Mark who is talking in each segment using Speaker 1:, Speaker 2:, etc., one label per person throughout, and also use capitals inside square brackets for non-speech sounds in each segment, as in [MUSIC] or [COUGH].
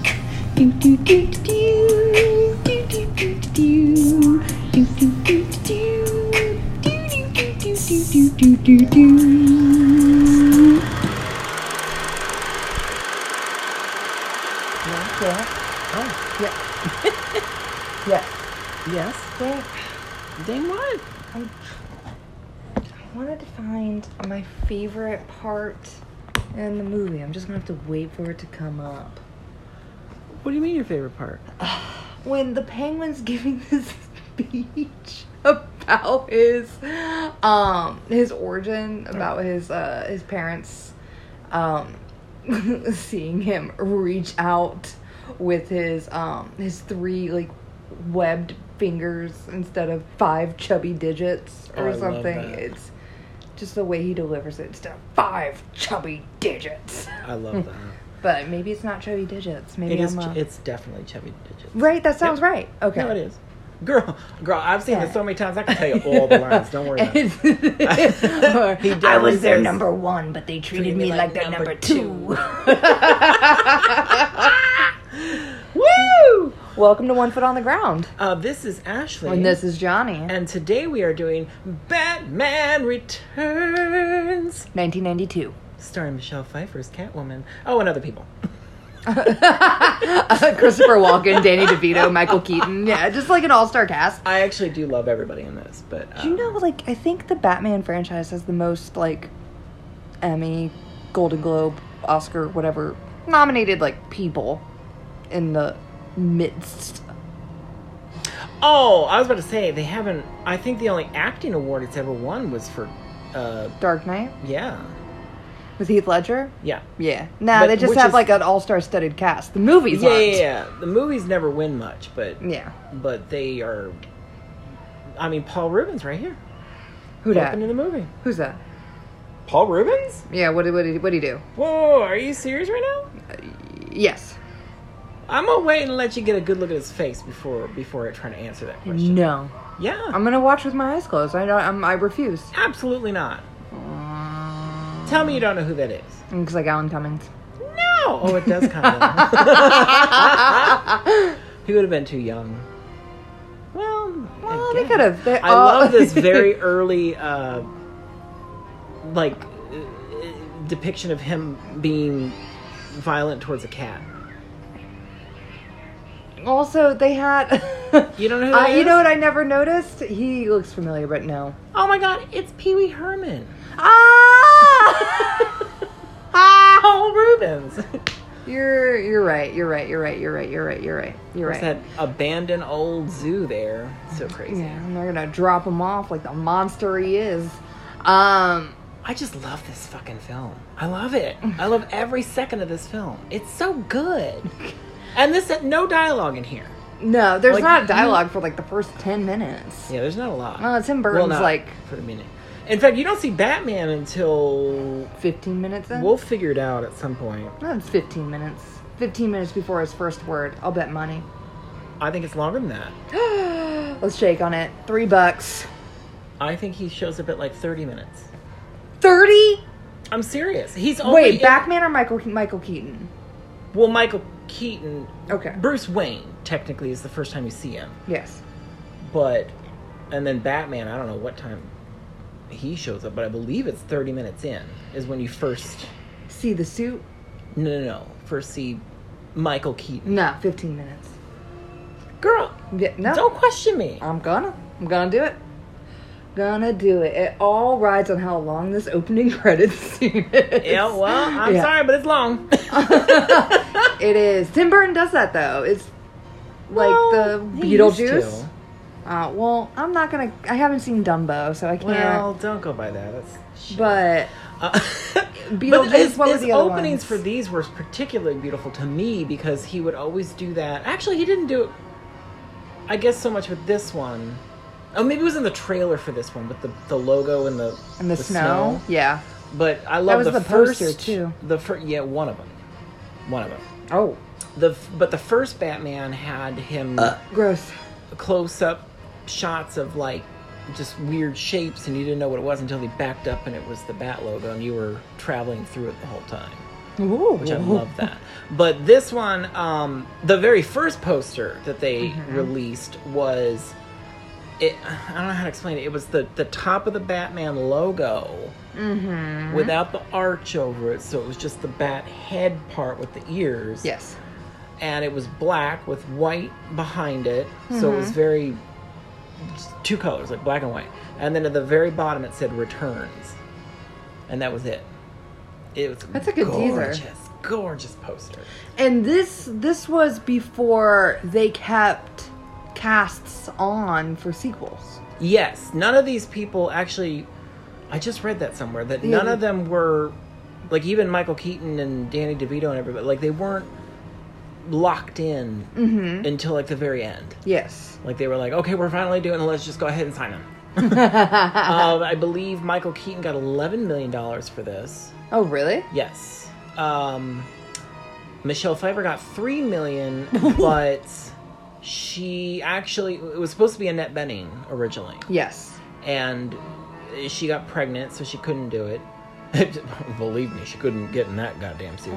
Speaker 1: Do do do do do do do do do do do do do do do do do do.
Speaker 2: Yeah, yeah. Oh, yeah.
Speaker 1: [LAUGHS]
Speaker 2: yeah. Yes.
Speaker 1: Yeah,
Speaker 2: Dang what?
Speaker 1: I wanted to find my favorite part in the movie. I'm just gonna have to wait for it to come up.
Speaker 2: What do you mean your favorite part?
Speaker 1: when the penguin's [LAUGHS] giving this speech about his um his origin about his uh his parents um [LAUGHS] seeing him reach out with his um his three like webbed fingers instead of five chubby digits
Speaker 2: Oh,
Speaker 1: or
Speaker 2: I love
Speaker 1: something
Speaker 2: that.
Speaker 1: it's just the way he delivers it instead of five chubby digits
Speaker 2: I love that.
Speaker 1: but maybe it's not chubby digits maybe
Speaker 2: it is.
Speaker 1: i'm
Speaker 2: ch-
Speaker 1: a-
Speaker 2: It's definitely chubby digits.
Speaker 1: right that sounds right okay
Speaker 2: No, it is. Girl, girl, I've seen
Speaker 1: Yeah.
Speaker 2: this so many times. I can tell you all the lines. Don't worry about [LAUGHS] it.
Speaker 1: it.
Speaker 2: He
Speaker 1: I was
Speaker 2: does
Speaker 1: their
Speaker 2: this.
Speaker 1: number one, but they treated, me like, their number, two.
Speaker 2: [LAUGHS] Woo!
Speaker 1: [LAUGHS] Welcome to One Foot on the Ground.
Speaker 2: Uh, this is Ashley.
Speaker 1: And this is Johnny.
Speaker 2: And today we are doing Batman Returns,
Speaker 1: 1992.
Speaker 2: starring Michelle Pfeiffer as Catwoman. Oh, and other people.
Speaker 1: [LAUGHS] Christopher Walken, Danny DeVito, Michael Keaton. Yeah, just like an all star cast.
Speaker 2: I actually do love everybody in this, but
Speaker 1: Do you
Speaker 2: um,
Speaker 1: know, like, I think the Batman franchise has the most, like, Emmy, Golden Globe, Oscar, whatever, nominated, like, people in the midst
Speaker 2: Oh, I was about to say they haven't. I think the only acting award it's ever won was for, uh,
Speaker 1: Dark Knight
Speaker 2: yeah,
Speaker 1: with Heath Ledger.
Speaker 2: yeah.
Speaker 1: Yeah. No,
Speaker 2: But
Speaker 1: they just
Speaker 2: which
Speaker 1: have
Speaker 2: is-
Speaker 1: like an all-star studded cast. The movies
Speaker 2: Yeah,
Speaker 1: aren't.
Speaker 2: yeah, yeah. The movies never win much, but
Speaker 1: Yeah.
Speaker 2: but they are. I mean, Paul Rubens right here.
Speaker 1: Who
Speaker 2: What
Speaker 1: that?
Speaker 2: happened in the movie?
Speaker 1: Who's that?
Speaker 2: Paul Rubens?
Speaker 1: Yeah, what did what did what he do?
Speaker 2: Whoa, are you serious right now?
Speaker 1: Yes.
Speaker 2: I'm gonna wait and let you get a good look at his face before before trying to answer that question.
Speaker 1: No.
Speaker 2: Yeah,
Speaker 1: I'm going to watch with my eyes closed. I don't I'm, I refuse.
Speaker 2: absolutely not. Tell me you don't know who that is.
Speaker 1: It's like Alan Cummings.
Speaker 2: No. Oh, it does kind [LAUGHS] of. he would have been too young. Well,
Speaker 1: Well,
Speaker 2: I
Speaker 1: they
Speaker 2: guess.
Speaker 1: could have. They-
Speaker 2: I
Speaker 1: oh.
Speaker 2: love this [LAUGHS] very early, uh, like, uh, depiction of him being violent towards a cat.
Speaker 1: Also, they had
Speaker 2: [LAUGHS] You don't know who
Speaker 1: I,
Speaker 2: that
Speaker 1: You
Speaker 2: is?
Speaker 1: know what I never noticed? He looks familiar, but no.
Speaker 2: Oh my God! It's Pee Wee Herman.
Speaker 1: Ah! [LAUGHS] ah!
Speaker 2: Paul Oh, [LAUGHS] Rubens.
Speaker 1: You're you're right. You're right. You're right. You're right. You're right. You're right. You're
Speaker 2: There's
Speaker 1: right.
Speaker 2: that abandoned old zoo there. So crazy.
Speaker 1: Yeah, and they're gonna drop him off like the monster he is. Um,
Speaker 2: I just love this fucking film. I love it. I love every second of this film. It's so
Speaker 1: [LAUGHS]
Speaker 2: good. And this no dialogue in here.
Speaker 1: no, there's
Speaker 2: Like, mm.
Speaker 1: not
Speaker 2: you-
Speaker 1: dialogue for like the first ten minutes.
Speaker 2: Yeah, there's not a lot.
Speaker 1: No, Tim Burton's
Speaker 2: not
Speaker 1: like-
Speaker 2: for the minute. In fact, you don't see Batman until
Speaker 1: Fifteen minutes in.
Speaker 2: we'll figure it out at some point.
Speaker 1: No, it's fifteen minutes. Fifteen minutes before his first word. I'll bet
Speaker 2: [GASPS]
Speaker 1: money.
Speaker 2: I think it's longer than that.
Speaker 1: Let's shake on it. Three bucks.
Speaker 2: I think he shows up at like 30 minutes.
Speaker 1: Thirty.
Speaker 2: I'm serious. He's only
Speaker 1: Wait,
Speaker 2: in-
Speaker 1: Batman or Michael Michael Keaton?
Speaker 2: well, Michael Keaton,
Speaker 1: Okay.
Speaker 2: Bruce Wayne technically is the first time you see him.
Speaker 1: Yes.
Speaker 2: But and then Batman, I don't know what time he shows up, but I believe it's 30 minutes in is when you first
Speaker 1: See the suit?
Speaker 2: no no no first see Michael Keaton.
Speaker 1: No, fifteen minutes.
Speaker 2: Girl,
Speaker 1: Yeah, no.
Speaker 2: don't question me.
Speaker 1: I'm gonna. I'm gonna do it. Gonna do it. It all rides on how long this opening [LAUGHS] credits scene is.
Speaker 2: Yeah, well, I'm
Speaker 1: Yeah.
Speaker 2: sorry, but it's long.
Speaker 1: It is. Tim Burton does that though. It's like
Speaker 2: Well,
Speaker 1: the
Speaker 2: he used
Speaker 1: Beetlejuice.
Speaker 2: to.
Speaker 1: Uh, well, I'm not gonna. I haven't seen Dumbo, so I can't.
Speaker 2: [LAUGHS] Well, don't go by that. That's shit.
Speaker 1: but
Speaker 2: Uh, [LAUGHS]
Speaker 1: Beetlejuice,
Speaker 2: but his,
Speaker 1: what were
Speaker 2: his
Speaker 1: the other
Speaker 2: openings
Speaker 1: ones?
Speaker 2: for these were particularly beautiful to me because he would always do that. Actually, he didn't do it. I guess so much with this one. Oh, maybe it was in the trailer for this one with the, the logo and the
Speaker 1: and the, snow, yeah.
Speaker 2: But I love
Speaker 1: was
Speaker 2: the,
Speaker 1: the poster,
Speaker 2: first
Speaker 1: too.
Speaker 2: The first, yeah, one of them, one of them.
Speaker 1: Oh,
Speaker 2: The f- but the first Batman had him
Speaker 1: gross.
Speaker 2: close up shots of like just weird shapes and you didn't know what it was until they backed up and it was the bat logo and you were traveling through it the whole time.
Speaker 1: Ooh.
Speaker 2: which I love that. But this one, um, the very first poster that they released was, it, I don't know how to explain it. It was the the top of the Batman logo without the arch over it, so it was just the bat head part with the ears.
Speaker 1: Yes.
Speaker 2: and it was black with white behind it, so it
Speaker 1: Mm-hmm.
Speaker 2: was very just two colors, like black and white. And then at the very bottom, it said returns, and that was it. It was
Speaker 1: That's a good teaser.
Speaker 2: gorgeous, gorgeous poster.
Speaker 1: And this this was before they kept casts on for sequels.
Speaker 2: Yes, none of these people actually. I just read that somewhere that none
Speaker 1: Yeah.
Speaker 2: of them were, like even Michael Keaton and Danny DeVito and everybody, like they weren't locked in
Speaker 1: Mm-hmm.
Speaker 2: until like the very end.
Speaker 1: Yes.
Speaker 2: Like they were like, okay, we're finally doing it. Let's just go ahead and sign them. um, I believe Michael Keaton got eleven million dollars for this.
Speaker 1: Oh really?
Speaker 2: Yes. Um, Michelle Pfeiffer got three million, but she actually it was supposed to be Annette Benning originally,
Speaker 1: Yes.
Speaker 2: and she got pregnant, so she couldn't do it. [LAUGHS] Believe me, she couldn't get in that goddamn suit.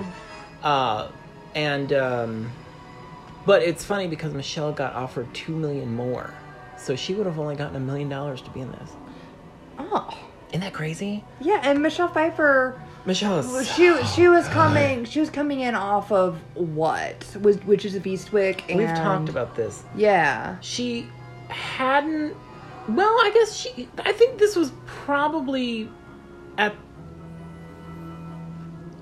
Speaker 2: Uh, and um, but it's funny because Michelle got offered two million more, so she would have only gotten a million dollars to be in this.
Speaker 1: Oh.
Speaker 2: Isn't that crazy?
Speaker 1: Yeah, and Michelle Pfeiffer
Speaker 2: Michelle is
Speaker 1: well,
Speaker 2: so-
Speaker 1: she she was coming she was coming in off of what? Was Witches of Eastwick and
Speaker 2: We've talked about this.
Speaker 1: Yeah.
Speaker 2: She hadn't. Well, I guess she. I think this was probably at.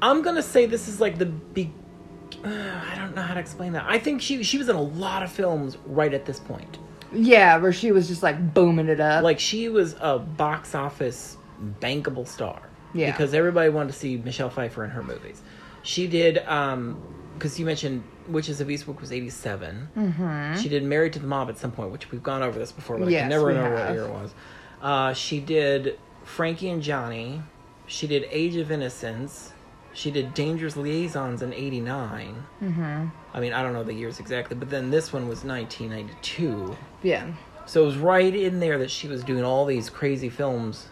Speaker 2: I'm gonna say this is like the big. [SIGHS] I don't know how to explain that. I think she she was in a lot of films right at this point.
Speaker 1: Yeah, where she was just like booming it up.
Speaker 2: Like she was a box office bankable star.
Speaker 1: Yeah.
Speaker 2: Because everybody wanted to see Michelle Pfeiffer in her movies. She did um because you mentioned Witches of Eastwick was 87. Mm-hmm. She did Married to the Mob at some point, which we've gone over this before, but I
Speaker 1: Yes,
Speaker 2: can never
Speaker 1: we
Speaker 2: remember what
Speaker 1: have.
Speaker 2: year it was. Uh, she did Frankie and Johnny. She did Age of Innocence. She did Dangerous Liaisons in 89. Mm-hmm. I mean, I don't know the years exactly, but then this one was 1992.
Speaker 1: yeah.
Speaker 2: So it was right in there that she was doing all these crazy films.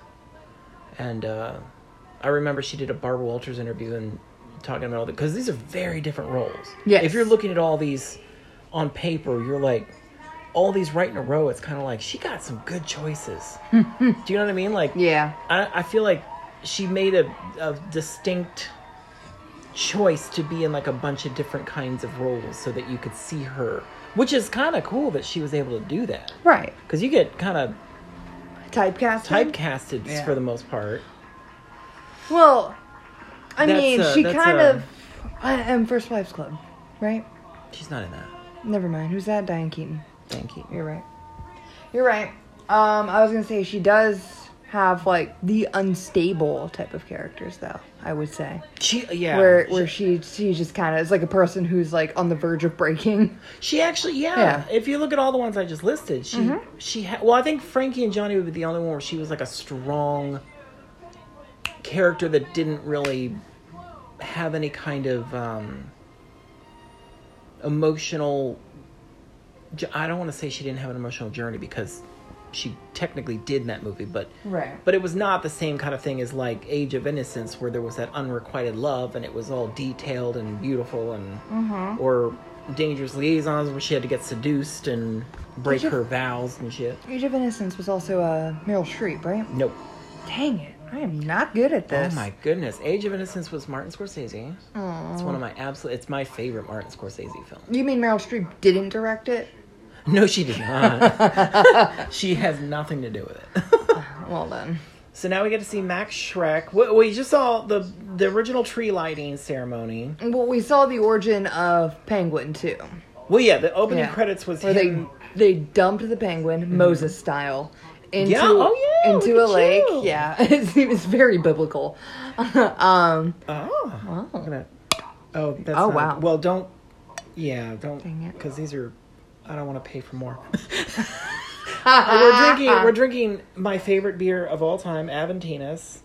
Speaker 2: And uh, I remember she did a Barbara Walters interview and talking about all that because these are very different roles.
Speaker 1: Yes.
Speaker 2: If you're looking at all these on paper, you're like, all these right in a row, it's kind of like she got some good
Speaker 1: [LAUGHS]
Speaker 2: choices. Do you know what I mean? Like,
Speaker 1: Yeah.
Speaker 2: I, I feel like she made a, a distinct choice to be in like a bunch of different kinds of roles so that you could see her, which is kind of cool that she was able to do that
Speaker 1: Right.
Speaker 2: because you get kind of
Speaker 1: Typecast.
Speaker 2: typecasted
Speaker 1: Yeah.
Speaker 2: for the most part.
Speaker 1: Well, I
Speaker 2: That's
Speaker 1: mean,
Speaker 2: a-
Speaker 1: she
Speaker 2: that's
Speaker 1: kind
Speaker 2: a-
Speaker 1: of. I am First Wives Club, right?
Speaker 2: She's not in that.
Speaker 1: Never mind. Who's that? Diane Keaton.
Speaker 2: Thank you.
Speaker 1: You're right. You're right. Um, I was gonna say she does have like the unstable type of characters, though. I would say
Speaker 2: She yeah.
Speaker 1: where where she she just kind of is like a person who's like on the verge of breaking.
Speaker 2: she actually yeah.
Speaker 1: Yeah. Mm-hmm.
Speaker 2: If you look at all the ones I just listed, she she ha- well I think Frankie and Johnny would be the only one where she was like a strong character that didn't really have any kind of um emotional j- I don't want to say she didn't have an emotional journey because she technically did in that movie, but
Speaker 1: Right.
Speaker 2: But it was not the same kind of thing as like Age of Innocence, where there was that unrequited love and it was all detailed and beautiful, and or Dangerous Liaisons, where she had to get seduced and break
Speaker 1: Did you-
Speaker 2: her vows and shit.
Speaker 1: Age of Innocence was also a uh, Meryl Streep, right?
Speaker 2: Nope.
Speaker 1: Dang it! I am not good at this.
Speaker 2: Oh my goodness, Age of Innocence was Martin Scorsese. It's one of my absolute. It's my favorite Martin Scorsese film.
Speaker 1: You mean Meryl Streep didn't direct it?
Speaker 2: No, she did not. she has nothing to do with it.
Speaker 1: Well then.
Speaker 2: so now we get to see Max Shrek. We, we just saw the the original tree lighting ceremony.
Speaker 1: Well, we saw the origin of Penguin too.
Speaker 2: Well, yeah, the opening
Speaker 1: Yeah.
Speaker 2: credits was
Speaker 1: Where
Speaker 2: him. Mm-hmm.
Speaker 1: they they dumped the penguin Moses style into
Speaker 2: Yeah, oh yeah,
Speaker 1: into a
Speaker 2: look at
Speaker 1: lake.
Speaker 2: you.
Speaker 1: Yeah, [LAUGHS] it's, it's very biblical. [LAUGHS] um,
Speaker 2: Oh. I'm gonna. Oh, that's
Speaker 1: Oh,
Speaker 2: not-
Speaker 1: wow.
Speaker 2: Well, don't. Yeah,
Speaker 1: Dang
Speaker 2: don't.
Speaker 1: it.
Speaker 2: Because these are. I don't want to pay for
Speaker 1: [LAUGHS]
Speaker 2: more. [LAUGHS] we're drinking. We're drinking my favorite beer of all time, Aventinus,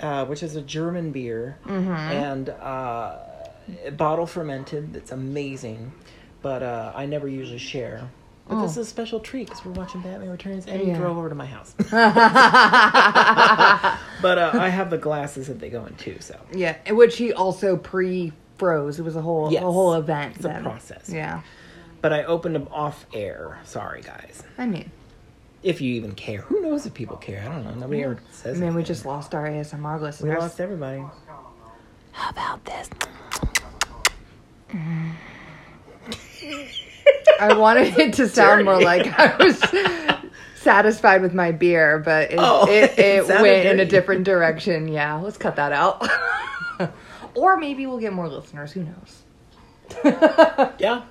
Speaker 2: uh, which is a German beer
Speaker 1: Mm-hmm.
Speaker 2: and uh, bottle fermented. That's amazing, but uh, I never usually share. But this is a special treat because we're watching Batman Returns, and he
Speaker 1: Oh. Yeah.
Speaker 2: drove over to my house.
Speaker 1: [LAUGHS]
Speaker 2: [LAUGHS] but uh, I have the glasses that they go in too, so
Speaker 1: Yeah, in which he also pre froze. It was a whole
Speaker 2: Yes.
Speaker 1: a whole event.
Speaker 2: It's a
Speaker 1: then.
Speaker 2: process.
Speaker 1: Yeah,
Speaker 2: But I opened them off air. Sorry, guys.
Speaker 1: I mean,
Speaker 2: If you even care, who knows if people care? I don't know. Nobody ever
Speaker 1: I
Speaker 2: says.
Speaker 1: mean, we
Speaker 2: anything.
Speaker 1: just lost our ASMR
Speaker 2: we
Speaker 1: listeners.
Speaker 2: lost everybody.
Speaker 1: How about this? I wanted it to sound more like I was satisfied with my beer, but it
Speaker 2: Oh,
Speaker 1: it,
Speaker 2: [LAUGHS] it
Speaker 1: it
Speaker 2: sounded
Speaker 1: went in a
Speaker 2: dirty.
Speaker 1: different direction. Yeah, let's cut that
Speaker 2: [LAUGHS]
Speaker 1: out. or maybe we'll get more listeners. Who knows? [LAUGHS]
Speaker 2: Yeah.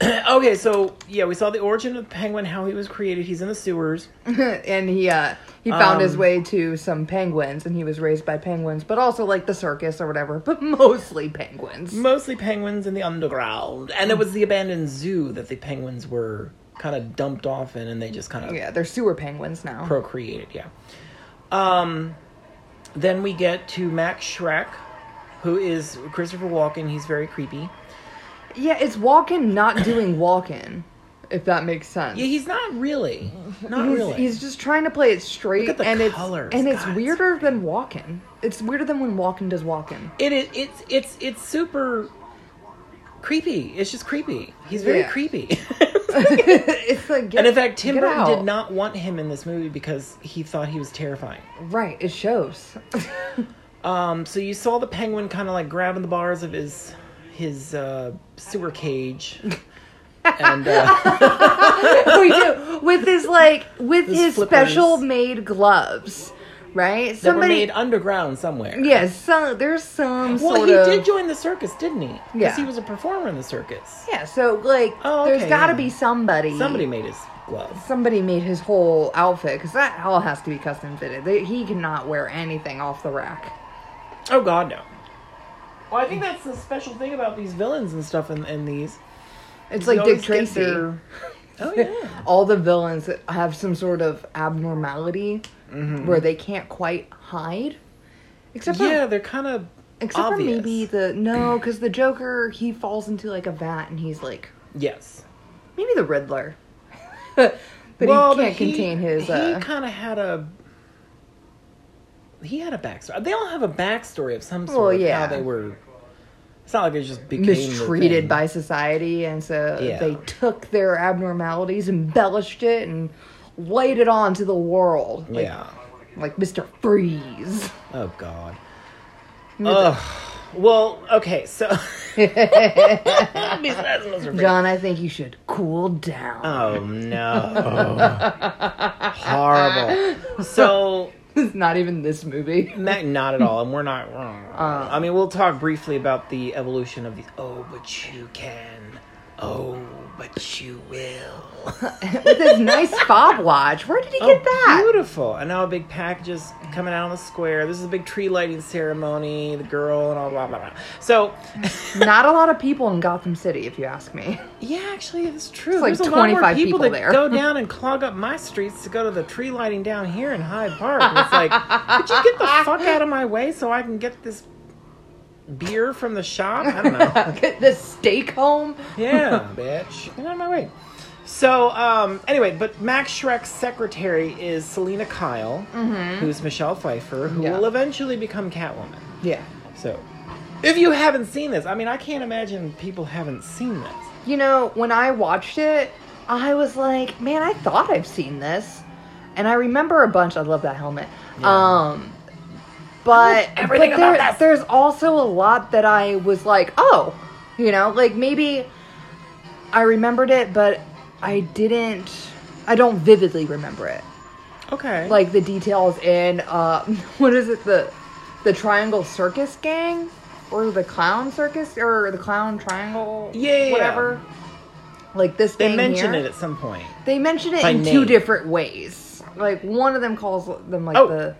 Speaker 2: [CLEARS THROAT] okay, so yeah, we saw the origin of the penguin, how he was created. He's in the sewers.
Speaker 1: and he uh he found his
Speaker 2: Um,
Speaker 1: way to some penguins and he was raised by penguins but also like the circus or whatever but [LAUGHS] mostly penguins
Speaker 2: mostly penguins in the underground and it was the abandoned zoo that the penguins were kind of dumped off in and they just kind of
Speaker 1: yeah they're sewer penguins now
Speaker 2: procreated yeah um then we get to max shrek who is christopher walken he's very creepy
Speaker 1: yeah it's walking not doing walking if that makes sense
Speaker 2: yeah he's not really not
Speaker 1: he's,
Speaker 2: really
Speaker 1: he's just trying to play it straight
Speaker 2: Look at the
Speaker 1: and it's
Speaker 2: colors.
Speaker 1: and it's
Speaker 2: God, it's
Speaker 1: weirder than walking it's weirder than when walking does
Speaker 2: [LAUGHS]
Speaker 1: walking
Speaker 2: it is it's it's it's super creepy it's just creepy he's very
Speaker 1: Yeah. [LAUGHS]
Speaker 2: creepy
Speaker 1: it's like get,
Speaker 2: and in fact tim
Speaker 1: get
Speaker 2: burton did
Speaker 1: out.
Speaker 2: not want him in this movie because he thought he was terrifying
Speaker 1: right it shows [LAUGHS]
Speaker 2: [LAUGHS] Um, so you saw the penguin kind of like grabbing the bars of his his uh, sewer
Speaker 1: [LAUGHS]
Speaker 2: cage, and uh,
Speaker 1: we do with his like with
Speaker 2: His
Speaker 1: his
Speaker 2: flippers.
Speaker 1: special made gloves right
Speaker 2: that were made underground somewhere.
Speaker 1: Yes, some there's some
Speaker 2: Well,
Speaker 1: sort
Speaker 2: he
Speaker 1: of
Speaker 2: did join the circus, didn't he? Because
Speaker 1: Yeah.
Speaker 2: he was a performer in the circus.
Speaker 1: yeah. So like,
Speaker 2: Oh,
Speaker 1: there's
Speaker 2: okay,
Speaker 1: got to
Speaker 2: yeah.
Speaker 1: be somebody.
Speaker 2: Somebody made his glove.
Speaker 1: Somebody made his whole outfit because that all has to be custom fitted. They, he cannot wear anything off the rack.
Speaker 2: Oh God, no. Well, I think that's the special thing about these villains and stuff in, in these.
Speaker 1: It's
Speaker 2: You
Speaker 1: like Dick
Speaker 2: always get
Speaker 1: Tracy.
Speaker 2: their- [LAUGHS] Oh yeah.
Speaker 1: [LAUGHS] All the villains that have some sort of abnormality
Speaker 2: Mm-hmm.
Speaker 1: where they can't quite hide, except for
Speaker 2: yeah, they're kind of
Speaker 1: except
Speaker 2: obvious.
Speaker 1: for maybe the no, because the Joker he falls into like a vat and he's like
Speaker 2: yes.
Speaker 1: maybe the Riddler, [LAUGHS] but
Speaker 2: well,
Speaker 1: he can't
Speaker 2: but he-
Speaker 1: contain his.
Speaker 2: He
Speaker 1: uh,
Speaker 2: kind of had a. He had a backstory. They all have a backstory of some sort.
Speaker 1: Well,
Speaker 2: of
Speaker 1: yeah.
Speaker 2: How they were. It's not like it just became the thing.
Speaker 1: mistreated by society and so
Speaker 2: Yeah.
Speaker 1: they took their abnormalities embellished it and laid it on to the world like,
Speaker 2: yeah.
Speaker 1: like mr freeze
Speaker 2: Oh God. Ugh. Well, okay,
Speaker 1: [LAUGHS]
Speaker 2: so. [LAUGHS] Besides Mr. Freeze.
Speaker 1: john i think you should cool down
Speaker 2: Oh no. Horrible. So
Speaker 1: it's not even this movie
Speaker 2: Not, not at all, and we're not. I mean, we'll talk briefly about the evolution of these. Oh, but you can. Oh, but you will.
Speaker 1: [LAUGHS] with his nice fob watch where did he get that
Speaker 2: Beautiful. And now a big package is coming out on the square. This is a big tree lighting ceremony. The girl and all blah blah blah. So,
Speaker 1: not a lot of people in gotham city if you ask [LAUGHS] me
Speaker 2: yeah, actually, it's true.
Speaker 1: like
Speaker 2: There's a lot more
Speaker 1: 25
Speaker 2: people,
Speaker 1: people
Speaker 2: that
Speaker 1: there. [LAUGHS]
Speaker 2: go down and clog up my streets to go to the tree lighting down here in Hyde Park. And it's like, could you get the fuck out of my way so I can get this beer from the shop? I don't know.
Speaker 1: [LAUGHS] Get the steak home [LAUGHS]
Speaker 2: Yeah, bitch. Get out of my way. So, um, anyway, but Max Shrek's secretary is Selena Kyle, who's Michelle Pfeiffer, who
Speaker 1: Mm-hmm. Yeah.
Speaker 2: will eventually become Catwoman.
Speaker 1: yeah
Speaker 2: So, if you haven't seen this, I mean, I can't imagine people haven't seen this.
Speaker 1: You know, when I watched it, I was like, man, I thought I've seen this. And I remember a bunch. I love that helmet.
Speaker 2: Yeah.
Speaker 1: Um but,
Speaker 2: everything
Speaker 1: but
Speaker 2: about
Speaker 1: there-
Speaker 2: this.
Speaker 1: there's also a lot that I was like, oh, you know, like maybe I remembered it, but I didn't I don't vividly remember it.
Speaker 2: Okay.
Speaker 1: Like the details in uh [LAUGHS] what is it the the Triangle Circus gang or the Clown Circus or the Clown Triangle
Speaker 2: Yeah, yeah, yeah.
Speaker 1: whatever. Like this
Speaker 2: they
Speaker 1: thing
Speaker 2: mention
Speaker 1: here.
Speaker 2: it at some point.
Speaker 1: They mention it
Speaker 2: By
Speaker 1: in
Speaker 2: name.
Speaker 1: two different ways. Like one of them calls them like
Speaker 2: Oh.
Speaker 1: the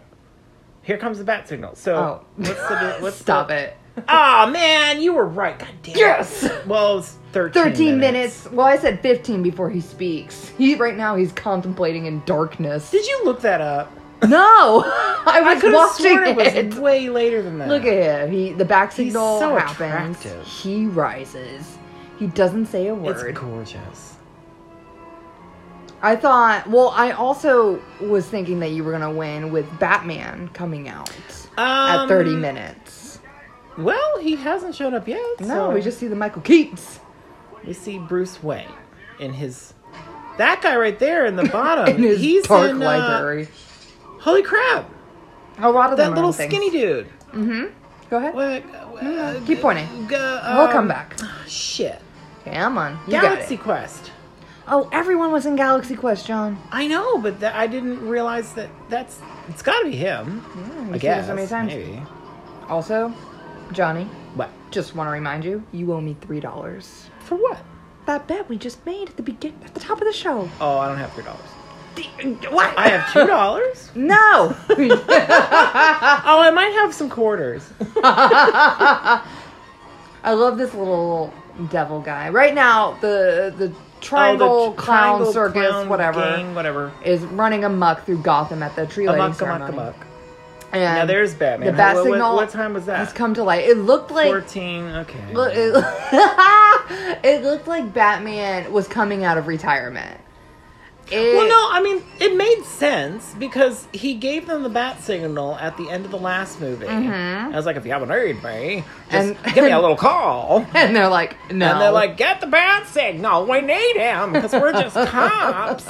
Speaker 2: Here comes the bat signal. So,
Speaker 1: oh
Speaker 2: what's the what's
Speaker 1: [LAUGHS] stop
Speaker 2: the, [LAUGHS]
Speaker 1: it.
Speaker 2: Oh man, you were right. God damn. it.
Speaker 1: Yes!
Speaker 2: Well, it's thirteen.
Speaker 1: Thirteen minutes. Well, I said fifteen before he speaks. He right now he's contemplating in darkness.
Speaker 2: Did you look that up?
Speaker 1: no, [LAUGHS] I was
Speaker 2: could have
Speaker 1: watching
Speaker 2: sworn it was
Speaker 1: it.
Speaker 2: way later than that.
Speaker 1: Look at him. He the back signal
Speaker 2: so
Speaker 1: happens.
Speaker 2: attractive.
Speaker 1: He rises. He doesn't say a
Speaker 2: It's
Speaker 1: word.
Speaker 2: gorgeous.
Speaker 1: I thought. Well, I also was thinking that you were gonna win with Batman coming out at
Speaker 2: Um,
Speaker 1: thirty minutes.
Speaker 2: Well, he hasn't showed up yet.
Speaker 1: No,
Speaker 2: so
Speaker 1: we just see the Michael Keats
Speaker 2: we see Bruce Wayne in his that guy right
Speaker 1: [LAUGHS]
Speaker 2: there in the bottom.
Speaker 1: in his
Speaker 2: he's
Speaker 1: dark
Speaker 2: in, uh,
Speaker 1: library.
Speaker 2: holy crap!
Speaker 1: A lot of
Speaker 2: That
Speaker 1: them
Speaker 2: little skinny dude.
Speaker 1: Mm-hmm. Go ahead.
Speaker 2: What, uh,
Speaker 1: no, Mm, keep pointing.
Speaker 2: g- uh,
Speaker 1: We'll come back.
Speaker 2: Shit.
Speaker 1: Come on, you
Speaker 2: Galaxy
Speaker 1: Got it.
Speaker 2: Quest.
Speaker 1: Oh, everyone was in Galaxy Quest, John.
Speaker 2: I know, but that, I didn't realize that that's it's got to be him.
Speaker 1: we've seen
Speaker 2: I
Speaker 1: it
Speaker 2: guess
Speaker 1: so many times.
Speaker 2: maybe.
Speaker 1: Also, Johnny,
Speaker 2: What
Speaker 1: just want to remind you, you owe me three dollars.
Speaker 2: for what?
Speaker 1: That bet we just made at the begin at the top of the show.
Speaker 2: Oh, I don't have three dollars.
Speaker 1: What? [LAUGHS]
Speaker 2: I have two dollars.
Speaker 1: No.
Speaker 2: oh, I might have some quarters.
Speaker 1: [LAUGHS]
Speaker 2: Oh,
Speaker 1: I love this little devil guy. Right now, the the triangle
Speaker 2: Oh, the tr-
Speaker 1: clown
Speaker 2: triangle
Speaker 1: circus,
Speaker 2: clown
Speaker 1: whatever,
Speaker 2: gang, whatever.
Speaker 1: is running amok through Gotham at the tree lighting
Speaker 2: Amok, amok,
Speaker 1: ceremony.
Speaker 2: amok.
Speaker 1: And
Speaker 2: Now there's Batman.
Speaker 1: the bat
Speaker 2: What- what-
Speaker 1: signal.
Speaker 2: what time was that?
Speaker 1: Has come to light. It looked like.
Speaker 2: Fourteen. Okay.
Speaker 1: lo- It, [LAUGHS] it looked like Batman was coming out of retirement. It,
Speaker 2: Well, no, I mean it made sense because he gave them the bat signal at the end of the last movie. I was like, if you haven't heard me, just
Speaker 1: Mm-hmm. And-
Speaker 2: give
Speaker 1: [LAUGHS]
Speaker 2: me a little call.
Speaker 1: [LAUGHS] And they're like, no.
Speaker 2: And they're like, get the bat signal. We need him because we're just cops.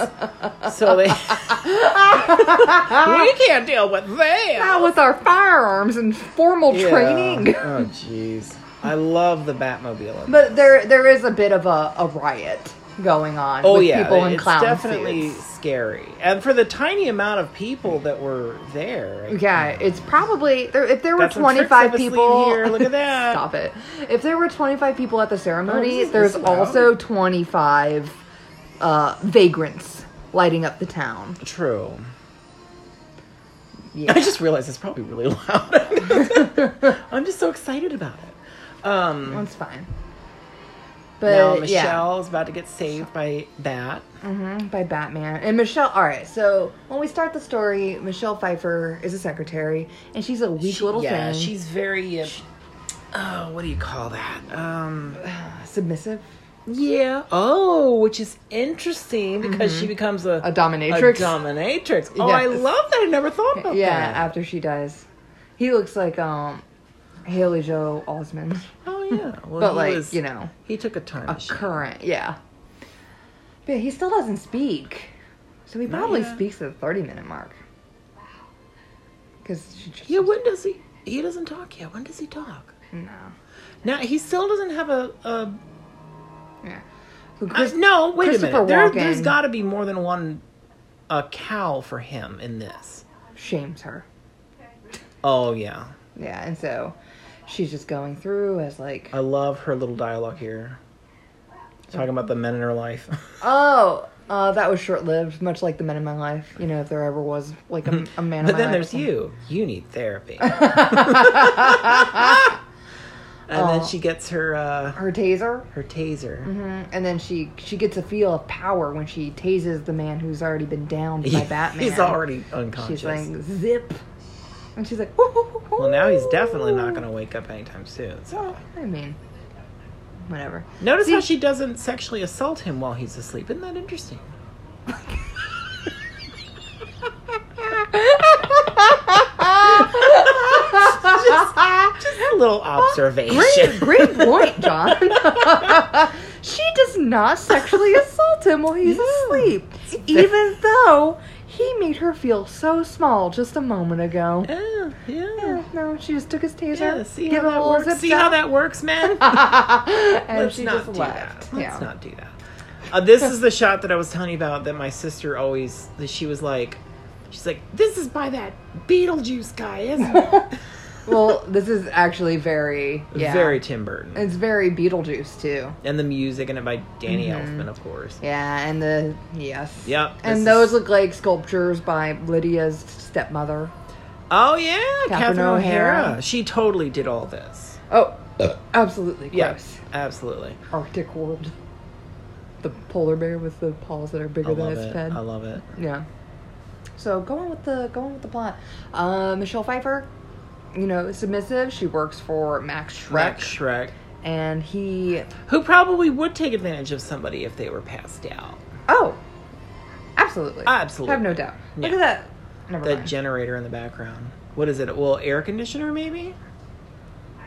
Speaker 2: so
Speaker 1: [LAUGHS]
Speaker 2: they, we can't deal with them.
Speaker 1: not with our firearms and formal
Speaker 2: Yeah.
Speaker 1: training. [LAUGHS]
Speaker 2: Oh, jeez. I love the Batmobile. in
Speaker 1: But there, there is a bit of a, a riot going on.
Speaker 2: oh
Speaker 1: with
Speaker 2: yeah,
Speaker 1: people in
Speaker 2: it's
Speaker 1: clown
Speaker 2: definitely
Speaker 1: suits.
Speaker 2: scary. And for the tiny amount of people that were there, I-
Speaker 1: Yeah, it's probably there. If there were
Speaker 2: Got some tricks
Speaker 1: twenty five
Speaker 2: up his sleeve
Speaker 1: people,
Speaker 2: here,
Speaker 1: [LAUGHS]
Speaker 2: look at that.
Speaker 1: Stop it. If there were twenty five people at the ceremony,
Speaker 2: this is-
Speaker 1: there's
Speaker 2: this is
Speaker 1: also twenty five uh, vagrants lighting up the town.
Speaker 2: true.
Speaker 1: Yeah.
Speaker 2: I just realized it's probably really loud. [LAUGHS] I'm just so excited about it. Um,
Speaker 1: That's fine.
Speaker 2: now
Speaker 1: But yeah,
Speaker 2: Michelle is about to get saved by Bat.
Speaker 1: Mhm, by Batman and Michelle. All right, so when we start the story, Michelle Pfeiffer is a secretary, and she's a weak
Speaker 2: She-
Speaker 1: little
Speaker 2: yeah,
Speaker 1: thing.
Speaker 2: she's very. Uh, oh, what do you call that? Um,
Speaker 1: submissive,
Speaker 2: yeah. Oh, which is interesting because she becomes a
Speaker 1: Mm-hmm. a dominatrix.
Speaker 2: A dominatrix. Oh, I
Speaker 1: Yes.
Speaker 2: love that. I never thought about
Speaker 1: yeah,
Speaker 2: that.
Speaker 1: after she dies, he looks like um Haley Joe Osmond.
Speaker 2: Oh
Speaker 1: [LAUGHS]
Speaker 2: yeah. Well,
Speaker 1: But,
Speaker 2: he
Speaker 1: like,
Speaker 2: was-
Speaker 1: you know,
Speaker 2: he took a time.
Speaker 1: a
Speaker 2: machine.
Speaker 1: current, yeah. But he still doesn't speak, so he probably
Speaker 2: yet.
Speaker 1: speaks at the thirty-minute mark. Because she just
Speaker 2: yeah. When does he? He doesn't talk yet. When does he talk?
Speaker 1: no,
Speaker 2: Now he still doesn't have a. a
Speaker 1: yeah. So
Speaker 2: I- no, wait a
Speaker 1: Christopher
Speaker 2: minute. There, there's
Speaker 1: Walken-
Speaker 2: got to be more than one a cow for him in this.
Speaker 1: shames her,
Speaker 2: Oh yeah,
Speaker 1: yeah, and so she's just going through as like,
Speaker 2: I love her little dialogue here. Talking about the men in her life.
Speaker 1: oh. Uh, that was short-lived, much like the men in my life. You know, if there ever was like a, a
Speaker 2: [LAUGHS]
Speaker 1: man. in my
Speaker 2: but then
Speaker 1: life or
Speaker 2: there's
Speaker 1: something.
Speaker 2: you. You need
Speaker 1: [LAUGHS]
Speaker 2: therapy. and
Speaker 1: Oh.
Speaker 2: then she gets her uh,
Speaker 1: Her taser.
Speaker 2: her taser.
Speaker 1: Mhm. And then she she gets a feel of power when she tases the man who's already been downed by Batman.
Speaker 2: [LAUGHS] He's already
Speaker 1: She's
Speaker 2: unconscious.
Speaker 1: like zip, and she's like. "Woo, woo, woo,
Speaker 2: well, now he's
Speaker 1: woo."
Speaker 2: definitely not going to wake up anytime soon. So.
Speaker 1: I mean, whatever. [LAUGHS]
Speaker 2: Notice
Speaker 1: See-
Speaker 2: how she doesn't sexually assault him while he's asleep. Isn't that interesting? [LAUGHS] Just a little observation.
Speaker 1: Oh, Great,
Speaker 2: [LAUGHS]
Speaker 1: great point, John. [LAUGHS] she does not sexually assault him while he's
Speaker 2: No.
Speaker 1: asleep,
Speaker 2: [LAUGHS]
Speaker 1: even though he made her feel so small just a moment ago.
Speaker 2: Yeah, yeah.
Speaker 1: Yeah, no, she just took his taser.
Speaker 2: Yeah, see
Speaker 1: gave him
Speaker 2: how
Speaker 1: a
Speaker 2: that
Speaker 1: little
Speaker 2: works.
Speaker 1: zip
Speaker 2: See how
Speaker 1: zap,
Speaker 2: that
Speaker 1: [LAUGHS]
Speaker 2: works, man.
Speaker 1: and
Speaker 2: Let's
Speaker 1: she
Speaker 2: not
Speaker 1: just
Speaker 2: do
Speaker 1: left.
Speaker 2: that.
Speaker 1: yeah.
Speaker 2: Let's not do that. Uh, this
Speaker 1: [LAUGHS]
Speaker 2: is the shot that I was telling you about that my sister always. That she was like, she's like, this is by that Beetlejuice guy, isn't it?
Speaker 1: well, this is actually very, [LAUGHS] yeah,
Speaker 2: Very Tim Burton.
Speaker 1: It's very Beetlejuice too.
Speaker 2: and the music in it by Danny
Speaker 1: Mm-hmm.
Speaker 2: Elfman, of course.
Speaker 1: Yeah, and the yes.
Speaker 2: Yep,
Speaker 1: And
Speaker 2: this
Speaker 1: those
Speaker 2: is-
Speaker 1: look like sculptures by Lydia's stepmother.
Speaker 2: Oh yeah,
Speaker 1: Catherine
Speaker 2: Catherine, O'Hara.
Speaker 1: O'Hara.
Speaker 2: She totally did all this.
Speaker 1: Oh, absolutely.
Speaker 2: Yes,
Speaker 1: Gross.
Speaker 2: absolutely.
Speaker 1: Arctic world. The polar bear with the paws that are
Speaker 2: I
Speaker 1: bigger than
Speaker 2: love
Speaker 1: its
Speaker 2: it.
Speaker 1: head.
Speaker 2: I love it.
Speaker 1: Yeah. So going with the going with the plot, uh, Michelle Pfeiffer, you know, submissive. She works for Max Schreck,
Speaker 2: Shrek. Shrek.
Speaker 1: and he
Speaker 2: Who probably would take advantage of somebody if they were passed out.
Speaker 1: oh, absolutely,
Speaker 2: Absolutely.
Speaker 1: I have no doubt. Look
Speaker 2: Yeah.
Speaker 1: at that. Never
Speaker 2: That
Speaker 1: mind.
Speaker 2: generator in the background. What is it? Well, air conditioner maybe?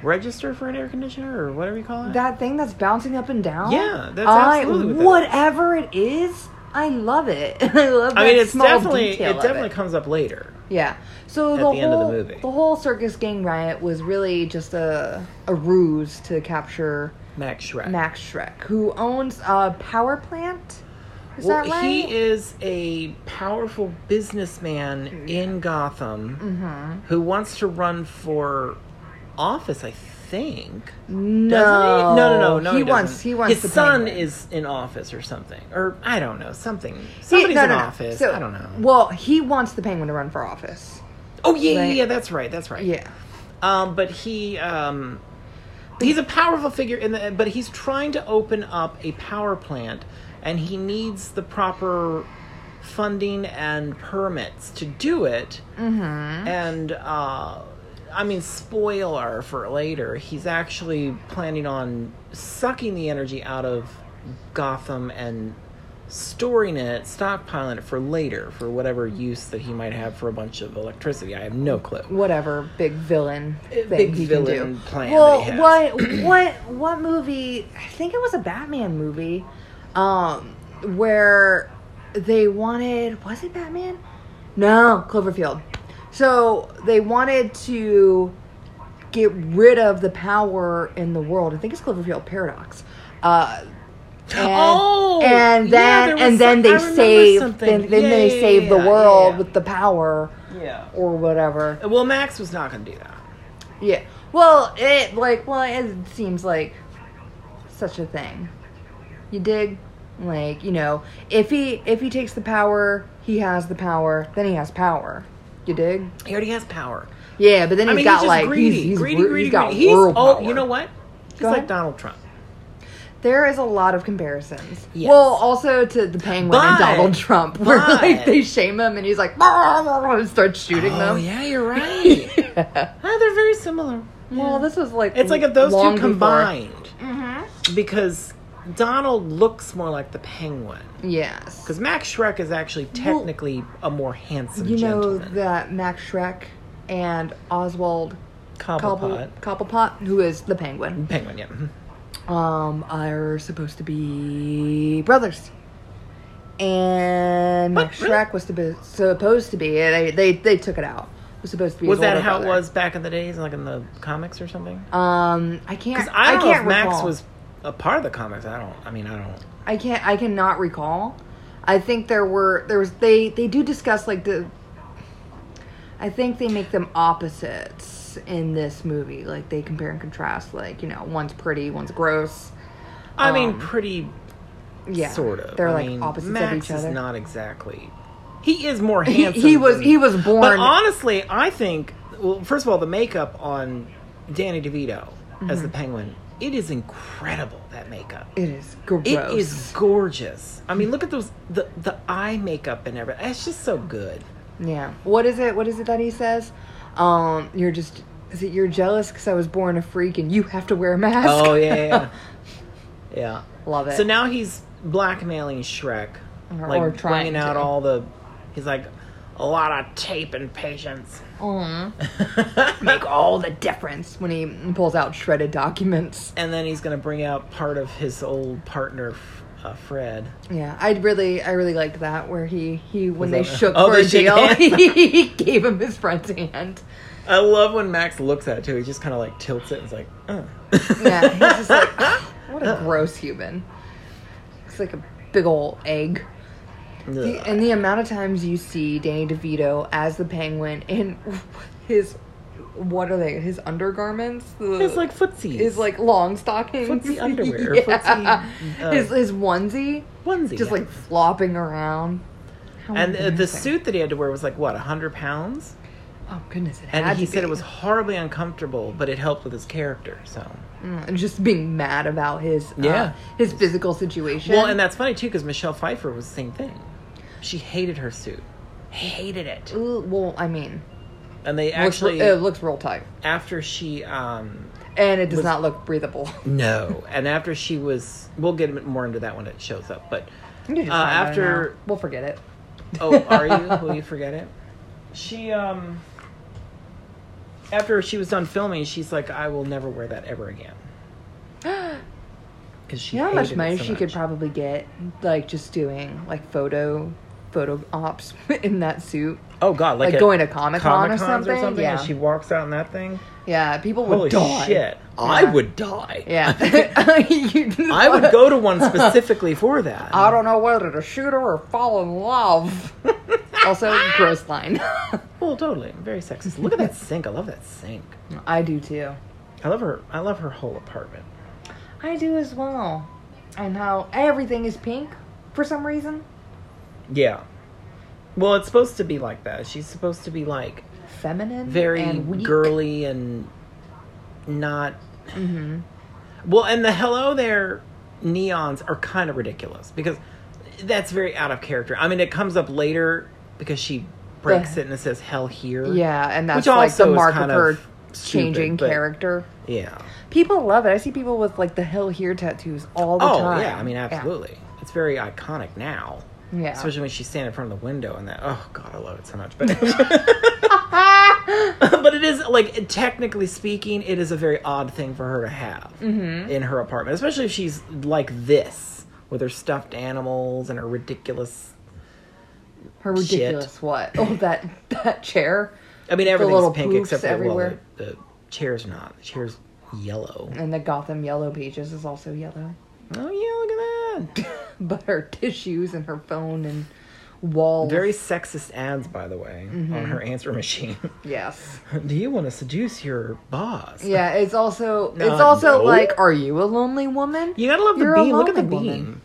Speaker 2: Register for an air conditioner or whatever you call it?
Speaker 1: that thing that's bouncing up and down.
Speaker 2: Yeah, that's
Speaker 1: I-
Speaker 2: absolutely what that
Speaker 1: whatever it is. I love it. [LAUGHS] I love.
Speaker 2: I mean,
Speaker 1: that
Speaker 2: it's
Speaker 1: small
Speaker 2: definitely
Speaker 1: detail
Speaker 2: it
Speaker 1: of
Speaker 2: definitely comes up later.
Speaker 1: Yeah. So
Speaker 2: At
Speaker 1: the,
Speaker 2: the
Speaker 1: whole
Speaker 2: end of the movie.
Speaker 1: the whole circus gang riot was really just a a ruse to capture
Speaker 2: Max Shrek.
Speaker 1: Max Shrek, who owns a power plant. Is
Speaker 2: well,
Speaker 1: that right?
Speaker 2: he is a powerful
Speaker 1: Mm-hmm.
Speaker 2: businessman in Gotham who wants to run for office, I think.
Speaker 1: no.
Speaker 2: Doesn't he? No, no, no, no.
Speaker 1: He,
Speaker 2: He,
Speaker 1: wants.
Speaker 2: doesn't.
Speaker 1: He wants.
Speaker 2: His
Speaker 1: the
Speaker 2: son
Speaker 1: penguin.
Speaker 2: is in office or something, or I don't know, something.
Speaker 1: He-
Speaker 2: Somebody's
Speaker 1: no,
Speaker 2: in
Speaker 1: no, no.
Speaker 2: office.
Speaker 1: So-
Speaker 2: I don't know.
Speaker 1: Well, he wants the penguin to run for office.
Speaker 2: oh yeah, yeah,
Speaker 1: right.
Speaker 2: yeah. That's right. That's right.
Speaker 1: Yeah.
Speaker 2: Um, but he um, he's a powerful figure in the. But he's trying to open up a power plant, and he needs the proper funding and permits to do it. Mm-hmm. And uh, I mean, spoiler for later, he's actually planning on sucking the energy out of Gotham and storing it, stockpiling it for later for whatever use that he might have for a bunch of electricity. I have no clue.
Speaker 1: Whatever big villain thing
Speaker 2: Eh, big
Speaker 1: he can
Speaker 2: villain
Speaker 1: do.
Speaker 2: plan
Speaker 1: well,
Speaker 2: that he has.
Speaker 1: what what what movie? I think it was a Batman movie, um, where they wanted was it Batman? No, Cloverfield. So they wanted to get rid of the power in the world. I think it's Cloverfield Paradox. Uh, and,
Speaker 2: Oh,
Speaker 1: and
Speaker 2: yeah,
Speaker 1: then
Speaker 2: there was
Speaker 1: and then
Speaker 2: some- I
Speaker 1: they
Speaker 2: remember
Speaker 1: save
Speaker 2: something.
Speaker 1: then, then
Speaker 2: Yeah,
Speaker 1: they
Speaker 2: yeah,
Speaker 1: save the
Speaker 2: yeah, yeah,
Speaker 1: world
Speaker 2: yeah.
Speaker 1: with the power
Speaker 2: Yeah.
Speaker 1: or whatever.
Speaker 2: Well, Max was not going to do that.
Speaker 1: Yeah. Well, it like well it seems like such a thing. You dig? Like you know, if he if he takes the power, he has the power. Then he has power. You dig?
Speaker 2: He already has power.
Speaker 1: Yeah, but then
Speaker 2: I
Speaker 1: he's
Speaker 2: mean,
Speaker 1: got
Speaker 2: he's just
Speaker 1: like
Speaker 2: greedy,
Speaker 1: he's, he's
Speaker 2: greedy,
Speaker 1: wor-
Speaker 2: greedy,
Speaker 1: he's got
Speaker 2: greedy. He's
Speaker 1: world
Speaker 2: oh,
Speaker 1: power.
Speaker 2: you know what? He's
Speaker 1: Go
Speaker 2: like
Speaker 1: ahead.
Speaker 2: Donald Trump.
Speaker 1: There is a lot of comparisons.
Speaker 2: Yes.
Speaker 1: Well, also to the penguin and
Speaker 2: But-
Speaker 1: Donald Trump, [LAUGHS] where
Speaker 2: but-
Speaker 1: like they shame him and he's like "Brr, brr," and starts shooting them.
Speaker 2: Oh [LAUGHS] yeah, you're right. Ah, they're very similar.
Speaker 1: Well, this was like
Speaker 2: It's like if those
Speaker 1: long
Speaker 2: two
Speaker 1: before- Mm-hmm.
Speaker 2: combined, because Donald looks more like the Penguin,
Speaker 1: Yes.
Speaker 2: because Max Shrek is actually technically a more handsome
Speaker 1: You know
Speaker 2: gentleman.
Speaker 1: that Max Shrek and Oswald
Speaker 2: Cobblepot.
Speaker 1: Cobblepot, Cobblepot who is the penguin,
Speaker 2: Penguin, yeah. Mhm.
Speaker 1: um, are supposed to be brothers. And
Speaker 2: What?
Speaker 1: Max Shrek was to be, supposed to be. They, they they took it out. Was supposed to be.
Speaker 2: Was
Speaker 1: his
Speaker 2: that
Speaker 1: older
Speaker 2: how it
Speaker 1: brother.
Speaker 2: was back in the days, like in the comics or something?
Speaker 1: Um, I can't.
Speaker 2: Because I
Speaker 1: I
Speaker 2: don't know
Speaker 1: can't
Speaker 2: if Max
Speaker 1: recall.
Speaker 2: was a part of the comics. I don't. I mean, I don't.
Speaker 1: I can't. I cannot recall. I think there were there was they they do discuss like the. I think they make them opposites in this movie. Like they compare and contrast. Like you know, one's pretty, one's gross.
Speaker 2: I mean,
Speaker 1: Um,
Speaker 2: pretty
Speaker 1: Yeah,
Speaker 2: sort of.
Speaker 1: They're
Speaker 2: I
Speaker 1: like
Speaker 2: mean,
Speaker 1: opposites
Speaker 2: Max
Speaker 1: of each other.
Speaker 2: Is not exactly. He is more
Speaker 1: He-
Speaker 2: handsome.
Speaker 1: he was
Speaker 2: than-
Speaker 1: he was born.
Speaker 2: But honestly, I think. Well, first of all, the makeup on Danny DeVito as the
Speaker 1: Mm-hmm.
Speaker 2: Penguin, it is incredible. That makeup.
Speaker 1: it is gross.
Speaker 2: It is gorgeous. I mean, look at those the the eye makeup and everything. It's just so good.
Speaker 1: Yeah. What is it? What is it that he says? Um, you're just. Is it you're jealous because I was born a freak and you have to wear a
Speaker 2: [LAUGHS]
Speaker 1: mask?
Speaker 2: Oh
Speaker 1: [LAUGHS]
Speaker 2: yeah, yeah, yeah. [LAUGHS] yeah.
Speaker 1: Love it.
Speaker 2: So now he's blackmailing Shrek,
Speaker 1: Or-
Speaker 2: like
Speaker 1: or trying
Speaker 2: bringing out
Speaker 1: to.
Speaker 2: all the. He's like, a lot of tape and patience.
Speaker 1: Mhm. make all the difference when he pulls out shredded documents.
Speaker 2: and then he's gonna bring out part of his old partner, F- uh, Fred.
Speaker 1: Yeah, I really, I really liked that where he, he when they
Speaker 2: Was that-
Speaker 1: shook
Speaker 2: Oh,
Speaker 1: for
Speaker 2: they
Speaker 1: a
Speaker 2: shook
Speaker 1: deal,
Speaker 2: hands.
Speaker 1: [LAUGHS] he gave him his friend's hand.
Speaker 2: I love when Max looks at it too. He just kind of like tilts it and is like, uh.
Speaker 1: Yeah, he's
Speaker 2: [LAUGHS]
Speaker 1: just like, [LAUGHS] what a gross human. It's like a big old egg. The,
Speaker 2: Ugh.
Speaker 1: and the amount of times you see Danny DeVito as the Penguin in his, what are they? His undergarments. The-
Speaker 2: it's like footsies.
Speaker 1: his like long stockings, [LAUGHS]
Speaker 2: Footsie underwear,
Speaker 1: yeah.
Speaker 2: footsie, uh,
Speaker 1: his his onesie,
Speaker 2: onesie,
Speaker 1: just
Speaker 2: yeah.
Speaker 1: like flopping around. How
Speaker 2: And uh, the
Speaker 1: embarrassing.
Speaker 2: suit that he had to wear was like what, hundred pounds?
Speaker 1: Oh goodness! It
Speaker 2: And
Speaker 1: had
Speaker 2: he
Speaker 1: to
Speaker 2: said
Speaker 1: be.
Speaker 2: it was horribly uncomfortable, but it helped with his character. So.
Speaker 1: Mm, and just being mad about his uh,
Speaker 2: Yeah.
Speaker 1: his physical situation.
Speaker 2: Well, and that's funny too because Michelle Pfeiffer was the same thing. She hated her suit. Hated it.
Speaker 1: Ooh, well, uh, I mean,
Speaker 2: and they
Speaker 1: Looks re-
Speaker 2: actually
Speaker 1: it looks real tight,
Speaker 2: after she um
Speaker 1: and it does
Speaker 2: Was-
Speaker 1: not look breathable. [LAUGHS]
Speaker 2: no and after she was we'll get a bit more into that when it shows up but
Speaker 1: You just find
Speaker 2: Uh,
Speaker 1: out
Speaker 2: after-
Speaker 1: now. we'll forget it.
Speaker 2: oh are you will you forget it she um after she was done filming she's like i will never wear that ever again [GASPS] because she
Speaker 1: You know how
Speaker 2: hated
Speaker 1: much
Speaker 2: it
Speaker 1: money
Speaker 2: so
Speaker 1: she could
Speaker 2: much.
Speaker 1: probably get, like just doing like photo, photo ops [LAUGHS] in that suit.
Speaker 2: oh god like,
Speaker 1: like
Speaker 2: at
Speaker 1: going to Comic-Con or
Speaker 2: Comic-Cons
Speaker 1: something?
Speaker 2: and
Speaker 1: Yeah.
Speaker 2: she walks out in that thing
Speaker 1: Yeah, people would
Speaker 2: holy
Speaker 1: die.
Speaker 2: shit i
Speaker 1: Yeah.
Speaker 2: would die
Speaker 1: Yeah, [LAUGHS] You-
Speaker 2: [LAUGHS] i would go to
Speaker 1: [LAUGHS]
Speaker 2: one specifically for that
Speaker 1: I don't know whether to shoot her or fall in
Speaker 2: [LAUGHS]
Speaker 1: love. also, gross line. [LAUGHS]
Speaker 2: Well, Oh, totally. I'm very sexist. Look at that sink. I love that sink.
Speaker 1: I do too.
Speaker 2: I love her. I love her whole apartment.
Speaker 1: I do as well. And how everything is pink for some reason.
Speaker 2: Yeah. Well, it's supposed to be like that. She's supposed to be like
Speaker 1: Feminine,
Speaker 2: very
Speaker 1: and weak.
Speaker 2: girly and not.
Speaker 1: hmm
Speaker 2: Well, and the hello there neons are kind of ridiculous because that's very out of character. I mean, it comes up later because she breaks
Speaker 1: The-
Speaker 2: it and it says "hell here."
Speaker 1: Yeah, and that's
Speaker 2: Which
Speaker 1: like the
Speaker 2: also is
Speaker 1: mark
Speaker 2: kind
Speaker 1: of her
Speaker 2: of stupid,
Speaker 1: changing
Speaker 2: but-
Speaker 1: character.
Speaker 2: Yeah.
Speaker 1: People love it. I see people with like the hill here tattoos all the
Speaker 2: oh
Speaker 1: time.
Speaker 2: yeah. I mean, absolutely. It's very iconic now.
Speaker 1: Yeah.
Speaker 2: Especially when she's standing in front of the window and that. Oh God, I love it so much. But [LAUGHS] but it is like technically speaking, it is a very odd thing for her to have in her apartment, especially if she's like this with her stuffed animals and her ridiculous.
Speaker 1: [LAUGHS] Her ridiculous what? Oh, that that chair
Speaker 2: I mean, everything's
Speaker 1: little
Speaker 2: pink
Speaker 1: poofs
Speaker 2: except for
Speaker 1: everywhere.
Speaker 2: Well, the, the chair's not. The chair's yellow.
Speaker 1: and the Gotham yellow pages is also yellow. [LAUGHS]
Speaker 2: Oh yeah, look at that.
Speaker 1: But her tissues and her phone and walls.
Speaker 2: [LAUGHS] Very sexist ads, by the way, on her answer machine. [LAUGHS]
Speaker 1: yes.
Speaker 2: Do you want to seduce your boss?
Speaker 1: Yeah, it's also
Speaker 2: Uh,
Speaker 1: it's also
Speaker 2: no.
Speaker 1: like, are you a lonely woman?
Speaker 2: You gotta love the
Speaker 1: You're a
Speaker 2: beam. Look at the
Speaker 1: lonely
Speaker 2: beam.
Speaker 1: woman.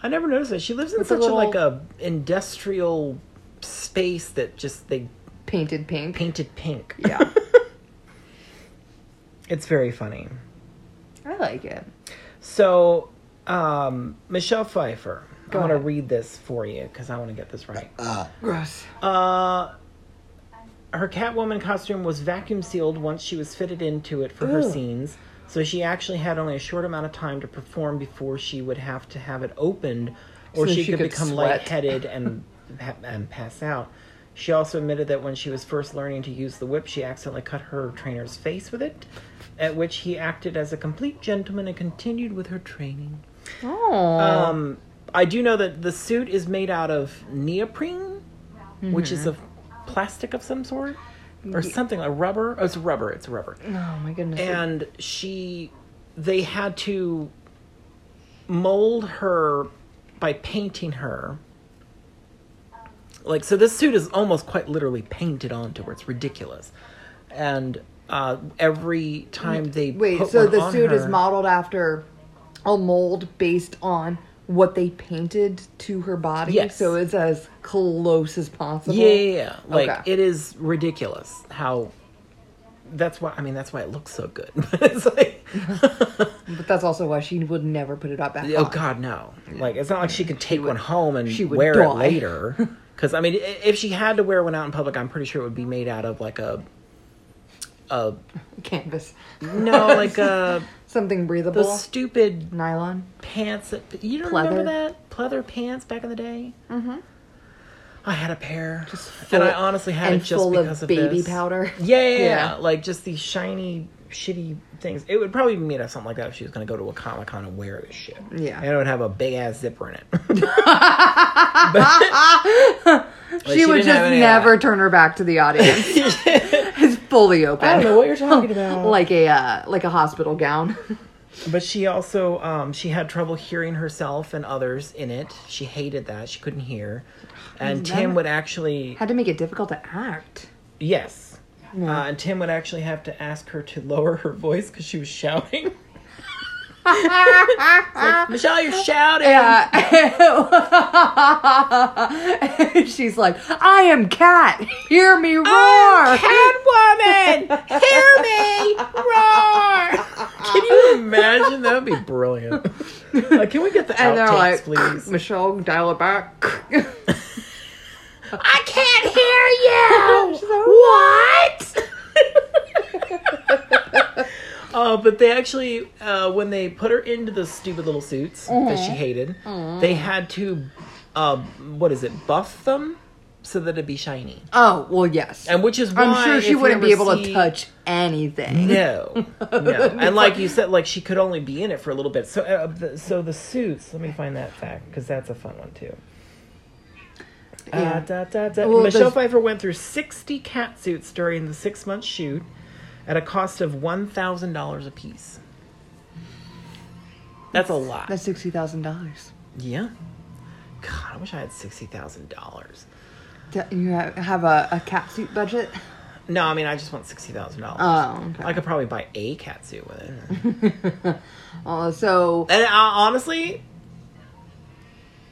Speaker 2: I never noticed that. She lives in
Speaker 1: With a
Speaker 2: such a,
Speaker 1: little-
Speaker 2: like a industrial space that just they
Speaker 1: Painted pink.
Speaker 2: painted pink.
Speaker 1: Yeah,
Speaker 2: [LAUGHS] It's very funny.
Speaker 1: I like it.
Speaker 2: So, um, Michelle Pfeiffer.
Speaker 1: Go
Speaker 2: I want to
Speaker 1: ahead.
Speaker 2: read this for you because I want to get this right.
Speaker 1: Gross.
Speaker 2: Uh, her Catwoman costume was vacuum sealed once she was fitted into it for her
Speaker 1: Ooh.
Speaker 2: scenes, so she actually had only a short amount of time to perform before she would have to have it opened, or
Speaker 1: So
Speaker 2: she,
Speaker 1: she
Speaker 2: could,
Speaker 1: could
Speaker 2: become
Speaker 1: sweat. [LAUGHS]
Speaker 2: lightheaded and ha- and pass out. She also admitted that when she was first learning to use the whip, she accidentally cut her trainer's face with it, at which he acted as a complete gentleman and continued with her training.
Speaker 1: Oh,
Speaker 2: Um, I do know that the suit is made out of neoprene, which is a plastic of some sort or something, a rubber. Oh, it's rubber. It's rubber.
Speaker 1: oh my goodness.
Speaker 2: And she, they had to mold her by painting her. Like so, this suit is almost quite literally painted onto her. It's ridiculous, and uh, every time they
Speaker 1: Wait,
Speaker 2: put
Speaker 1: so
Speaker 2: one
Speaker 1: the
Speaker 2: on
Speaker 1: suit is
Speaker 2: her-
Speaker 1: modeled after a mold based on what they painted to her body.
Speaker 2: Yes.
Speaker 1: So it's as close as possible.
Speaker 2: Yeah, yeah, yeah. Like
Speaker 1: Okay.
Speaker 2: it is ridiculous how. That's why I mean that's why it looks so good. [LAUGHS] it's like
Speaker 1: [LAUGHS] But that's also why she would never put it up back.
Speaker 2: oh
Speaker 1: on.
Speaker 2: god no. Like it's not like she could take one home and
Speaker 1: she would
Speaker 2: wear
Speaker 1: die. [LAUGHS]
Speaker 2: it later. Because I mean i- if she had to wear one out in public, I'm pretty sure it would be made out of
Speaker 1: [LAUGHS]
Speaker 2: like a a
Speaker 1: Canvas.
Speaker 2: no like a
Speaker 1: Something breathable.
Speaker 2: those stupid
Speaker 1: Nylon.
Speaker 2: pants. That, you don't
Speaker 1: Pleather.
Speaker 2: remember that pleather pants back in the day? Mm-hmm. I had a pair,
Speaker 1: full-
Speaker 2: and I honestly had
Speaker 1: and
Speaker 2: it just
Speaker 1: full of
Speaker 2: because of,
Speaker 1: baby
Speaker 2: this.
Speaker 1: powder.
Speaker 2: [LAUGHS] Yeah, yeah,
Speaker 1: Yeah.
Speaker 2: yeah, like just these shiny, shitty things. It would probably be made out of something like that if she was going to go to a comic con and wear this shit.
Speaker 1: Yeah.
Speaker 2: and it would have a big ass zipper
Speaker 1: [LAUGHS]
Speaker 2: in it. [LAUGHS] But- Like,
Speaker 1: she would
Speaker 2: didn't have
Speaker 1: just
Speaker 2: any of that.
Speaker 1: never turn her back to the
Speaker 2: [LAUGHS]
Speaker 1: audience. it's fully open.
Speaker 2: I don't know what you're
Speaker 1: [LAUGHS]
Speaker 2: talking about.
Speaker 1: Like a uh, like a hospital gown.
Speaker 2: But she also um, she had trouble hearing herself and others in it. She hated that she couldn't hear, and Tim would actually
Speaker 1: Had to make it difficult to [LAUGHS] act.
Speaker 2: Yes. Uh, and Tim would actually have to ask her to lower her voice because she was shouting. [LAUGHS] Like, Michelle, you're shouting.
Speaker 1: Yeah. [LAUGHS] She's like, I am cat. Hear me roar.
Speaker 2: Catwoman, hear me [LAUGHS] roar. Can you imagine? That would be brilliant. [LAUGHS] Like, can we get
Speaker 1: [LAUGHS]
Speaker 2: the
Speaker 1: and they're
Speaker 2: outtakes,
Speaker 1: like,
Speaker 2: please?
Speaker 1: Michelle, dial it back.
Speaker 2: I can't hear you. what? [LAUGHS] uh, but they actually, uh, when they put her into the stupid little suits that she hated, they had to, uh, what is it, buff them so that it'd be shiny,
Speaker 1: [LAUGHS] Oh well, yes.
Speaker 2: and which is why
Speaker 1: I'm sure
Speaker 2: if
Speaker 1: she
Speaker 2: you
Speaker 1: wouldn't
Speaker 2: ever
Speaker 1: be able to
Speaker 2: see-
Speaker 1: touch anything. [LAUGHS]
Speaker 2: No, no, and like you said, like she could only be in it for a little bit. So, uh, the, so the suits. Let me find that fact because that's a fun one too.
Speaker 1: Yeah.
Speaker 2: Uh, da, da, da.
Speaker 1: Well,
Speaker 2: Michelle
Speaker 1: there's-
Speaker 2: Pfeiffer went through sixty catsuits during the six-month shoot, at a cost of one thousand dollars a piece. That's a lot.
Speaker 1: That's sixty thousand dollars.
Speaker 2: yeah. God, I wish I had sixty thousand dollars.
Speaker 1: You have, have a, a cat suit budget.
Speaker 2: No, I mean I just want sixty thousand dollars.
Speaker 1: Oh, okay.
Speaker 2: I could probably buy a catsuit with it.
Speaker 1: Uh, so
Speaker 2: And uh, honestly,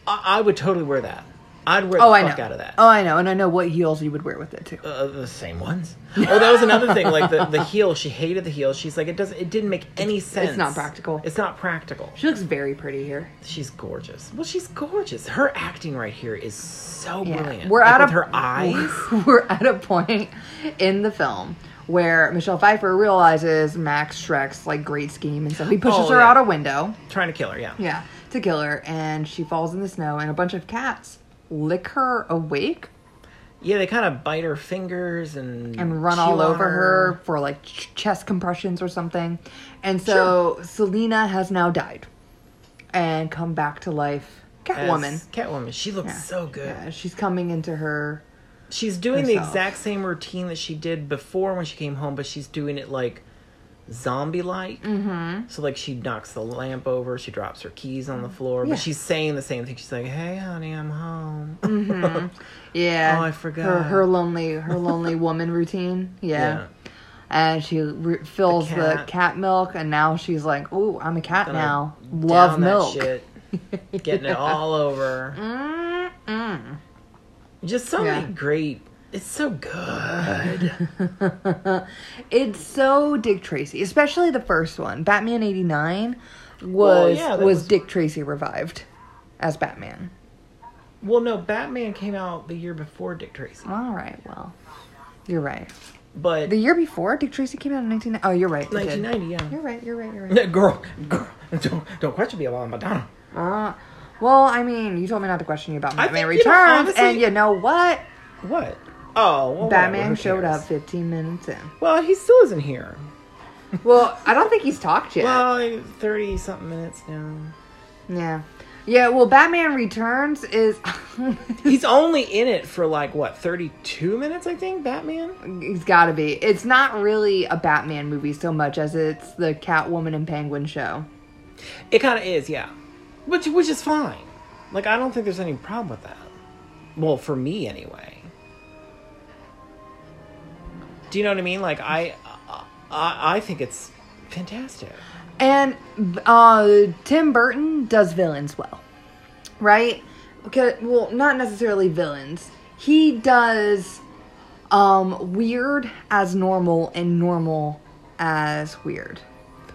Speaker 2: I-, I would totally wear that. I'd wear
Speaker 1: oh,
Speaker 2: the
Speaker 1: I
Speaker 2: fuck
Speaker 1: know.
Speaker 2: out of that.
Speaker 1: Oh, I know, and I know what heels you would wear with it too.
Speaker 2: Uh, the same ones. Oh, that was another thing. Like the, the heel, she hated the heel. She's like, it doesn't. It didn't make any sense.
Speaker 1: not practical.
Speaker 2: It's not practical.
Speaker 1: She looks very pretty here.
Speaker 2: She's gorgeous. Well, she's gorgeous. Her acting right here is so
Speaker 1: Yeah. [LAUGHS]
Speaker 2: brilliant.
Speaker 1: We're
Speaker 2: Like,
Speaker 1: at
Speaker 2: with
Speaker 1: a
Speaker 2: her eyes.
Speaker 1: [LAUGHS] We're at a point in the film where Michelle Pfeiffer realizes Max Shrek's like great scheme, and so he pushes
Speaker 2: Oh,
Speaker 1: her
Speaker 2: yeah.
Speaker 1: out a window.
Speaker 2: Trying to kill her. Yeah.
Speaker 1: Yeah, to kill her, and she falls in the snow, and a bunch of cats lick her awake
Speaker 2: Yeah. They kind of bite her fingers and
Speaker 1: and run all
Speaker 2: chew on
Speaker 1: over her for like ch- chest compressions or something. And so Selena has now died and come back to life.
Speaker 2: as
Speaker 1: Catwoman.
Speaker 2: Catwoman. She looks so good.
Speaker 1: Yeah, she's coming into her.
Speaker 2: She's doing the
Speaker 1: herself.
Speaker 2: exact same routine that she did before when she came home, but she's doing it like zombie like. Mm-hmm. So like she knocks the lamp over, she drops her keys on the floor,
Speaker 1: Yeah. Mm,
Speaker 2: but she's saying the same thing. She's like, "Hey, honey, I'm home."
Speaker 1: Yeah.
Speaker 2: Oh, I
Speaker 1: Her,
Speaker 2: forgot.
Speaker 1: her lonely, her
Speaker 2: [LAUGHS]
Speaker 1: lonely woman routine. Yeah.
Speaker 2: Yeah.
Speaker 1: And she re- fills the cat.
Speaker 2: cat.
Speaker 1: milk, and now she's like, "Ooh, I'm a cat
Speaker 2: Gonna
Speaker 1: now. Love
Speaker 2: Down
Speaker 1: milk."
Speaker 2: That shit, getting it all over.
Speaker 1: [LAUGHS] Mm-mm.
Speaker 2: Just so
Speaker 1: Yeah.
Speaker 2: many great. It's so good.
Speaker 1: [LAUGHS] It's so Dick Tracy, especially the first one. Batman '89 was
Speaker 2: Well, yeah, that
Speaker 1: was,
Speaker 2: was-
Speaker 1: Dick Tracy revived as Batman.
Speaker 2: well, no, Batman came out the year before Dick Tracy,
Speaker 1: All right, well, you're right.
Speaker 2: but
Speaker 1: The year before Dick Tracy came out in 19. Oh, you're right. it did.
Speaker 2: 1990, yeah. [LAUGHS]
Speaker 1: You're right. You're right. You're right.
Speaker 2: No, girl, girl, don't don't question me about Madonna.
Speaker 1: Uh, well, I mean, you told me not to question you about
Speaker 2: I
Speaker 1: Batman
Speaker 2: think, you know,
Speaker 1: Returns,
Speaker 2: honestly-
Speaker 1: and you know what?
Speaker 2: What? Oh, well, whatever,
Speaker 1: Batman
Speaker 2: who
Speaker 1: showed
Speaker 2: cares?
Speaker 1: up 15 minutes in.
Speaker 2: Well, he still isn't here.
Speaker 1: Well, I don't think he's talked yet.
Speaker 2: Well, thirty something minutes
Speaker 1: [LAUGHS]
Speaker 2: now.
Speaker 1: yeah. Yeah, well, Batman Returns is [LAUGHS]
Speaker 2: He's only in it for like what thirty two minutes, I think. Batman.
Speaker 1: It's got to be. It's not really a Batman movie so much as it's the Catwoman and Penguin show.
Speaker 2: It kind of is, yeah. Which which is fine. Like I don't think there's any problem with that. Well, for me anyway. Do you know what I mean? Like I, I, I think it's fantastic.
Speaker 1: And uh, Tim Burton does villains well, right? Okay, well, not necessarily villains. He does um, weird as normal and normal as weird.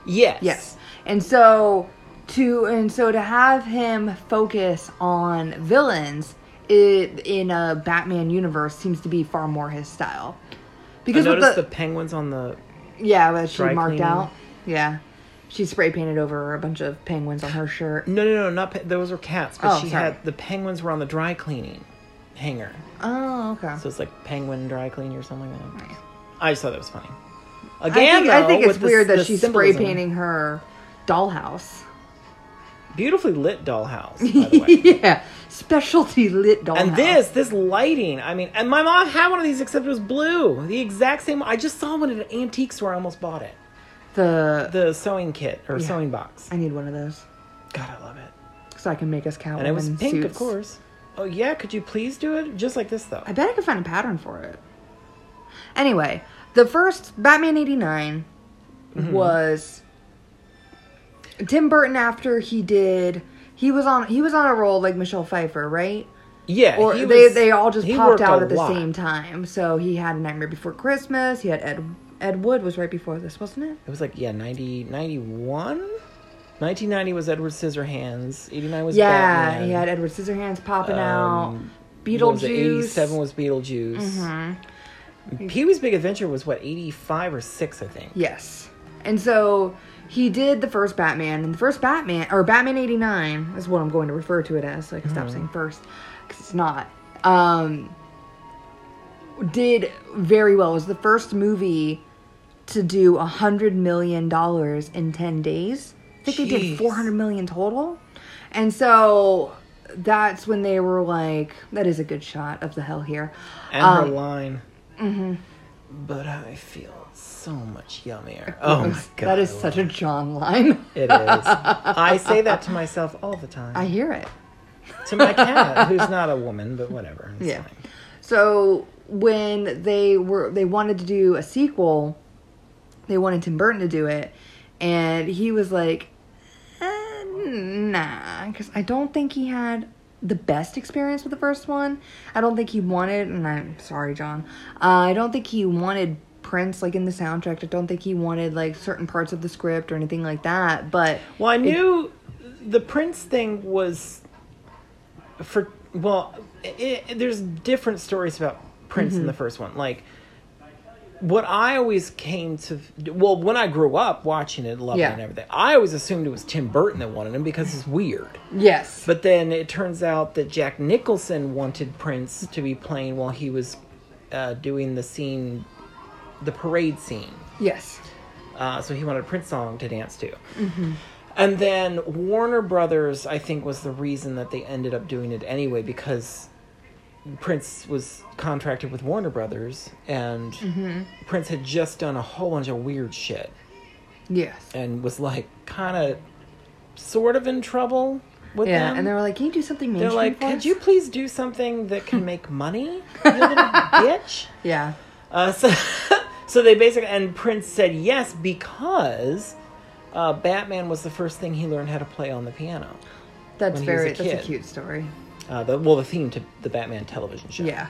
Speaker 2: Yes.
Speaker 1: Yes. And so to and so to have him focus on villains it, in a Batman universe seems to be far more his style.
Speaker 2: I
Speaker 1: Because with
Speaker 2: noticed
Speaker 1: the,
Speaker 2: the penguins on the
Speaker 1: yeah, that she
Speaker 2: dry
Speaker 1: marked
Speaker 2: cleaning.
Speaker 1: out. Yeah. She spray painted over a bunch of penguins on her shirt.
Speaker 2: No, no, no, not pe- those were cats. But
Speaker 1: Oh,
Speaker 2: she
Speaker 1: sorry.
Speaker 2: had the penguins were on the dry cleaning hanger,
Speaker 1: Oh, okay.
Speaker 2: so it's like penguin dry cleaning or something like that.
Speaker 1: Yeah.
Speaker 2: I just thought that was funny.
Speaker 1: I think,
Speaker 2: Again,
Speaker 1: I
Speaker 2: though,
Speaker 1: think it's
Speaker 2: with the s-
Speaker 1: weird that
Speaker 2: the
Speaker 1: she's
Speaker 2: symbolism.
Speaker 1: spray painting her dollhouse.
Speaker 2: Beautifully lit dollhouse,
Speaker 1: [LAUGHS]
Speaker 2: by the way.
Speaker 1: yeah. Specialty lit dollhouse.
Speaker 2: and this, this lighting. I mean, and my mom had one of these, except it was blue. The exact same. I just saw one at an antique store. I almost bought it.
Speaker 1: the,
Speaker 2: The sewing kit or sewing box.
Speaker 1: I need one of those
Speaker 2: God, I love it.
Speaker 1: so I can make us Catwoman
Speaker 2: And it was pink, of
Speaker 1: suits.
Speaker 2: course. Oh yeah, could you please do it just like this though?
Speaker 1: I bet I could find a pattern for it. Anyway, the first Batman 89
Speaker 2: Mm-hmm.
Speaker 1: was Tim Burton after he did he was on he was on a roll like Michelle Pfeiffer, right?
Speaker 2: yeah,
Speaker 1: Or
Speaker 2: Uh, he
Speaker 1: they
Speaker 2: was-
Speaker 1: they all just
Speaker 2: he
Speaker 1: popped
Speaker 2: worked
Speaker 1: out
Speaker 2: a
Speaker 1: at the
Speaker 2: lot.
Speaker 1: same time. So he had Nightmare Before Christmas, he had Ed Ed Wood was right before this, wasn't it?
Speaker 2: It was like yeah, 90, 91? 1990 was Edward Scissorhands. 89 was
Speaker 1: yeah,
Speaker 2: Batman.
Speaker 1: he had Edward Scissorhands popping out.
Speaker 2: Um, What was it,
Speaker 1: Beetlejuice.
Speaker 2: 87 was Beetlejuice.
Speaker 1: Mm-hmm.
Speaker 2: Pee Wee's Big Adventure was what, 85 or 6, I think.
Speaker 1: Yes. And so he did the first Batman, and the first Batman, or Batman 89, is what I'm going to refer to it as, so I can
Speaker 2: Mm-hmm.
Speaker 1: stop saying first, because it's not. Um, did very well. It was the first movie to do a $100 million in 10 days. I think they
Speaker 2: Jeez.
Speaker 1: did 400 million total. And so that's when they were like, that is a good shot of the hell here.
Speaker 2: And
Speaker 1: um,
Speaker 2: her line.
Speaker 1: mm-hmm.
Speaker 2: But I feel so much yummier. Oh my god.
Speaker 1: that is
Speaker 2: I
Speaker 1: such
Speaker 2: love
Speaker 1: a John line. [LAUGHS]
Speaker 2: It It is. I say that to myself all the time.
Speaker 1: I hear it.
Speaker 2: to my cat, who's not a woman, but whatever. It's
Speaker 1: Yeah.
Speaker 2: fine.
Speaker 1: So when they were they wanted to do a sequel, they wanted Tim Burton to do it, and he was like, eh, "Nah," because I don't think he had the best experience with the first one. I don't think he wanted, and I'm sorry, John. Uh, I don't think he wanted Prince like in the soundtrack. I don't think he wanted like certain parts of the script or anything like that. But
Speaker 2: Well, I knew the Prince thing was for well. i i there's different stories about Prince in the first one. Like what I always came to well, when I grew up watching it, loving it
Speaker 1: Yeah.
Speaker 2: and everything, I always assumed it was Tim Burton that wanted him because it's weird.
Speaker 1: yes,
Speaker 2: But then it turns out that Jack Nicholson wanted Prince to be playing while he was uh, doing the scene, the parade scene
Speaker 1: yes,
Speaker 2: uh, so he wanted a Prince song to dance to.
Speaker 1: Mm-hmm.
Speaker 2: And then Warner Brothers, I think, was the reason that they ended up doing it anyway because Prince was contracted with Warner Brothers, and
Speaker 1: Mm-hmm.
Speaker 2: Prince had just done a whole bunch of weird shit
Speaker 1: yes.
Speaker 2: and was like kind of, sort of in trouble with
Speaker 1: Yeah,
Speaker 2: them.
Speaker 1: and they were like, "Can you do something
Speaker 2: They're
Speaker 1: mainstream?"
Speaker 2: like,
Speaker 1: for
Speaker 2: could
Speaker 1: us?"
Speaker 2: you please do something
Speaker 1: [LAUGHS]
Speaker 2: that can make money, you little bitch?
Speaker 1: Yeah,
Speaker 2: Uh, so, [LAUGHS] so they basically and Prince said yes because uh, Batman was the first thing he learned how to play on the piano.
Speaker 1: that's
Speaker 2: when he was
Speaker 1: very
Speaker 2: a
Speaker 1: that's a
Speaker 2: kid.
Speaker 1: cute story.
Speaker 2: Uh, the, well, the theme to the Batman television show.
Speaker 1: Yeah.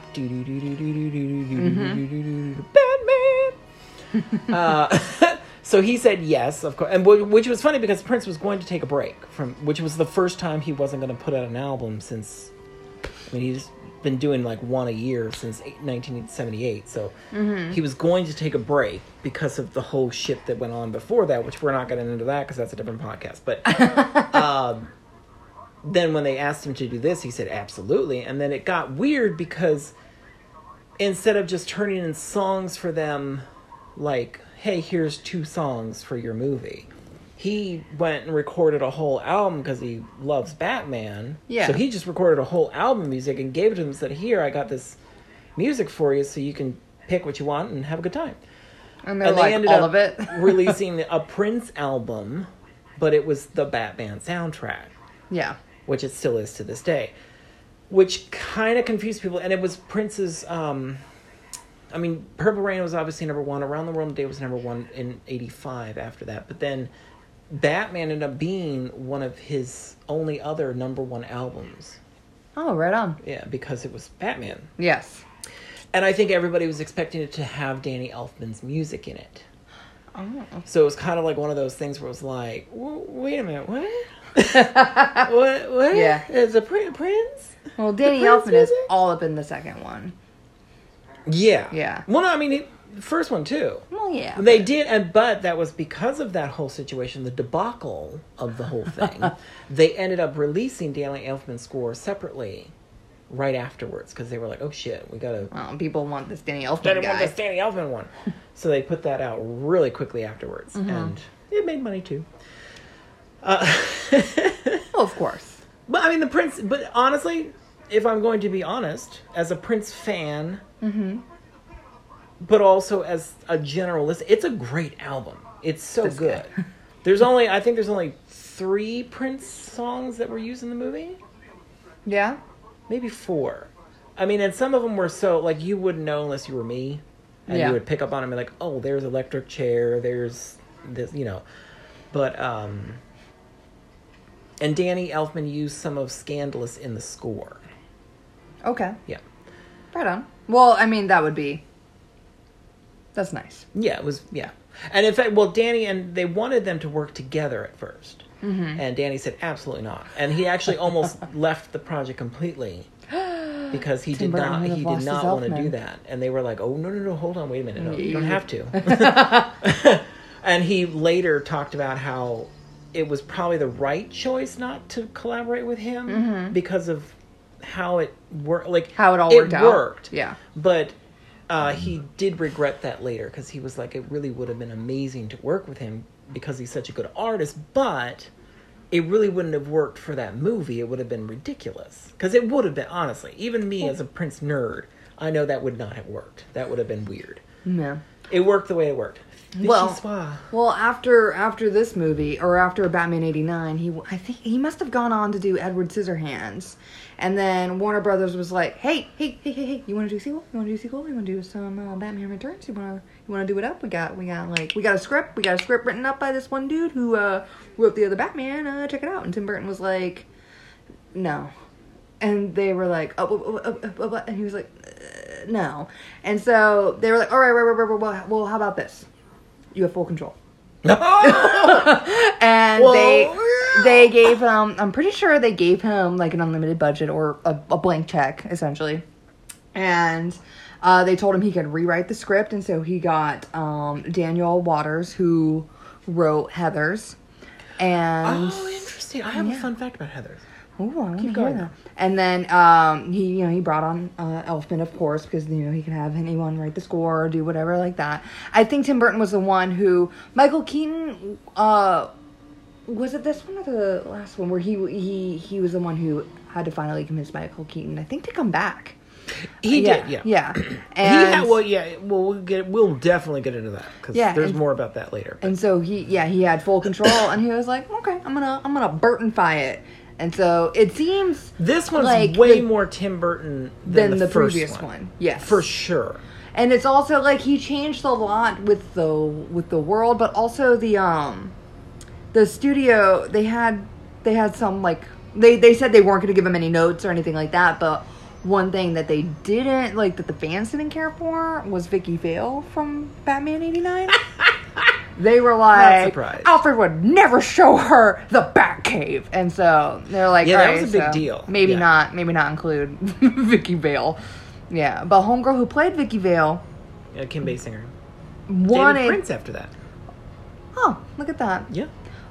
Speaker 2: Batman. uh, [LAUGHS] so he said yes, of course, and w- which was funny because Prince was going to take a break from, which was the first time he wasn't going to put out an album since. I mean, he's been doing like one a year since eight- 1978, so he was going to take a break because of the whole shit that went on before that, which we're not getting into that because that's a different podcast. But then when they asked him to do this, he said absolutely. And then it got weird because instead of just turning in songs for them, like, hey, here's two songs for your movie, he went and recorded a whole album because he loves Batman.
Speaker 1: Yeah.
Speaker 2: So he just recorded a whole album of music and gave it to them and said, here, I got this music for you so you can pick what you want and have a good time
Speaker 1: And they're like all of it. [LAUGHS]
Speaker 2: releasing a Prince album, but it was the Batman soundtrack
Speaker 1: yeah.
Speaker 2: which it still is to this day, which kind of confused people. And it was Prince's. Um, I mean, Purple Rain was obviously number one. Around the World Today was number one in '85. After that, but then Batman ended up being one of his only other number one albums.
Speaker 1: Oh, right on.
Speaker 2: Yeah, because it was Batman,
Speaker 1: Yes.
Speaker 2: and I think everybody was expecting it to have Danny Elfman's music in it.
Speaker 1: Oh.
Speaker 2: So it was kind of like one of those things where it was like, "W- wait a
Speaker 1: [LAUGHS]
Speaker 2: minute, what? what? What?
Speaker 1: Yeah.
Speaker 2: Is a Prin- Prince?
Speaker 1: Well, Danny
Speaker 2: Prince
Speaker 1: Elfman is
Speaker 2: music?
Speaker 1: all up in the second one.
Speaker 2: Yeah.
Speaker 1: Yeah.
Speaker 2: Well, no, I mean, it, the first one too.
Speaker 1: Well, yeah.
Speaker 2: They did, and but that was because of that whole situation, the debacle of the whole thing. they ended up releasing Danny Elfman's score separately, right afterwards, because they were like, "Oh shit, we gotta."
Speaker 1: Well, people want this Danny Elfman
Speaker 2: Didn't want
Speaker 1: guy.
Speaker 2: this Danny Elfman one, so they put that out really quickly afterwards, and it made money too.
Speaker 1: Oh, of course.
Speaker 2: But I mean, the Prince. But honestly, if I'm going to be honest, as a Prince fan, but also as a generalist, it's a great album. It's so
Speaker 1: This
Speaker 2: good.
Speaker 1: guy.
Speaker 2: there's only I think there's only three Prince songs that were used in the movie,
Speaker 1: Yeah.
Speaker 2: maybe four. I mean, and some of them were so like you wouldn't know unless you were me, and
Speaker 1: Yeah.
Speaker 2: you would pick up on them and like, oh, there's electric chair, there's this, you know. But um, and Danny Elfman used some of "Scandalous" in the score.
Speaker 1: Okay.
Speaker 2: Yeah.
Speaker 1: Right on. Well, I mean, that would be. That's nice.
Speaker 2: Yeah, it was. Yeah, and in fact, well, Danny and they wanted them to work together at 1st
Speaker 1: Mm-hmm. [LAUGHS] [GASPS]
Speaker 2: and Danny said absolutely not, and he actually almost left the project completely because he
Speaker 1: Tim
Speaker 2: did
Speaker 1: Burton
Speaker 2: not
Speaker 1: would have
Speaker 2: he
Speaker 1: lost
Speaker 2: did
Speaker 1: his
Speaker 2: not want to
Speaker 1: Elfman.
Speaker 2: do that and they were like oh no no no hold on wait a minute no, you don't
Speaker 1: Mm. [LAUGHS]
Speaker 2: have to and he later talked about how it was probably the right choice not to collaborate with him because of how it worked like
Speaker 1: Mm-hmm. How it all worked out.
Speaker 2: worked
Speaker 1: Yeah.
Speaker 2: but uh, he did regret that later because he was like it really would have been amazing to work with him because he's such a good artist but it really wouldn't have worked for that movie. It would have been ridiculous. Because it would have been, honestly, even me as a Prince nerd, I know that would not have worked. That would have been weird.
Speaker 1: No.
Speaker 2: It worked the way it worked.
Speaker 1: Well-
Speaker 2: Vichy Spa.
Speaker 1: Well, after after this movie or after Batman '89, he I think he must have gone on to do Edward Scissorhands, and then Warner Brothers was like, "Hey, hey, hey, hey, hey, you want to do a sequel? You want to do a sequel? You want to do some uh, Batman Returns? You want to you want to do it up? We got we got like we got a script. We got a script written up by this one dude who uh, wrote the other Batman. Uh, check it out." And Tim Burton was like, "No," and they were like, "Oh," oh, oh, oh, oh, oh," and he was like, uh, "No," and so they were like, "All right, right, right, right, right, well, how about this?" you have full control.
Speaker 2: [LAUGHS] Oh,
Speaker 1: and
Speaker 2: Whoa.
Speaker 1: they they gave him I'm pretty sure they gave him like an unlimited budget or a, a blank check essentially. And uh, they told him he could rewrite the script and so he got um, Daniel Waters who wrote Heathers and
Speaker 2: Oh, interesting. I have a fun fact about Heather's.
Speaker 1: Ooh, I want to hear
Speaker 2: going.
Speaker 1: that. And then um, he, you know, he brought on uh, Elfman, of course, because you know he can have anyone write the score or do whatever like that. I think Tim Burton was the one who Michael Keaton. Uh, was it this one or the last one where he he he was the one who had to finally convince Michael Keaton, I think, to come back.
Speaker 2: He
Speaker 1: yeah,
Speaker 2: did, yeah.
Speaker 1: yeah.
Speaker 2: [CLEARS THROAT] He
Speaker 1: And,
Speaker 2: had, well, yeah, well, we'll, get, we'll definitely get into that because
Speaker 1: Yeah,
Speaker 2: there's
Speaker 1: and-
Speaker 2: more about that later. but-
Speaker 1: And so he, yeah, he had full control, and he was like, okay, I'm gonna I'm gonna Burtonfy it. And so it seems
Speaker 2: this one's
Speaker 1: like
Speaker 2: way
Speaker 1: the-
Speaker 2: more Tim Burton than,
Speaker 1: than the,
Speaker 2: first
Speaker 1: previous one. Yes,
Speaker 2: For sure.
Speaker 1: and it's also like he changed a lot with the with the world but also the um the studio they had they had some like they they said they weren't going to give him any notes or anything like that but one thing that they didn't like that the fans didn't care for was Vicky Vale from Batman
Speaker 2: [LAUGHS]
Speaker 1: 89 They were like,
Speaker 2: surprised.
Speaker 1: Alfred would never show her the Batcave, and so they're like,
Speaker 2: Yeah, that
Speaker 1: "Alright,
Speaker 2: was a big
Speaker 1: so
Speaker 2: deal."
Speaker 1: Maybe
Speaker 2: Yeah.
Speaker 1: not not- maybe not include [LAUGHS] Vicky Vale. Yeah, but homegirl who played Vicky Vale
Speaker 2: Uh, Kim Basinger. Dated
Speaker 1: wanted.
Speaker 2: Prince after that.
Speaker 1: Oh, look at that!
Speaker 2: Yeah.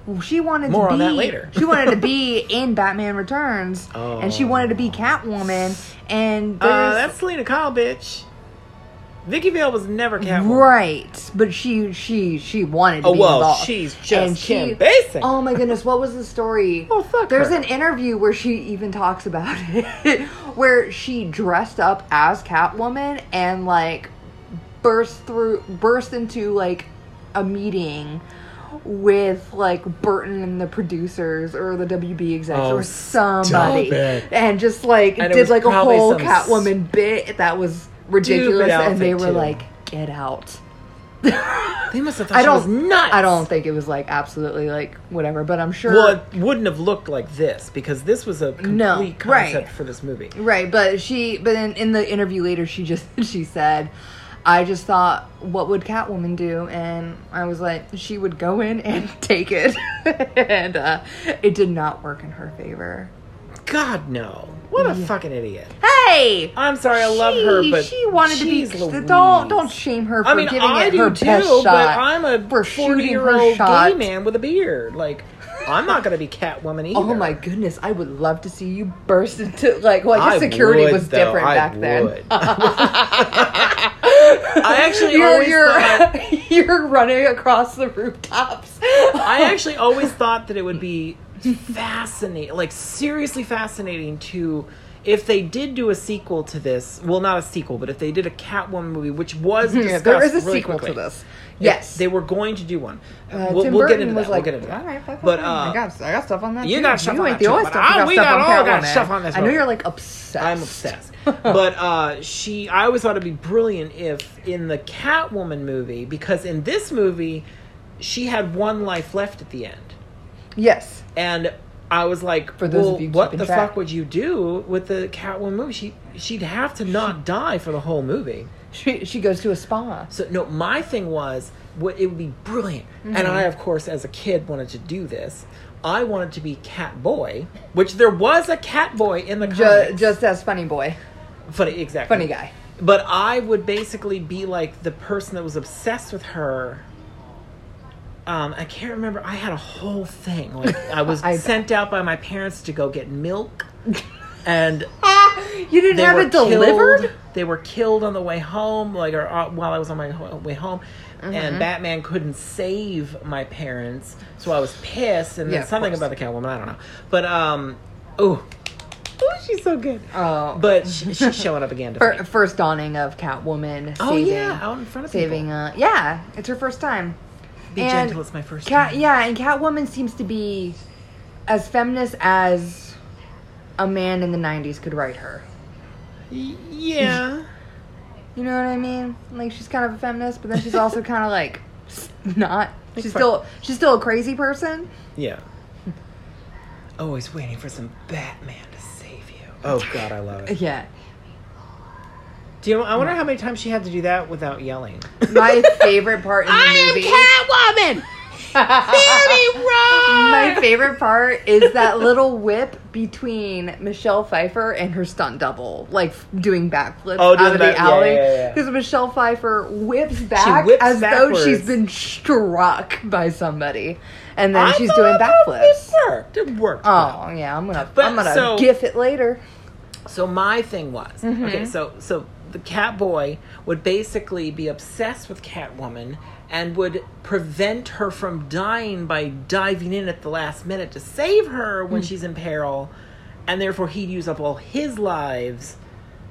Speaker 1: Well, She wanted
Speaker 2: More
Speaker 1: to
Speaker 2: on
Speaker 1: be,
Speaker 2: that later.
Speaker 1: she
Speaker 2: [LAUGHS]
Speaker 1: wanted to be in Batman Returns, and she wanted to be Catwoman. And
Speaker 2: Oh. Uh,
Speaker 1: there's
Speaker 2: that's Selena Kyle, bitch. Vicky Vale was never Catwoman.
Speaker 1: right, but she she she wanted to
Speaker 2: Oh,
Speaker 1: be
Speaker 2: well,
Speaker 1: involved.
Speaker 2: she's just
Speaker 1: and she,
Speaker 2: Kim Basinger.
Speaker 1: Oh my goodness, what was the story?
Speaker 2: [LAUGHS] Oh, fuck
Speaker 1: There's
Speaker 2: her.
Speaker 1: an interview where she even talks about [LAUGHS] it, where she dressed up as Catwoman and like burst through, burst into like a meeting with like Burton and the producers or the WB execs
Speaker 2: Oh,
Speaker 1: or somebody,
Speaker 2: stop it.
Speaker 1: and just like
Speaker 2: And it
Speaker 1: did
Speaker 2: was
Speaker 1: like a
Speaker 2: probably
Speaker 1: whole
Speaker 2: some
Speaker 1: Catwoman bit that was ridiculous, and they
Speaker 2: outfit,
Speaker 1: were
Speaker 2: too.
Speaker 1: like, "Get out." [LAUGHS]
Speaker 2: They must have thought
Speaker 1: I
Speaker 2: she
Speaker 1: don't.
Speaker 2: was nuts.
Speaker 1: I don't think it was like absolutely like whatever, but I'm sure.
Speaker 2: Well, it wouldn't have looked like this because this was a complete
Speaker 1: No,
Speaker 2: concept
Speaker 1: right.
Speaker 2: for this movie.
Speaker 1: Right, but she, but in, in the interview later, she just [LAUGHS] she said, "I just thought, what would Catwoman do?" And I was like, she would go in and [LAUGHS] take it, and uh, it did not work in her favor.
Speaker 2: God no! What a fucking idiot!
Speaker 1: Hey,
Speaker 2: I'm sorry, I love her,
Speaker 1: She-
Speaker 2: but
Speaker 1: she wanted to be.
Speaker 2: jeez Louise.
Speaker 1: Don't don't shame her for
Speaker 2: I mean,
Speaker 1: giving
Speaker 2: I
Speaker 1: it
Speaker 2: do
Speaker 1: her
Speaker 2: too,
Speaker 1: best shot.
Speaker 2: but I'm a
Speaker 1: for shooting her
Speaker 2: 40 year old gay
Speaker 1: shot.
Speaker 2: man with a beard. Like, I'm not gonna be Catwoman either.
Speaker 1: Oh my goodness! I would love to see you burst into like. Well, I guess
Speaker 2: I
Speaker 1: security
Speaker 2: would,
Speaker 1: was
Speaker 2: though.
Speaker 1: different
Speaker 2: I
Speaker 1: back then. [LAUGHS]
Speaker 2: would. I actually
Speaker 1: You're
Speaker 2: always
Speaker 1: you're, [LAUGHS]
Speaker 2: thought,
Speaker 1: you're running across the
Speaker 2: [LAUGHS]
Speaker 1: rooftops.
Speaker 2: I actually always thought that it would be fascinating, like seriously fascinating to if they did do a sequel to this. Well, not a sequel, but if they did a Catwoman movie, which was
Speaker 1: Yeah,
Speaker 2: discussed
Speaker 1: there is a
Speaker 2: really
Speaker 1: sequel
Speaker 2: quickly.
Speaker 1: to this.
Speaker 2: Yeah,
Speaker 1: Yes,
Speaker 2: they were going to do one.
Speaker 1: Uh,
Speaker 2: we'll,
Speaker 1: Tim
Speaker 2: we'll get
Speaker 1: Burton
Speaker 2: into
Speaker 1: was
Speaker 2: that.
Speaker 1: Like,
Speaker 2: we'll get into that.
Speaker 1: All right, fuck,
Speaker 2: but
Speaker 1: fuck,
Speaker 2: uh,
Speaker 1: I, got, I got stuff on that.
Speaker 2: you
Speaker 1: too.
Speaker 2: got stuff
Speaker 1: you
Speaker 2: on
Speaker 1: ain't the
Speaker 2: that too,
Speaker 1: only
Speaker 2: but
Speaker 1: stuff you
Speaker 2: I-
Speaker 1: got
Speaker 2: we
Speaker 1: stuff
Speaker 2: got
Speaker 1: on
Speaker 2: all got
Speaker 1: Catwoman.
Speaker 2: stuff on this
Speaker 1: I know
Speaker 2: one.
Speaker 1: you're like obsessed. [LAUGHS]
Speaker 2: I'm obsessed. but uh, she, I always thought it'd be brilliant if in the Catwoman movie, because in this movie, she had one life left at the end,
Speaker 1: Yes,
Speaker 2: and I was like,
Speaker 1: For those
Speaker 2: well,
Speaker 1: of you
Speaker 2: what
Speaker 1: keeping
Speaker 2: the
Speaker 1: track.
Speaker 2: fuck would you do with the Catwoman movie? She, she'd have to not die for the whole movie.
Speaker 1: she she goes to a spa.
Speaker 2: So no, my thing was what it would be brilliant, and I
Speaker 1: Mm-hmm.
Speaker 2: of course as a kid wanted to do this. I wanted to be Cat Boy, which there was a Cat Boy in the
Speaker 1: Ju-
Speaker 2: comics.
Speaker 1: just as funny boy.
Speaker 2: funny exactly
Speaker 1: Funny guy.
Speaker 2: but I would basically be like the person that was obsessed with her. Um, I can't remember. I had a whole thing. Like I
Speaker 1: [LAUGHS]
Speaker 2: was
Speaker 1: I bet.
Speaker 2: sent out by my parents to go
Speaker 1: [LAUGHS]
Speaker 2: get milk, and
Speaker 1: Ah, you didn't
Speaker 2: they
Speaker 1: have
Speaker 2: were
Speaker 1: it delivered?
Speaker 2: Killed. They were killed on the way home, like or uh, while I was on my ho- way home.
Speaker 1: Mm-hmm.
Speaker 2: And Batman couldn't save my parents, so I was pissed. And
Speaker 1: Yeah,
Speaker 2: then
Speaker 1: of
Speaker 2: something
Speaker 1: course.
Speaker 2: about the Catwoman, I don't know. But um, oh, oh, she's so good.
Speaker 1: Oh.
Speaker 2: But she, she's showing
Speaker 1: [LAUGHS]
Speaker 2: up again. To
Speaker 1: Fir-
Speaker 2: fight.
Speaker 1: first dawning of Catwoman.
Speaker 2: Oh
Speaker 1: saving,
Speaker 2: yeah, out in front of
Speaker 1: saving.
Speaker 2: people.
Speaker 1: Uh, yeah, it's her first time.
Speaker 2: Be
Speaker 1: and
Speaker 2: gentle. It's my first
Speaker 1: Cat.
Speaker 2: time.
Speaker 1: Yeah, and Catwoman seems to be as feminist as a man in the '90s could write her.
Speaker 2: Y- Yeah.
Speaker 1: You know what I mean? Like she's kind of a feminist, but then
Speaker 2: [LAUGHS]
Speaker 1: she's also kind of like s- not.
Speaker 2: Like,
Speaker 1: She's
Speaker 2: fuck.
Speaker 1: still she's still a crazy person.
Speaker 2: [LAUGHS] yeah. Always waiting for some Batman to save you. Oh God, I love it.
Speaker 1: Yeah.
Speaker 2: Do you? I wonder how many times she had to do that without
Speaker 1: [LAUGHS]
Speaker 2: yelling.
Speaker 1: My favorite part
Speaker 2: [LAUGHS]
Speaker 1: in the movie.
Speaker 2: Catwoman.
Speaker 1: My favorite part is
Speaker 2: [LAUGHS]
Speaker 1: that little whip between Michelle Pfeiffer and her stunt double, like f- doing backflips
Speaker 2: Oh, doing
Speaker 1: out of
Speaker 2: back-
Speaker 1: the
Speaker 2: yeah,
Speaker 1: alley.
Speaker 2: yeah, yeah, yeah.
Speaker 1: Michelle Pfeiffer whips back
Speaker 2: whips
Speaker 1: as though she's
Speaker 2: backwards.
Speaker 1: been struck by somebody, and then she's doing backflips.
Speaker 2: It worked. It worked.
Speaker 1: Oh yeah, I'm gonna
Speaker 2: But
Speaker 1: I'm gonna
Speaker 2: so-
Speaker 1: gif it later.
Speaker 2: So my thing was
Speaker 1: Mm-hmm.
Speaker 2: okay. So so the Catboy would basically be obsessed with Catwoman and would prevent her from dying by diving in at the last minute to save her when
Speaker 1: Mm.
Speaker 2: she's in peril, and therefore he'd use up all his lives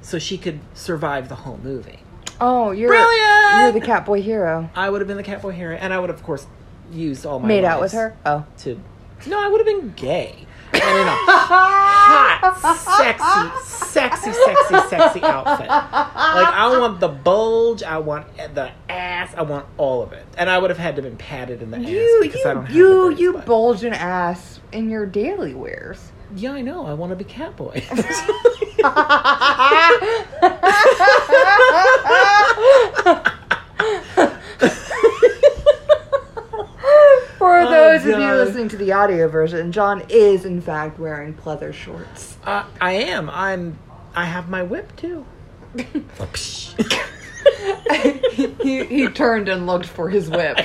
Speaker 2: so she could survive the whole movie.
Speaker 1: Oh, you're
Speaker 2: Brilliant!
Speaker 1: You're the Catboy hero.
Speaker 2: I would have been the Catboy hero, and I would of course used all my
Speaker 1: Made out with
Speaker 2: lives
Speaker 1: her. Oh,
Speaker 2: to. No, I would have been gay. And in a hot, sexy, sexy, sexy, sexy outfit. Like I want the bulge, I want the ass, I want all of it. And I would have had to been padded in the
Speaker 1: you
Speaker 2: ass because I
Speaker 1: you
Speaker 2: don't have the
Speaker 1: you
Speaker 2: greatest
Speaker 1: you
Speaker 2: butt.
Speaker 1: bulge an ass in your daily wears.
Speaker 2: Yeah, I know. I want to
Speaker 1: [LAUGHS]
Speaker 2: be catboy.
Speaker 1: [LAUGHS] For
Speaker 2: Oh,
Speaker 1: those of you
Speaker 2: God.
Speaker 1: listening to the audio version, John is in fact wearing pleather shorts.
Speaker 2: I, Uh, I am. I'm. I have my whip
Speaker 1: [LAUGHS]
Speaker 2: too. [LAUGHS]
Speaker 1: he, he turned and looked for his [LAUGHS] whip.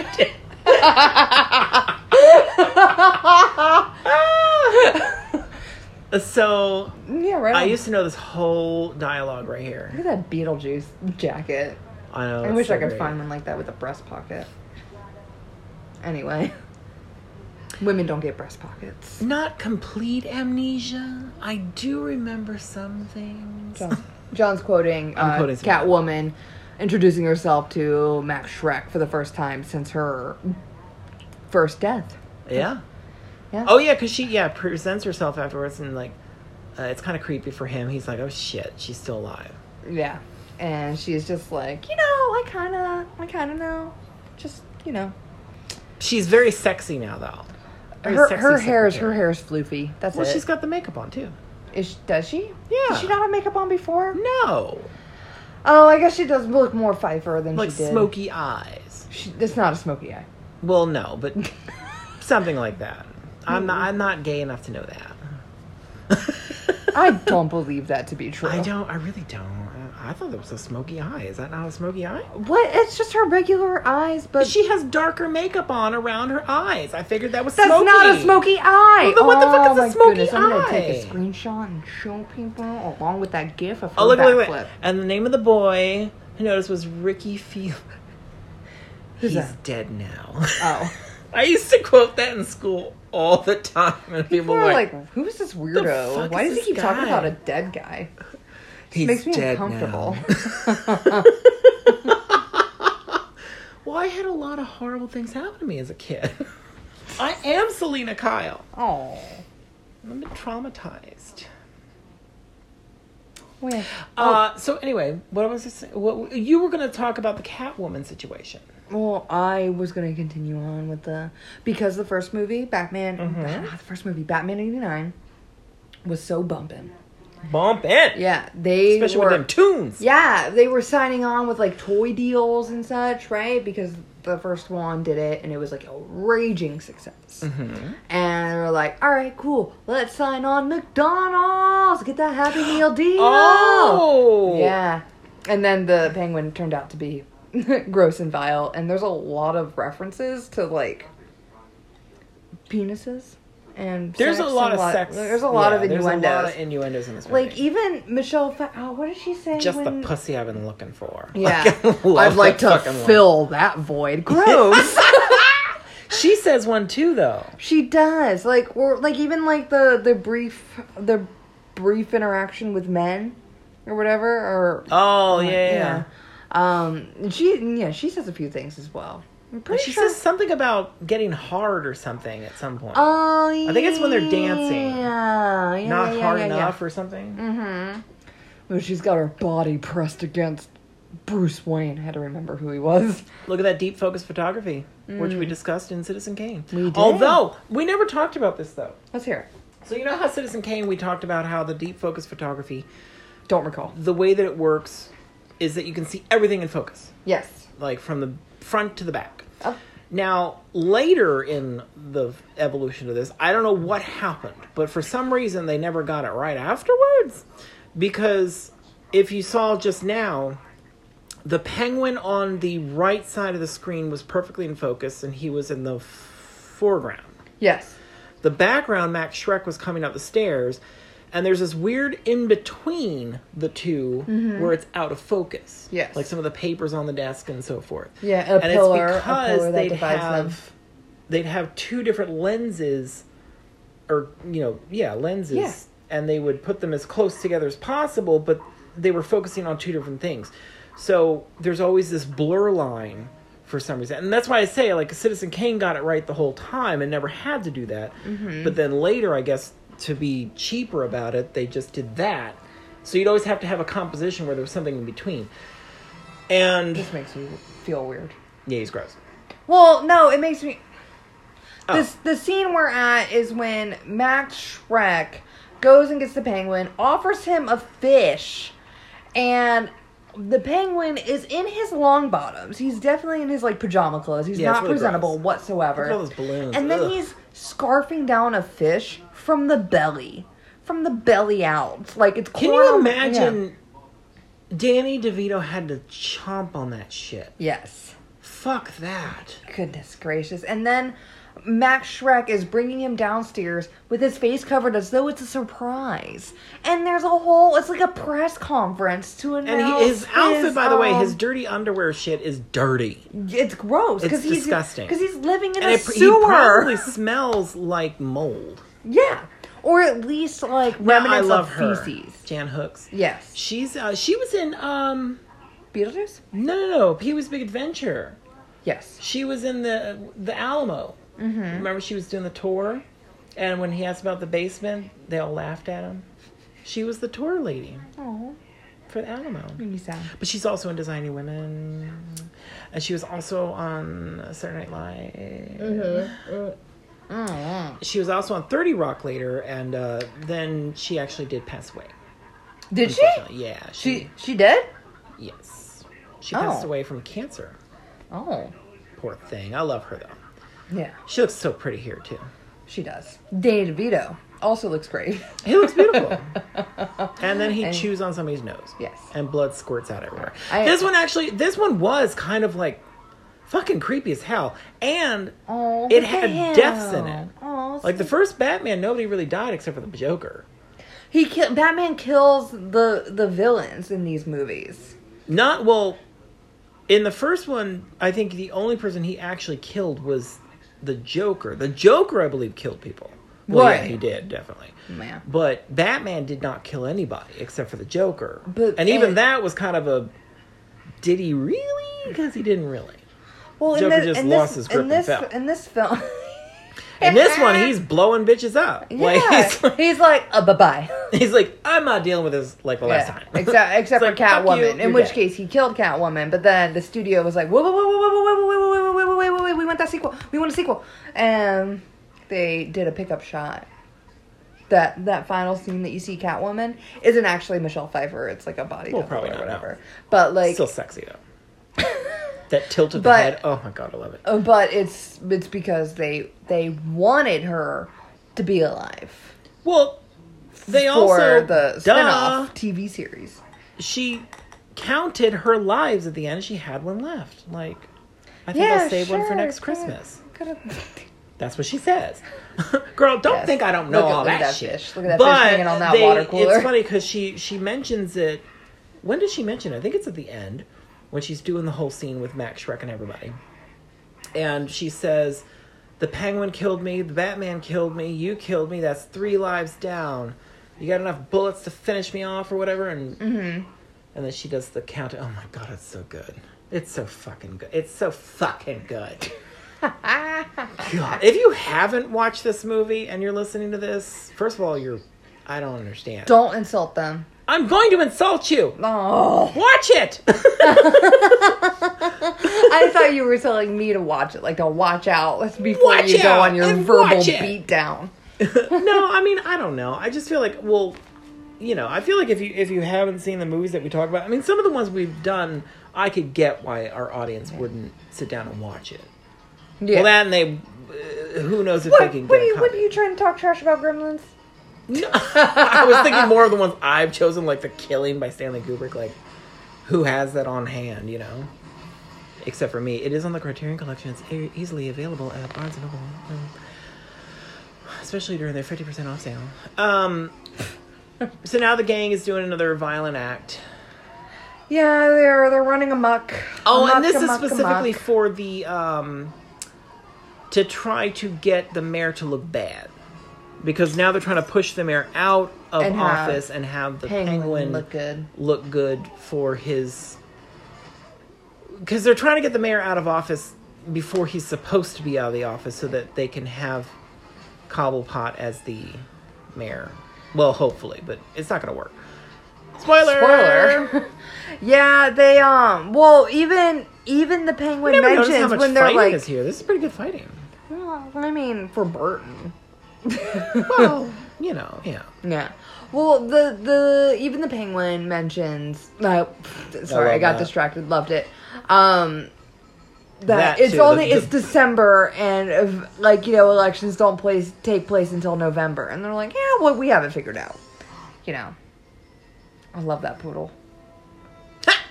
Speaker 2: so
Speaker 1: yeah, right.
Speaker 2: I
Speaker 1: on.
Speaker 2: used to know this whole dialogue right here.
Speaker 1: Look at that Beetlejuice jacket.
Speaker 2: I know.
Speaker 1: I
Speaker 2: it's
Speaker 1: wish
Speaker 2: so
Speaker 1: I could
Speaker 2: great.
Speaker 1: find one like that with a breast pocket. Anyway, [LAUGHS] women don't get breast pockets.
Speaker 2: Not complete amnesia. I do remember some things.
Speaker 1: John, [LAUGHS] John's quoting,
Speaker 2: I'm
Speaker 1: uh,
Speaker 2: quoting some-
Speaker 1: Catwoman introducing herself to Max Shrek for the first time since her first death.
Speaker 2: Yeah.
Speaker 1: Yeah.
Speaker 2: Oh yeah, because she yeah presents herself afterwards and like, uh, it's kind of creepy for him. He's like, oh shit, she's still alive.
Speaker 1: Yeah. And she's just like, you know, I kind of, I kind of know. Just, you know.
Speaker 2: She's very sexy now though. Very
Speaker 1: Her,
Speaker 2: sexy
Speaker 1: her hair is her
Speaker 2: secretary.
Speaker 1: hair is floofy. That's
Speaker 2: Well,
Speaker 1: it.
Speaker 2: she's got the makeup on too.
Speaker 1: Is- does she?
Speaker 2: Yeah.
Speaker 1: Does she not have makeup on before?
Speaker 2: No,
Speaker 1: Oh, I guess she does look more Pfeiffer than
Speaker 2: like
Speaker 1: she did.
Speaker 2: smoky eyes.
Speaker 1: She, that's not a smoky eye.
Speaker 2: Well, no, but
Speaker 1: [LAUGHS]
Speaker 2: something like that.
Speaker 1: Mm-hmm.
Speaker 2: I'm not. I'm not gay enough to know that. [LAUGHS]
Speaker 1: I don't believe that to be true.
Speaker 2: I don't. I really don't. I, I thought that was a smoky eye. Is that not a smoky eye?
Speaker 1: What? It's just her regular eyes, but
Speaker 2: She has darker makeup on around her eyes. I figured that was
Speaker 1: that's
Speaker 2: smoky.
Speaker 1: not a smoky eye.
Speaker 2: Well, then what the fuck is a
Speaker 1: my
Speaker 2: smoky
Speaker 1: I'm gonna take a
Speaker 2: eye?
Speaker 1: screenshot and show people along with that gif of her
Speaker 2: Oh look, look, look!
Speaker 1: backflip.
Speaker 2: And the name of the boy I noticed was Ricky Feel.
Speaker 1: Who's
Speaker 2: He's
Speaker 1: that?
Speaker 2: dead now.
Speaker 1: Oh.
Speaker 2: [LAUGHS] I used to quote that in school all the time, and people
Speaker 1: People
Speaker 2: were
Speaker 1: are
Speaker 2: like,
Speaker 1: like, who is this
Speaker 2: fuck
Speaker 1: weirdo?
Speaker 2: is
Speaker 1: Why does he
Speaker 2: this
Speaker 1: keep talking
Speaker 2: guy?"
Speaker 1: about a dead guy?
Speaker 2: "He's
Speaker 1: makes me
Speaker 2: dead
Speaker 1: uncomfortable. [LAUGHS]
Speaker 2: now." [LAUGHS] well, I had a lot of horrible things happen to me as a kid. [LAUGHS] I am Selena Kyle.
Speaker 1: Oh.
Speaker 2: I'm traumatized.
Speaker 1: Wait.
Speaker 2: Uh, so anyway, what was I saying? What, you were going to talk about the Catwoman situation.
Speaker 1: Well, I was gonna continue on with the because the first movie, Batman,
Speaker 2: Mm-hmm.
Speaker 1: the first movie, Batman '89, was so bumping.
Speaker 2: Bump in,
Speaker 1: Yeah, they
Speaker 2: especially
Speaker 1: were,
Speaker 2: with them tunes.
Speaker 1: Yeah, they were signing on with like toy deals and such, right? Because the first one did it and it was like a raging
Speaker 2: Mm-hmm.
Speaker 1: success. And they were like, all right, cool, let's sign on McDonald's. Claus, get that Happy Meal [GASPS] deal.
Speaker 2: Oh!
Speaker 1: Yeah. And then the penguin turned out to be [LAUGHS] gross and vile, and there's a lot of references to like penises and
Speaker 2: There's
Speaker 1: sex
Speaker 2: a lot
Speaker 1: and
Speaker 2: of sex.
Speaker 1: There's a lot
Speaker 2: yeah,
Speaker 1: of innuendos.
Speaker 2: There's a lot of innuendos in this movie.
Speaker 1: like even Michelle. Fa- oh, what did she say?
Speaker 2: just
Speaker 1: when-
Speaker 2: the pussy I've been looking for.
Speaker 1: [LAUGHS] Yeah,
Speaker 2: Like, [LAUGHS] I love
Speaker 1: I'd like
Speaker 2: that
Speaker 1: to
Speaker 2: fucking line.
Speaker 1: fill that void.
Speaker 2: [LAUGHS]
Speaker 1: Gross.
Speaker 2: She says one too, though.
Speaker 1: She does. Like or like even like the the brief the brief interaction with men or whatever or
Speaker 2: Oh yeah,
Speaker 1: Um and she yeah, she says a few things as well. I'm pretty
Speaker 2: She
Speaker 1: sure
Speaker 2: says something about getting hard or something at some point.
Speaker 1: Oh yeah.
Speaker 2: I think it's when they're dancing.
Speaker 1: Yeah. yeah
Speaker 2: Not
Speaker 1: yeah,
Speaker 2: hard
Speaker 1: yeah, Mm-hmm. yeah.
Speaker 2: enough or something.
Speaker 1: Well, she's got her body pressed against Bruce Wayne. I had to remember who he was.
Speaker 2: Look at that deep focus photography, which we discussed in Citizen Kane.
Speaker 1: Mm. We did.
Speaker 2: Although we never talked about this though.
Speaker 1: Let's hear it.
Speaker 2: So you know how Citizen Kane we talked about how the deep focus photography,
Speaker 1: Don't recall.
Speaker 2: the way that it works is that you can see everything in focus,
Speaker 1: Yes.
Speaker 2: like from the front to the back.
Speaker 1: Oh.
Speaker 2: Now, later in the evolution of this, I don't know what happened, but for some reason they never got it right afterwards. Because if you saw just now, the penguin on the right side of the screen was perfectly in focus and he was in the f- foreground.
Speaker 1: Yes.
Speaker 2: The background, Max Shrek was coming up the stairs, and there's this weird in between the 2 where it's out of focus.
Speaker 1: Mm-hmm. Yes.
Speaker 2: Like some of the papers on the desk and so forth
Speaker 1: Yeah, a pillar, a pillar that
Speaker 2: they'd
Speaker 1: divides
Speaker 2: have
Speaker 1: them.
Speaker 2: they'd have two different lenses, or you know, yeah, lenses,
Speaker 1: Yeah.
Speaker 2: and they would put them as close together as possible, but they were focusing on two different things. So there's always this blur line for some reason, and that's why I say like Citizen Kane got it right the whole time and never had to do that.
Speaker 1: Mm-hmm.
Speaker 2: But then later, I guess to be cheaper about it, they just did that. So you'd always have to have a composition where there was something in between. And
Speaker 1: This makes you feel weird.
Speaker 2: yeah, he's gross.
Speaker 1: Well, no, it makes me.
Speaker 2: Oh.
Speaker 1: This the scene we're at is when Max Shrek goes and gets the penguin, offers him a fish, and the penguin is in his long bottoms. He's definitely in his like pajama clothes. He's
Speaker 2: Yeah, it's
Speaker 1: not
Speaker 2: really
Speaker 1: presentable
Speaker 2: gross.
Speaker 1: whatsoever.
Speaker 2: Look at all those balloons.
Speaker 1: And then
Speaker 2: Ugh.
Speaker 1: he's scarfing down a fish from the belly, from the belly out. Like it's
Speaker 2: Can
Speaker 1: corn
Speaker 2: you
Speaker 1: on- yeah.
Speaker 2: imagine Danny DeVito had to chomp on that shit?
Speaker 1: Yes.
Speaker 2: Fuck that.
Speaker 1: Goodness gracious. And then Max Shrek is bringing him downstairs with his face covered as though it's a surprise. And there's a whole, it's like a press conference to announce.
Speaker 2: And he, his outfit, by the way,
Speaker 1: um,
Speaker 2: his dirty underwear shit is dirty.
Speaker 1: It's gross.
Speaker 2: It's
Speaker 1: cause he's,
Speaker 2: disgusting.
Speaker 1: Because he's living in
Speaker 2: And
Speaker 1: a
Speaker 2: it, he
Speaker 1: sewer.
Speaker 2: probably smells like mold.
Speaker 1: [LAUGHS] yeah. Or at least like [LAUGHS]
Speaker 2: Now,
Speaker 1: remnants
Speaker 2: I love
Speaker 1: of
Speaker 2: her.
Speaker 1: feces.
Speaker 2: Jan Hooks.
Speaker 1: Yes.
Speaker 2: She's uh, she was in um
Speaker 1: Beetlejuice?
Speaker 2: no no no Pee Wee's Big Adventure.
Speaker 1: Yes.
Speaker 2: She was in the the Alamo. Mm-hmm. Remember she was doing the tour, and when he asked about the basement, they all laughed at him. She was the tour lady
Speaker 1: Oh,
Speaker 2: for the Alamo.
Speaker 1: made me sad.
Speaker 2: But she's also in Designing Women. And she was also on Saturday Night Live.
Speaker 1: Mm-hmm.
Speaker 2: Mm, She was also on 30 Rock later, and uh, then she actually did pass away.
Speaker 1: Did she?
Speaker 2: Unfortunately. Yeah.
Speaker 1: She she did?
Speaker 2: Yes. She passed
Speaker 1: Oh.
Speaker 2: away from cancer.
Speaker 1: Oh.
Speaker 2: Poor thing. I love her, though.
Speaker 1: Yeah.
Speaker 2: She looks so pretty here, too.
Speaker 1: She does. Danny DeVito also looks great. [LAUGHS]
Speaker 2: He looks beautiful. and then he
Speaker 1: And-
Speaker 2: chews on somebody's nose.
Speaker 1: Yes.
Speaker 2: And blood squirts out everywhere.
Speaker 1: I-
Speaker 2: this one actually, this one was kind of like fucking creepy as hell. And
Speaker 1: Oh,
Speaker 2: it
Speaker 1: but
Speaker 2: had
Speaker 1: damn.
Speaker 2: deaths in it.
Speaker 1: Oh,
Speaker 2: like the first Batman, nobody really died except for the Joker.
Speaker 1: he kill- Batman kills the the villains in these movies.
Speaker 2: Not, well, in the first one, I think the only person he actually killed was the Joker. The Joker, I believe, killed people. Well, yeah,
Speaker 1: Right.
Speaker 2: he did, definitely.
Speaker 1: Man.
Speaker 2: But Batman did not kill anybody except for the Joker.
Speaker 1: But-
Speaker 2: and even
Speaker 1: and-
Speaker 2: that was kind of a did he really? Because he didn't really.
Speaker 1: Well,
Speaker 2: Joker
Speaker 1: thi-
Speaker 2: just
Speaker 1: in
Speaker 2: lost
Speaker 1: this,
Speaker 2: his grip
Speaker 1: in
Speaker 2: and
Speaker 1: this,
Speaker 2: fell.
Speaker 1: In this film, [LAUGHS]
Speaker 2: And this one, he's blowing bitches up.
Speaker 1: yeah,
Speaker 2: Like he's [LAUGHS]
Speaker 1: he's,
Speaker 2: like,
Speaker 1: like uh, bye bye.
Speaker 2: he's like, I'm not dealing with this like the last time. [LAUGHS]
Speaker 1: except
Speaker 2: It's
Speaker 1: except for
Speaker 2: like, fuck you,
Speaker 1: Catwoman,
Speaker 2: you're
Speaker 1: in which
Speaker 2: dead.
Speaker 1: case he killed Catwoman, but then the studio was like, whoa, whoa, whoa, whoa, whoa, whoa, whoa, whoa, whoa, whoa, whoa, whoa, whoa, whoa, we want that sequel, we want a sequel, and they did a pickup shot. That that final scene that you see Catwoman isn't actually Michelle Pfeiffer. It's like a body
Speaker 2: Well,
Speaker 1: double
Speaker 2: probably
Speaker 1: or
Speaker 2: not, no.
Speaker 1: whatever. But like,
Speaker 2: still sexy though. [LAUGHS] that tilt of the
Speaker 1: But-
Speaker 2: head. Oh my god, I love it.
Speaker 1: uh, but it's it's because they they wanted her to be alive.
Speaker 2: Well, They
Speaker 1: for
Speaker 2: also-
Speaker 1: the
Speaker 2: duh.
Speaker 1: spinoff TV series.
Speaker 2: she counted her lives at the end. She had one left. Like, I think I'll save one for next Christmas.
Speaker 1: Could
Speaker 2: That's what she says. [LAUGHS] Girl, don't
Speaker 1: Yes.
Speaker 2: think I don't know
Speaker 1: Look at-
Speaker 2: all
Speaker 1: look at
Speaker 2: that,
Speaker 1: that
Speaker 2: shit.
Speaker 1: fish. Look at that fish
Speaker 2: but
Speaker 1: hanging on that
Speaker 2: they-
Speaker 1: water cooler.
Speaker 2: It's funny because she she mentions it. When does she mention? it? I think it's at the end when she's doing the whole scene with Max Shrek and everybody, and she says, "The Penguin killed me. The Batman killed me. You killed me. That's three lives down. You got enough bullets to finish me off or whatever." And and then she does the count. Oh my god, it's so good. It's so fucking good. It's so fucking good. God, if you haven't watched this movie and you're listening to this, first of all, you're. I don't
Speaker 1: [LAUGHS]
Speaker 2: understand.
Speaker 1: Don't insult them.
Speaker 2: I'm going to insult you.
Speaker 1: Oh, [LAUGHS]
Speaker 2: Watch it.
Speaker 1: I thought you were telling me to watch it. Like to watch out before
Speaker 2: Watch
Speaker 1: you go
Speaker 2: out
Speaker 1: on your
Speaker 2: and
Speaker 1: verbal
Speaker 2: watch it.
Speaker 1: beatdown.
Speaker 2: no, I mean, I don't know. I just feel like, well, you know, I feel like if you if you haven't seen the movies that we talk about, I mean, some of the ones we've done, I could get why our audience wouldn't sit down and watch it.
Speaker 1: Yeah.
Speaker 2: Well, then they, uh, who knows if
Speaker 1: what,
Speaker 2: they can
Speaker 1: what
Speaker 2: get
Speaker 1: are you,
Speaker 2: a
Speaker 1: what are
Speaker 2: copy.
Speaker 1: you trying to talk trash about Gremlins?
Speaker 2: No, I was thinking more of the ones I've chosen, like The Killing by Stanley Kubrick. Like, who has that on hand, you know? Except for me. It is on the Criterion Collection. It's e- easily available at Barnes & Noble, um, especially during their 50% off sale. Um, so now the gang is doing another violent act.
Speaker 1: Yeah, they're they're running amok.
Speaker 2: Oh,
Speaker 1: Amok,
Speaker 2: and this
Speaker 1: amok,
Speaker 2: is specifically
Speaker 1: amok.
Speaker 2: for the um to try to get the mayor to look bad. Because now they're trying to push the mayor out of
Speaker 1: And have
Speaker 2: office and have the
Speaker 1: Penguin
Speaker 2: penguin,
Speaker 1: look good.
Speaker 2: look good for his because they're trying to get the mayor out of office before he's supposed to be out of the office so that they can have Cobblepot as the mayor. Well, hopefully, but it's not going to work. Spoiler.
Speaker 1: spoiler. [LAUGHS] yeah, they um. Well, even even the Penguin
Speaker 2: I never noticed how
Speaker 1: mentions
Speaker 2: much
Speaker 1: when they're
Speaker 2: fighting
Speaker 1: like,
Speaker 2: is here. This is pretty good fighting.
Speaker 1: Well, I mean, for Burton.
Speaker 2: Well, you know, yeah. [LAUGHS]
Speaker 1: Yeah. Well, the the even the penguin mentions. Uh, pfft, sorry, I,
Speaker 2: love
Speaker 1: got
Speaker 2: that.
Speaker 1: distracted. Loved it. Um, that,
Speaker 2: That
Speaker 1: it's
Speaker 2: too,
Speaker 1: only
Speaker 2: the-
Speaker 1: it's
Speaker 2: the-
Speaker 1: December and if, like you know elections don't place take place until November, and they're like, yeah, well, we have it figured out. You know. I love that poodle.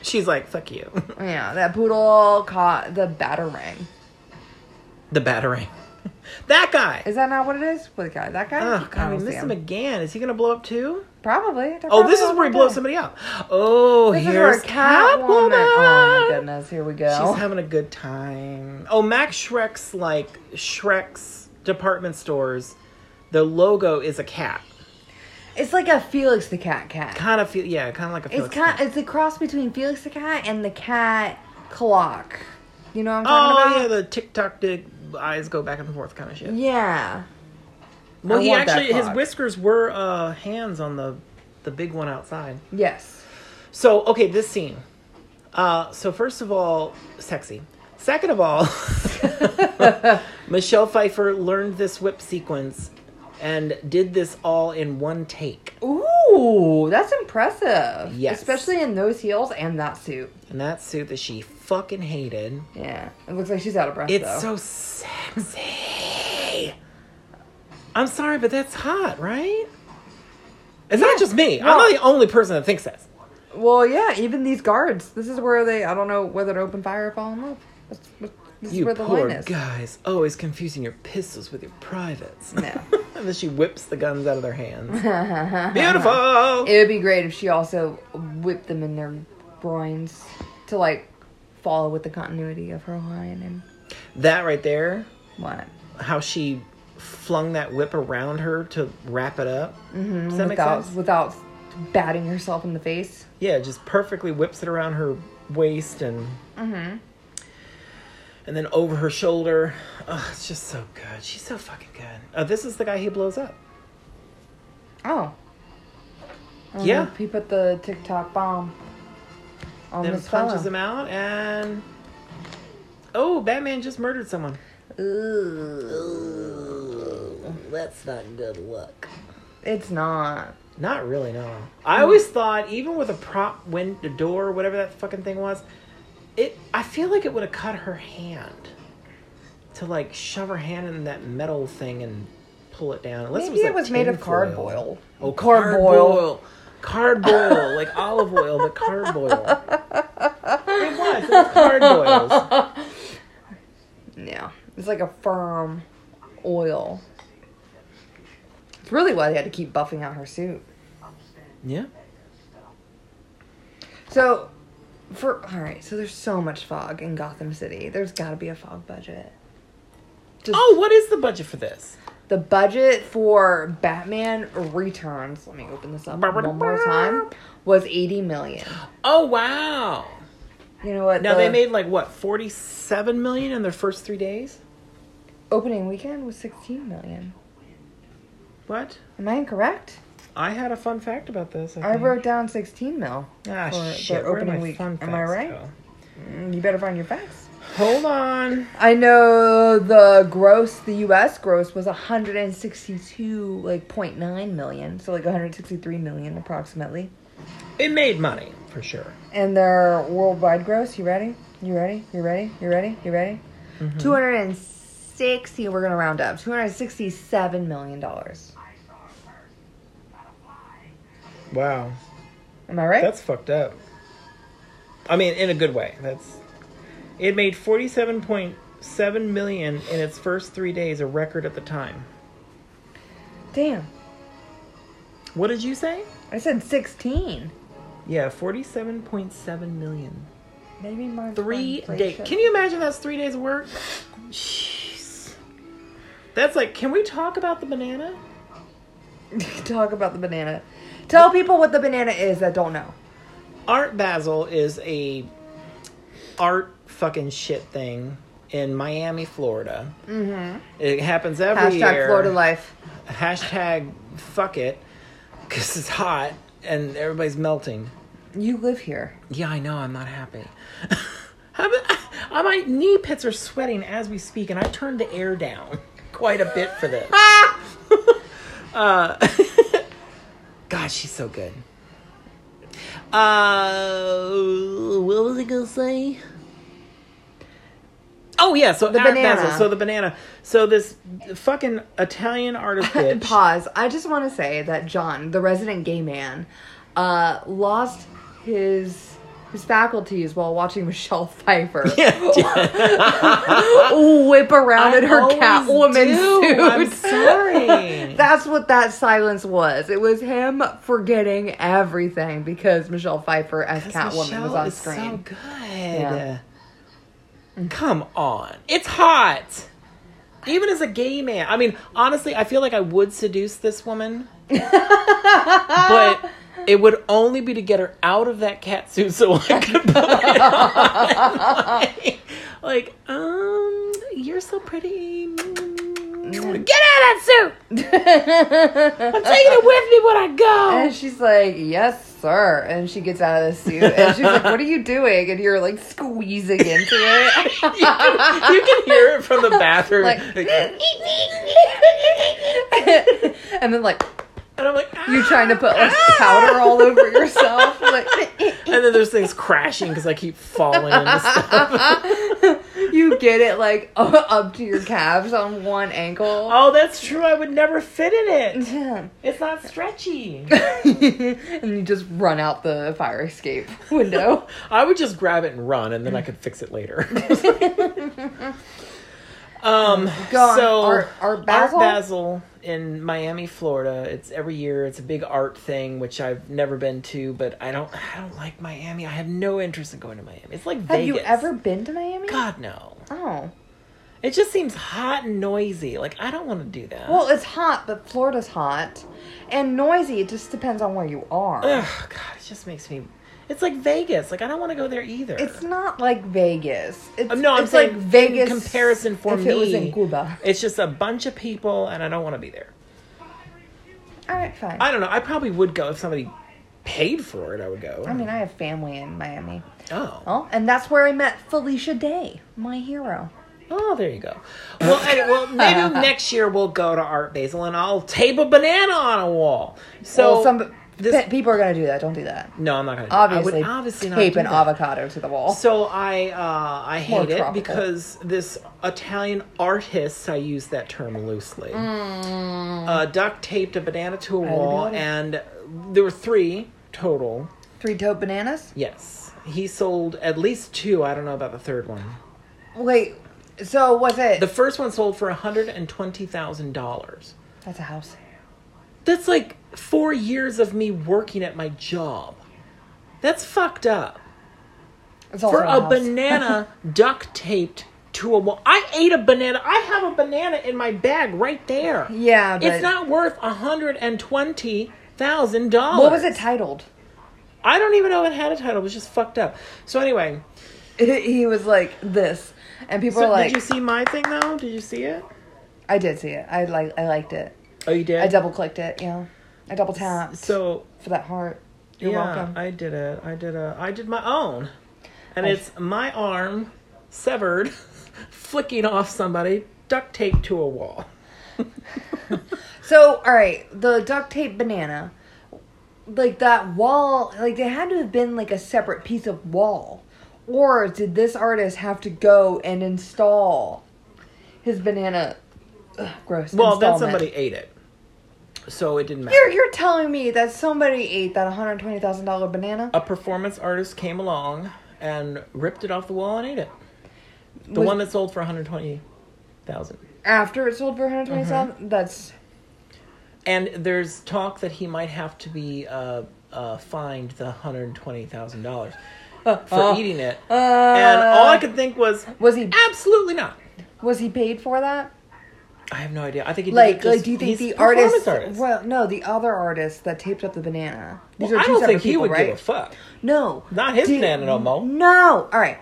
Speaker 2: She's like, fuck you. [LAUGHS]
Speaker 1: Yeah, that poodle caught the batarang.
Speaker 2: the battering. [LAUGHS] that guy.
Speaker 1: Is that not what it is? What guy? That guy?
Speaker 2: Oh,
Speaker 1: I
Speaker 2: God,
Speaker 1: don't
Speaker 2: we
Speaker 1: see
Speaker 2: missed him
Speaker 1: him.
Speaker 2: again. Is he going to blow up too?
Speaker 1: Probably. They're
Speaker 2: Oh,
Speaker 1: probably
Speaker 2: this is
Speaker 1: on
Speaker 2: where he
Speaker 1: their
Speaker 2: blows
Speaker 1: way.
Speaker 2: somebody up. Oh,
Speaker 1: This is where
Speaker 2: here's Catwoman.
Speaker 1: Catwoman. Oh my goodness! Here we go.
Speaker 2: She's having a good time. Oh, Max Shrek's like Shrek's department stores. The logo is a cat.
Speaker 1: It's like a Felix the Cat cat.
Speaker 2: Kind of feel, yeah, kind of like a.
Speaker 1: it's
Speaker 2: Felix
Speaker 1: kind.
Speaker 2: cat.
Speaker 1: It's a cross between Felix the Cat and the cat clock. You know what I'm
Speaker 2: Oh
Speaker 1: talking
Speaker 2: yeah,
Speaker 1: about?
Speaker 2: the tick tock dick eyes go back and forth kind of shit.
Speaker 1: yeah.
Speaker 2: Well,
Speaker 1: I
Speaker 2: he
Speaker 1: want that
Speaker 2: actually his
Speaker 1: clock.
Speaker 2: whiskers were uh, hands on the the big one outside.
Speaker 1: Yes.
Speaker 2: So okay, this scene. Uh, so first of all, sexy. Second of all, [LAUGHS] Michelle Pfeiffer learned this whip sequence and did this all in one take,
Speaker 1: Ooh, that's impressive.
Speaker 2: Yes.
Speaker 1: Especially in those heels and that suit.
Speaker 2: and that suit that she fucking hated.
Speaker 1: Yeah. It looks like she's out of breath.
Speaker 2: It's
Speaker 1: though.
Speaker 2: so sexy. I'm sorry, but that's hot, right? It's not just me. I'm
Speaker 1: Well-
Speaker 2: not the only person that thinks that.
Speaker 1: Well, yeah. Even these guards. This is where they. I don't know whether to open fire or fall in love. That's, this is
Speaker 2: You
Speaker 1: where the
Speaker 2: poor
Speaker 1: line is.
Speaker 2: guys, always confusing your pistols with your privates.
Speaker 1: No.
Speaker 2: [LAUGHS] and then she whips the guns out of their
Speaker 1: [LAUGHS]
Speaker 2: hands. Beautiful.
Speaker 1: It would be great if she also whipped them in their groins to like follow with the continuity of her line and
Speaker 2: that right there,
Speaker 1: what.
Speaker 2: how she flung that whip around her to wrap it up. Mm-hmm. Does that make
Speaker 1: without
Speaker 2: sense?
Speaker 1: without batting herself in the face.
Speaker 2: Yeah, just perfectly whips it around her waist and
Speaker 1: Mm-hmm.
Speaker 2: and then over her shoulder. Ugh, it's just so good. She's so fucking good. Oh, this is the guy he blows up.
Speaker 1: Oh. Um,
Speaker 2: Yeah.
Speaker 1: He put the TikTok bomb on
Speaker 2: Then
Speaker 1: this
Speaker 2: punches
Speaker 1: fellow.
Speaker 2: him out and oh, Batman just murdered someone.
Speaker 1: Ooh.
Speaker 2: That's not good luck.
Speaker 1: It's not.
Speaker 2: Not really, no.
Speaker 1: Hmm.
Speaker 2: I always thought, even with a prop win the door, whatever that fucking thing was, it. I feel like it would have cut her hand to like shove her hand in that metal thing and pull it down. Unless
Speaker 1: Maybe
Speaker 2: it
Speaker 1: it was
Speaker 2: was, like,
Speaker 1: made of
Speaker 2: tinfoil.
Speaker 1: cardboil.
Speaker 2: Oh,
Speaker 1: Cardboil.
Speaker 2: cardboil. Cardboil, like olive oil,
Speaker 1: [LAUGHS]
Speaker 2: but cardboil. It was. It was
Speaker 1: [LAUGHS]
Speaker 2: cardboils.
Speaker 1: Yeah. It's like a firm oil. It's really why they had to keep buffing out her suit.
Speaker 2: Yeah.
Speaker 1: So, for all right, so there's so much fog in Gotham City. There's got to be a fog budget. Just
Speaker 2: Oh, what is the budget for this?
Speaker 1: the budget for Batman Returns. Let me open this up one more time. Was 80 million.
Speaker 2: Oh wow.
Speaker 1: You know what?
Speaker 2: Now they
Speaker 1: the
Speaker 2: made like what, 47 million in their first 3 days?
Speaker 1: opening weekend was 16 million.
Speaker 2: What?
Speaker 1: Am I incorrect?
Speaker 2: I had a fun fact about this. I,
Speaker 1: I
Speaker 2: think.
Speaker 1: wrote down 16 mil.
Speaker 2: Mm-hmm. ah,
Speaker 1: for the
Speaker 2: shit. where did
Speaker 1: opening
Speaker 2: my
Speaker 1: week.
Speaker 2: fun
Speaker 1: Am I
Speaker 2: facts
Speaker 1: right?
Speaker 2: go?
Speaker 1: Mm, You better find your facts.
Speaker 2: Hold on.
Speaker 1: I know the gross, the U.S. gross was 162 like 0.9 million, so like 163 million approximately.
Speaker 2: It made money for sure.
Speaker 1: And their worldwide gross, you ready? You ready? You ready? You ready? You ready?
Speaker 2: Mm-hmm.
Speaker 1: 260. We're gonna round up. 267 million dollars.
Speaker 2: Wow.
Speaker 1: Am I right?
Speaker 2: That's fucked up. I mean, in a good way. That's it made forty seven point seven million in its first three days, a record at the time.
Speaker 1: Damn.
Speaker 2: What did you say?
Speaker 1: I said 16.
Speaker 2: Yeah, forty seven point seven million.
Speaker 1: Maybe my brain
Speaker 2: Three
Speaker 1: plays
Speaker 2: days.
Speaker 1: tricks.
Speaker 2: Can you imagine that's three days work? Jeez. That's like. Can we talk about the banana?
Speaker 1: [LAUGHS] talk about the banana? Tell people what the banana is that don't know.
Speaker 2: Art Basel is a art fucking shit thing in Miami, Florida. Mm-hmm. It happens every
Speaker 1: Hashtag
Speaker 2: year.
Speaker 1: Florida life.
Speaker 2: hashtag fuck it because it's hot and everybody's melting
Speaker 1: You live here.
Speaker 2: yeah i know i'm not happy [LAUGHS] How about- [LAUGHS] I- my knee pits are sweating as we speak and i turned the air down [LAUGHS] quite a bit for
Speaker 1: [LAUGHS]
Speaker 2: this uh, [LAUGHS] god she's so good uh what was i gonna say Oh yeah, so the
Speaker 1: banana.
Speaker 2: Basil, so the banana. So this fucking Italian artist
Speaker 1: [LAUGHS]
Speaker 2: bitch.
Speaker 1: Pause. I just want to say that John, the resident gay man, uh, lost his his faculties while watching [LAUGHS] Michelle Pfeiffer [LAUGHS] whip around in her
Speaker 2: always
Speaker 1: Catwoman
Speaker 2: do.
Speaker 1: suit.
Speaker 2: I'm
Speaker 1: [LAUGHS]
Speaker 2: sorry. [LAUGHS]
Speaker 1: That's what that silence was. It was him forgetting everything because Michelle Pfeiffer as Catwoman was
Speaker 2: Michelle
Speaker 1: on
Speaker 2: is So [LAUGHS]
Speaker 1: screen.
Speaker 2: good.
Speaker 1: Yeah.
Speaker 2: Mm-hmm. Come on, it's hot. Even as a gay man, I mean, honestly, I feel like I would seduce this
Speaker 1: [LAUGHS]
Speaker 2: woman, but it would only be to get her out of that cat suit so I could put it on.
Speaker 1: [LAUGHS]
Speaker 2: like, um, you're so pretty. Get
Speaker 1: Mm.
Speaker 2: out of that suit. I'm taking it with me when I go.
Speaker 1: [LAUGHS]
Speaker 2: [LAUGHS]
Speaker 1: And she's like, "Yes, sir." And she gets out of the suit, and she's like, "What are you doing?" And you're like squeezing into it.
Speaker 2: [LAUGHS] you, can, you can
Speaker 1: [LAUGHS]
Speaker 2: hear it from the bathroom.
Speaker 1: Like- [LAUGHS] and then like
Speaker 2: and I'm like, ah!
Speaker 1: you trying to put like powder all over yourself. Like [LAUGHS]
Speaker 2: And then there's things crashing because I keep falling into stuff. [LAUGHS]
Speaker 1: you get it like [LAUGHS] up to your calves on one ankle.
Speaker 2: Oh, that's true. I would never fit in
Speaker 1: [LAUGHS]
Speaker 2: it.
Speaker 1: and
Speaker 2: It's not stretchy.
Speaker 1: you just run out the fire escape
Speaker 2: [LAUGHS]
Speaker 1: window.
Speaker 2: I would just grab it and run, and then I could fix it later. [LAUGHS] um,
Speaker 1: Go on.
Speaker 2: so
Speaker 1: Art- Art Basel?
Speaker 2: Basel in Miami, Florida. It's every year. It's a big art thing, which I've never been to, but I don't. I don't like Miami. I have no interest in going to Miami. It's like
Speaker 1: Have
Speaker 2: Vegas.
Speaker 1: you ever been to Miami?
Speaker 2: God no.
Speaker 1: Oh.
Speaker 2: It just seems hot and noisy. Like I don't want to do that.
Speaker 1: Well, it's hot, but Florida's hot. And noisy, it just depends on where you are.
Speaker 2: Ugh, God, it just makes me. It's like Vegas. Like I don't want to go there either.
Speaker 1: It's not like Vegas. It's,
Speaker 2: Um, no, I'm
Speaker 1: it's
Speaker 2: saying
Speaker 1: like Vegas
Speaker 2: in comparison for
Speaker 1: if
Speaker 2: me.
Speaker 1: It was in Cuba.
Speaker 2: It's just a bunch of people, and I don't want to be there.
Speaker 1: All right, fine.
Speaker 2: I don't know. I probably would go if somebody paid for it. I would go.
Speaker 1: I mean, I have family in Miami.
Speaker 2: oh,
Speaker 1: Oh, and that's where I met Felicia Day, my hero.
Speaker 2: oh, there you go. Well, anyway,
Speaker 1: [LAUGHS]
Speaker 2: well, maybe next year we'll go to Art Basel, and I'll tape a banana on a wall. So
Speaker 1: well, some
Speaker 2: this
Speaker 1: Pe- people are gonna do that. Don't do that.
Speaker 2: no, I'm not gonna. do it.
Speaker 1: Obviously,
Speaker 2: I would obviously not
Speaker 1: tape
Speaker 2: do
Speaker 1: an
Speaker 2: that.
Speaker 1: avocado to the wall.
Speaker 2: So I uh, I
Speaker 1: More
Speaker 2: hate it
Speaker 1: tropical.
Speaker 2: because this Italian artist I use that term loosely
Speaker 1: Mm.
Speaker 2: uh, duct taped a banana to a wall,
Speaker 1: banana.
Speaker 2: and there were three total.
Speaker 1: Three toed bananas.
Speaker 2: Yes, he sold at least two. I don't know about the third one.
Speaker 1: Wait. So was it?
Speaker 2: The first one sold for hundred and twenty thousand dollars.
Speaker 1: That's a house.
Speaker 2: That's like four years of me working at my job. That's fucked up.
Speaker 1: It's also
Speaker 2: for
Speaker 1: a,
Speaker 2: a
Speaker 1: house.
Speaker 2: banana duct taped to a wall. I ate a banana. I have a banana in my bag right there.
Speaker 1: Yeah, but
Speaker 2: It's not worth a hundred and twenty thousand dollars.
Speaker 1: What was it titled?
Speaker 2: I don't even know it had a title. It was just fucked up. So anyway,
Speaker 1: [LAUGHS] he was like this, and people
Speaker 2: so
Speaker 1: are like,
Speaker 2: did you see my thing though? Did you see it?
Speaker 1: "I did see it. I like. I liked it.
Speaker 2: Oh, you did.
Speaker 1: I double clicked it. You know, I double tapped
Speaker 2: So
Speaker 1: for that heart. You're
Speaker 2: yeah,
Speaker 1: welcome.
Speaker 2: I did it. I did a. I did my own, and
Speaker 1: I-
Speaker 2: it's my arm severed, [LAUGHS] flicking off somebody, duct taped to a wall.
Speaker 1: So, all right, the duct tape banana, like that wall, like they had to have been like a separate piece of wall, or did this artist have to go and install his banana? Ugh, gross.
Speaker 2: Well, then
Speaker 1: installment.
Speaker 2: somebody ate it, so it didn't matter.
Speaker 1: You're you're telling me that somebody ate that one hundred twenty thousand dollar banana?
Speaker 2: a performance artist came along and ripped it off the wall and ate it. The
Speaker 1: Was-
Speaker 2: one that sold for 120,000.
Speaker 1: after it sold for one hundred twenty thousand.
Speaker 2: Mm-hmm.
Speaker 1: That's
Speaker 2: And there's talk that he might have to be uh, uh, fined the $120,000 for
Speaker 1: uh,
Speaker 2: eating it.
Speaker 1: uh,
Speaker 2: and all I could think was,
Speaker 1: was he
Speaker 2: absolutely not.
Speaker 1: was he paid for that?
Speaker 2: I have no idea. I think he did it
Speaker 1: Like,
Speaker 2: just-
Speaker 1: like, do you think
Speaker 2: he's
Speaker 1: the
Speaker 2: a performance
Speaker 1: artist,
Speaker 2: artist?
Speaker 1: Well, no, the other artist that taped up the banana. These
Speaker 2: Well,
Speaker 1: are
Speaker 2: I
Speaker 1: two
Speaker 2: don't
Speaker 1: separate
Speaker 2: think he
Speaker 1: people,
Speaker 2: would
Speaker 1: right?
Speaker 2: give a fuck.
Speaker 1: No.
Speaker 2: Not his
Speaker 1: Did-
Speaker 2: banana no more.
Speaker 1: No. All right.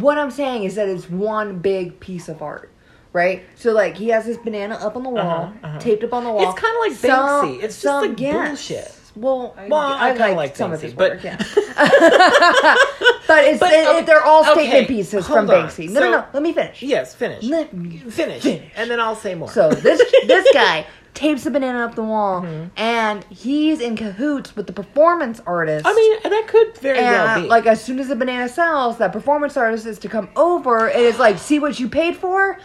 Speaker 1: What I'm saying is that it's one big piece of art, right? So like he has his banana up on the wall,
Speaker 2: Uh-huh, uh-huh.
Speaker 1: taped up on the wall.
Speaker 2: It's kinda like Banksy. It's just, like, bullshit.
Speaker 1: Well,
Speaker 2: Well, I kinda
Speaker 1: like,
Speaker 2: like
Speaker 1: some of
Speaker 2: Banksy,
Speaker 1: his
Speaker 2: but-
Speaker 1: work, yeah. [LAUGHS] but it's it-
Speaker 2: okay,
Speaker 1: they're all
Speaker 2: okay,
Speaker 1: statement pieces
Speaker 2: hold
Speaker 1: from
Speaker 2: on.
Speaker 1: Banksy. No,
Speaker 2: So-
Speaker 1: no, no. Let me finish.
Speaker 2: Yes, finish.
Speaker 1: Let me
Speaker 2: finish.
Speaker 1: finish.
Speaker 2: And then I'll say more.
Speaker 1: So
Speaker 2: [LAUGHS]
Speaker 1: this this guy tapes a banana up the wall,
Speaker 2: Mm-hmm.
Speaker 1: and he's in cahoots with the performance artist.
Speaker 2: I mean, that could very well
Speaker 1: And
Speaker 2: be.
Speaker 1: like as soon as the banana sells, that performance artist is to come over and it's like, see what you paid for?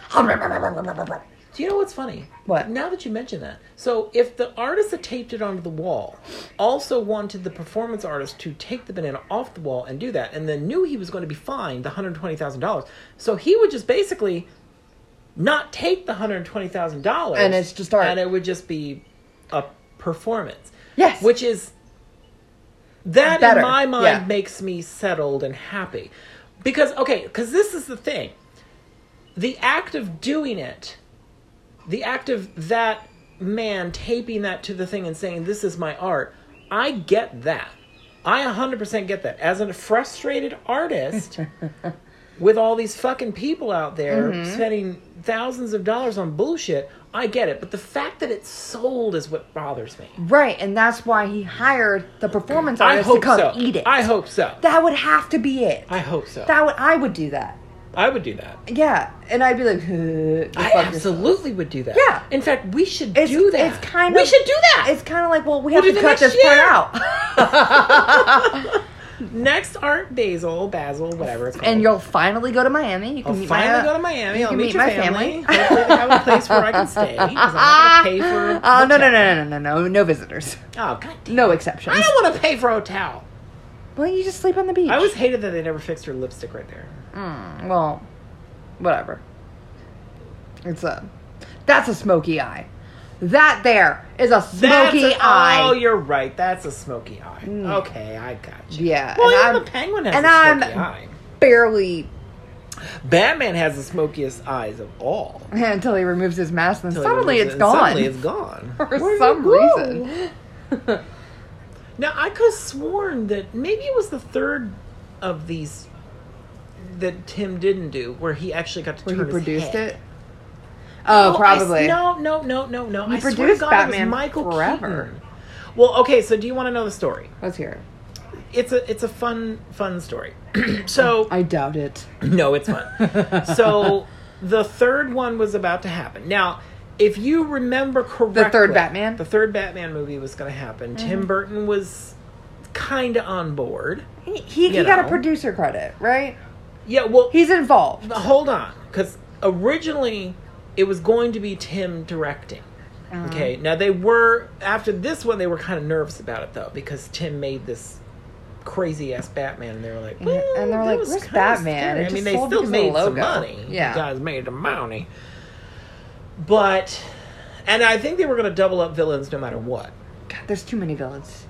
Speaker 2: Do you know what's funny?
Speaker 1: What?
Speaker 2: Now that you mention that. So, if the artist that taped it onto the wall also wanted the performance artist to take the banana off the wall and do that, and then knew he was going to be fined the $120,000, so he would just basically not take the $120,000.
Speaker 1: And it's just art.
Speaker 2: And it would just be a performance.
Speaker 1: Yes.
Speaker 2: Which is, that
Speaker 1: Better.
Speaker 2: in my mind
Speaker 1: Yeah.
Speaker 2: makes me settled and happy. Because, okay, because this is the thing the act of doing it, the act of that man taping that to the thing and saying, This is my art, I get that. I 100% get that. As a frustrated
Speaker 1: [LAUGHS]
Speaker 2: artist with all these fucking people out there
Speaker 1: Mm-hmm.
Speaker 2: spending thousands of dollars on bullshit, I get it. But the fact that it's sold is what bothers me.
Speaker 1: Right, and that's why he hired the performance
Speaker 2: I
Speaker 1: artist to
Speaker 2: hope
Speaker 1: come
Speaker 2: so.
Speaker 1: eat it.
Speaker 2: I hope so.
Speaker 1: that would have to be it.
Speaker 2: I hope so.
Speaker 1: that would I would do that.
Speaker 2: I would do that.
Speaker 1: Yeah. And I'd be like, "Huh, go
Speaker 2: I
Speaker 1: fuck yourself."
Speaker 2: absolutely would do that.
Speaker 1: Yeah.
Speaker 2: In fact, we should
Speaker 1: It's,
Speaker 2: do that.
Speaker 1: It's kind of
Speaker 2: we should do that.
Speaker 1: It's kind of like, well, we have
Speaker 2: We'll do
Speaker 1: to
Speaker 2: the
Speaker 1: cut
Speaker 2: next
Speaker 1: this part
Speaker 2: year. [LAUGHS]
Speaker 1: out,
Speaker 2: Next Art Basil, Basil, whatever it's called.
Speaker 1: and you'll finally go to Miami. You can
Speaker 2: I'll
Speaker 1: meet
Speaker 2: finally
Speaker 1: my, uh,
Speaker 2: go to Miami.
Speaker 1: you
Speaker 2: I'll
Speaker 1: can
Speaker 2: meet,
Speaker 1: meet
Speaker 2: your
Speaker 1: my family.
Speaker 2: family. [LAUGHS] Hopefully, I
Speaker 1: [LAUGHS]
Speaker 2: have a place where I can stay because I'm not going to pay for.
Speaker 1: Oh no no
Speaker 2: hotel.
Speaker 1: no no no no no visitors,
Speaker 2: Oh god, damn.
Speaker 1: no exceptions.
Speaker 2: I don't want to pay for a hotel.
Speaker 1: Well, you just sleep on the beach.
Speaker 2: I always hated that they never fixed her lipstick right there.
Speaker 1: Mm, well, whatever. It's a. That's a smoky eye. That there is a
Speaker 2: That's
Speaker 1: smoky
Speaker 2: a-
Speaker 1: eye. Mm.
Speaker 2: Oh, you're right. That's a smoky eye. Okay, I got you.
Speaker 1: Yeah,
Speaker 2: Well,
Speaker 1: and
Speaker 2: even
Speaker 1: I'm-
Speaker 2: the penguin has
Speaker 1: and
Speaker 2: a smoky
Speaker 1: I'm-
Speaker 2: eye.
Speaker 1: Barely [LAUGHS]
Speaker 2: Batman has the smokiest eyes of all.
Speaker 1: until he removes his mask, and then
Speaker 2: Until
Speaker 1: suddenly
Speaker 2: he removes
Speaker 1: it's
Speaker 2: it, and
Speaker 1: gone
Speaker 2: Suddenly
Speaker 1: [LAUGHS] for
Speaker 2: it's gone. Where'd it
Speaker 1: some
Speaker 2: go?
Speaker 1: reason.
Speaker 2: [LAUGHS] Now I could have sworn that maybe it was the third of these that Tim didn't do, where he actually got to
Speaker 1: Where
Speaker 2: turn
Speaker 1: he
Speaker 2: his
Speaker 1: produced
Speaker 2: head.
Speaker 1: it. Oh,
Speaker 2: I
Speaker 1: probably.
Speaker 2: s- no, no, no, no, no.
Speaker 1: He
Speaker 2: I swear to
Speaker 1: produced
Speaker 2: God, it was
Speaker 1: Batman
Speaker 2: Michael
Speaker 1: forever.
Speaker 2: Keaton. Well, okay. So do you want to know the story?
Speaker 1: Let's hear it.
Speaker 2: It's a it's a fun fun story. [CLEARS THROAT] so
Speaker 1: I doubt it.
Speaker 2: [LAUGHS] no, it's fun. so the third one was about to happen. Now, if you remember correctly,
Speaker 1: Batman?
Speaker 2: the third Batman Mm-hmm. movie was going to happen. Tim Burton was kind of on board.
Speaker 1: He, he, he
Speaker 2: You
Speaker 1: got a
Speaker 2: know.
Speaker 1: producer credit, right?
Speaker 2: Yeah, well,
Speaker 1: He's involved.
Speaker 2: hold on, because originally it was going to be Tim directing.
Speaker 1: Uh-huh.
Speaker 2: Okay, now they were after this one they were kind of nervous about it though because Tim made this crazy ass Batman and they were like,
Speaker 1: And-
Speaker 2: "Well,
Speaker 1: and they were
Speaker 2: that
Speaker 1: like,
Speaker 2: was
Speaker 1: "Where's
Speaker 2: kinda
Speaker 1: Batman?
Speaker 2: scary."
Speaker 1: It
Speaker 2: I
Speaker 1: just
Speaker 2: mean, they
Speaker 1: sold
Speaker 2: still
Speaker 1: because of the
Speaker 2: made some
Speaker 1: logo.
Speaker 2: money.
Speaker 1: Yeah.
Speaker 2: you guys made the money, but and I think they were going to double up villains no matter what.
Speaker 1: God, there's too many villains.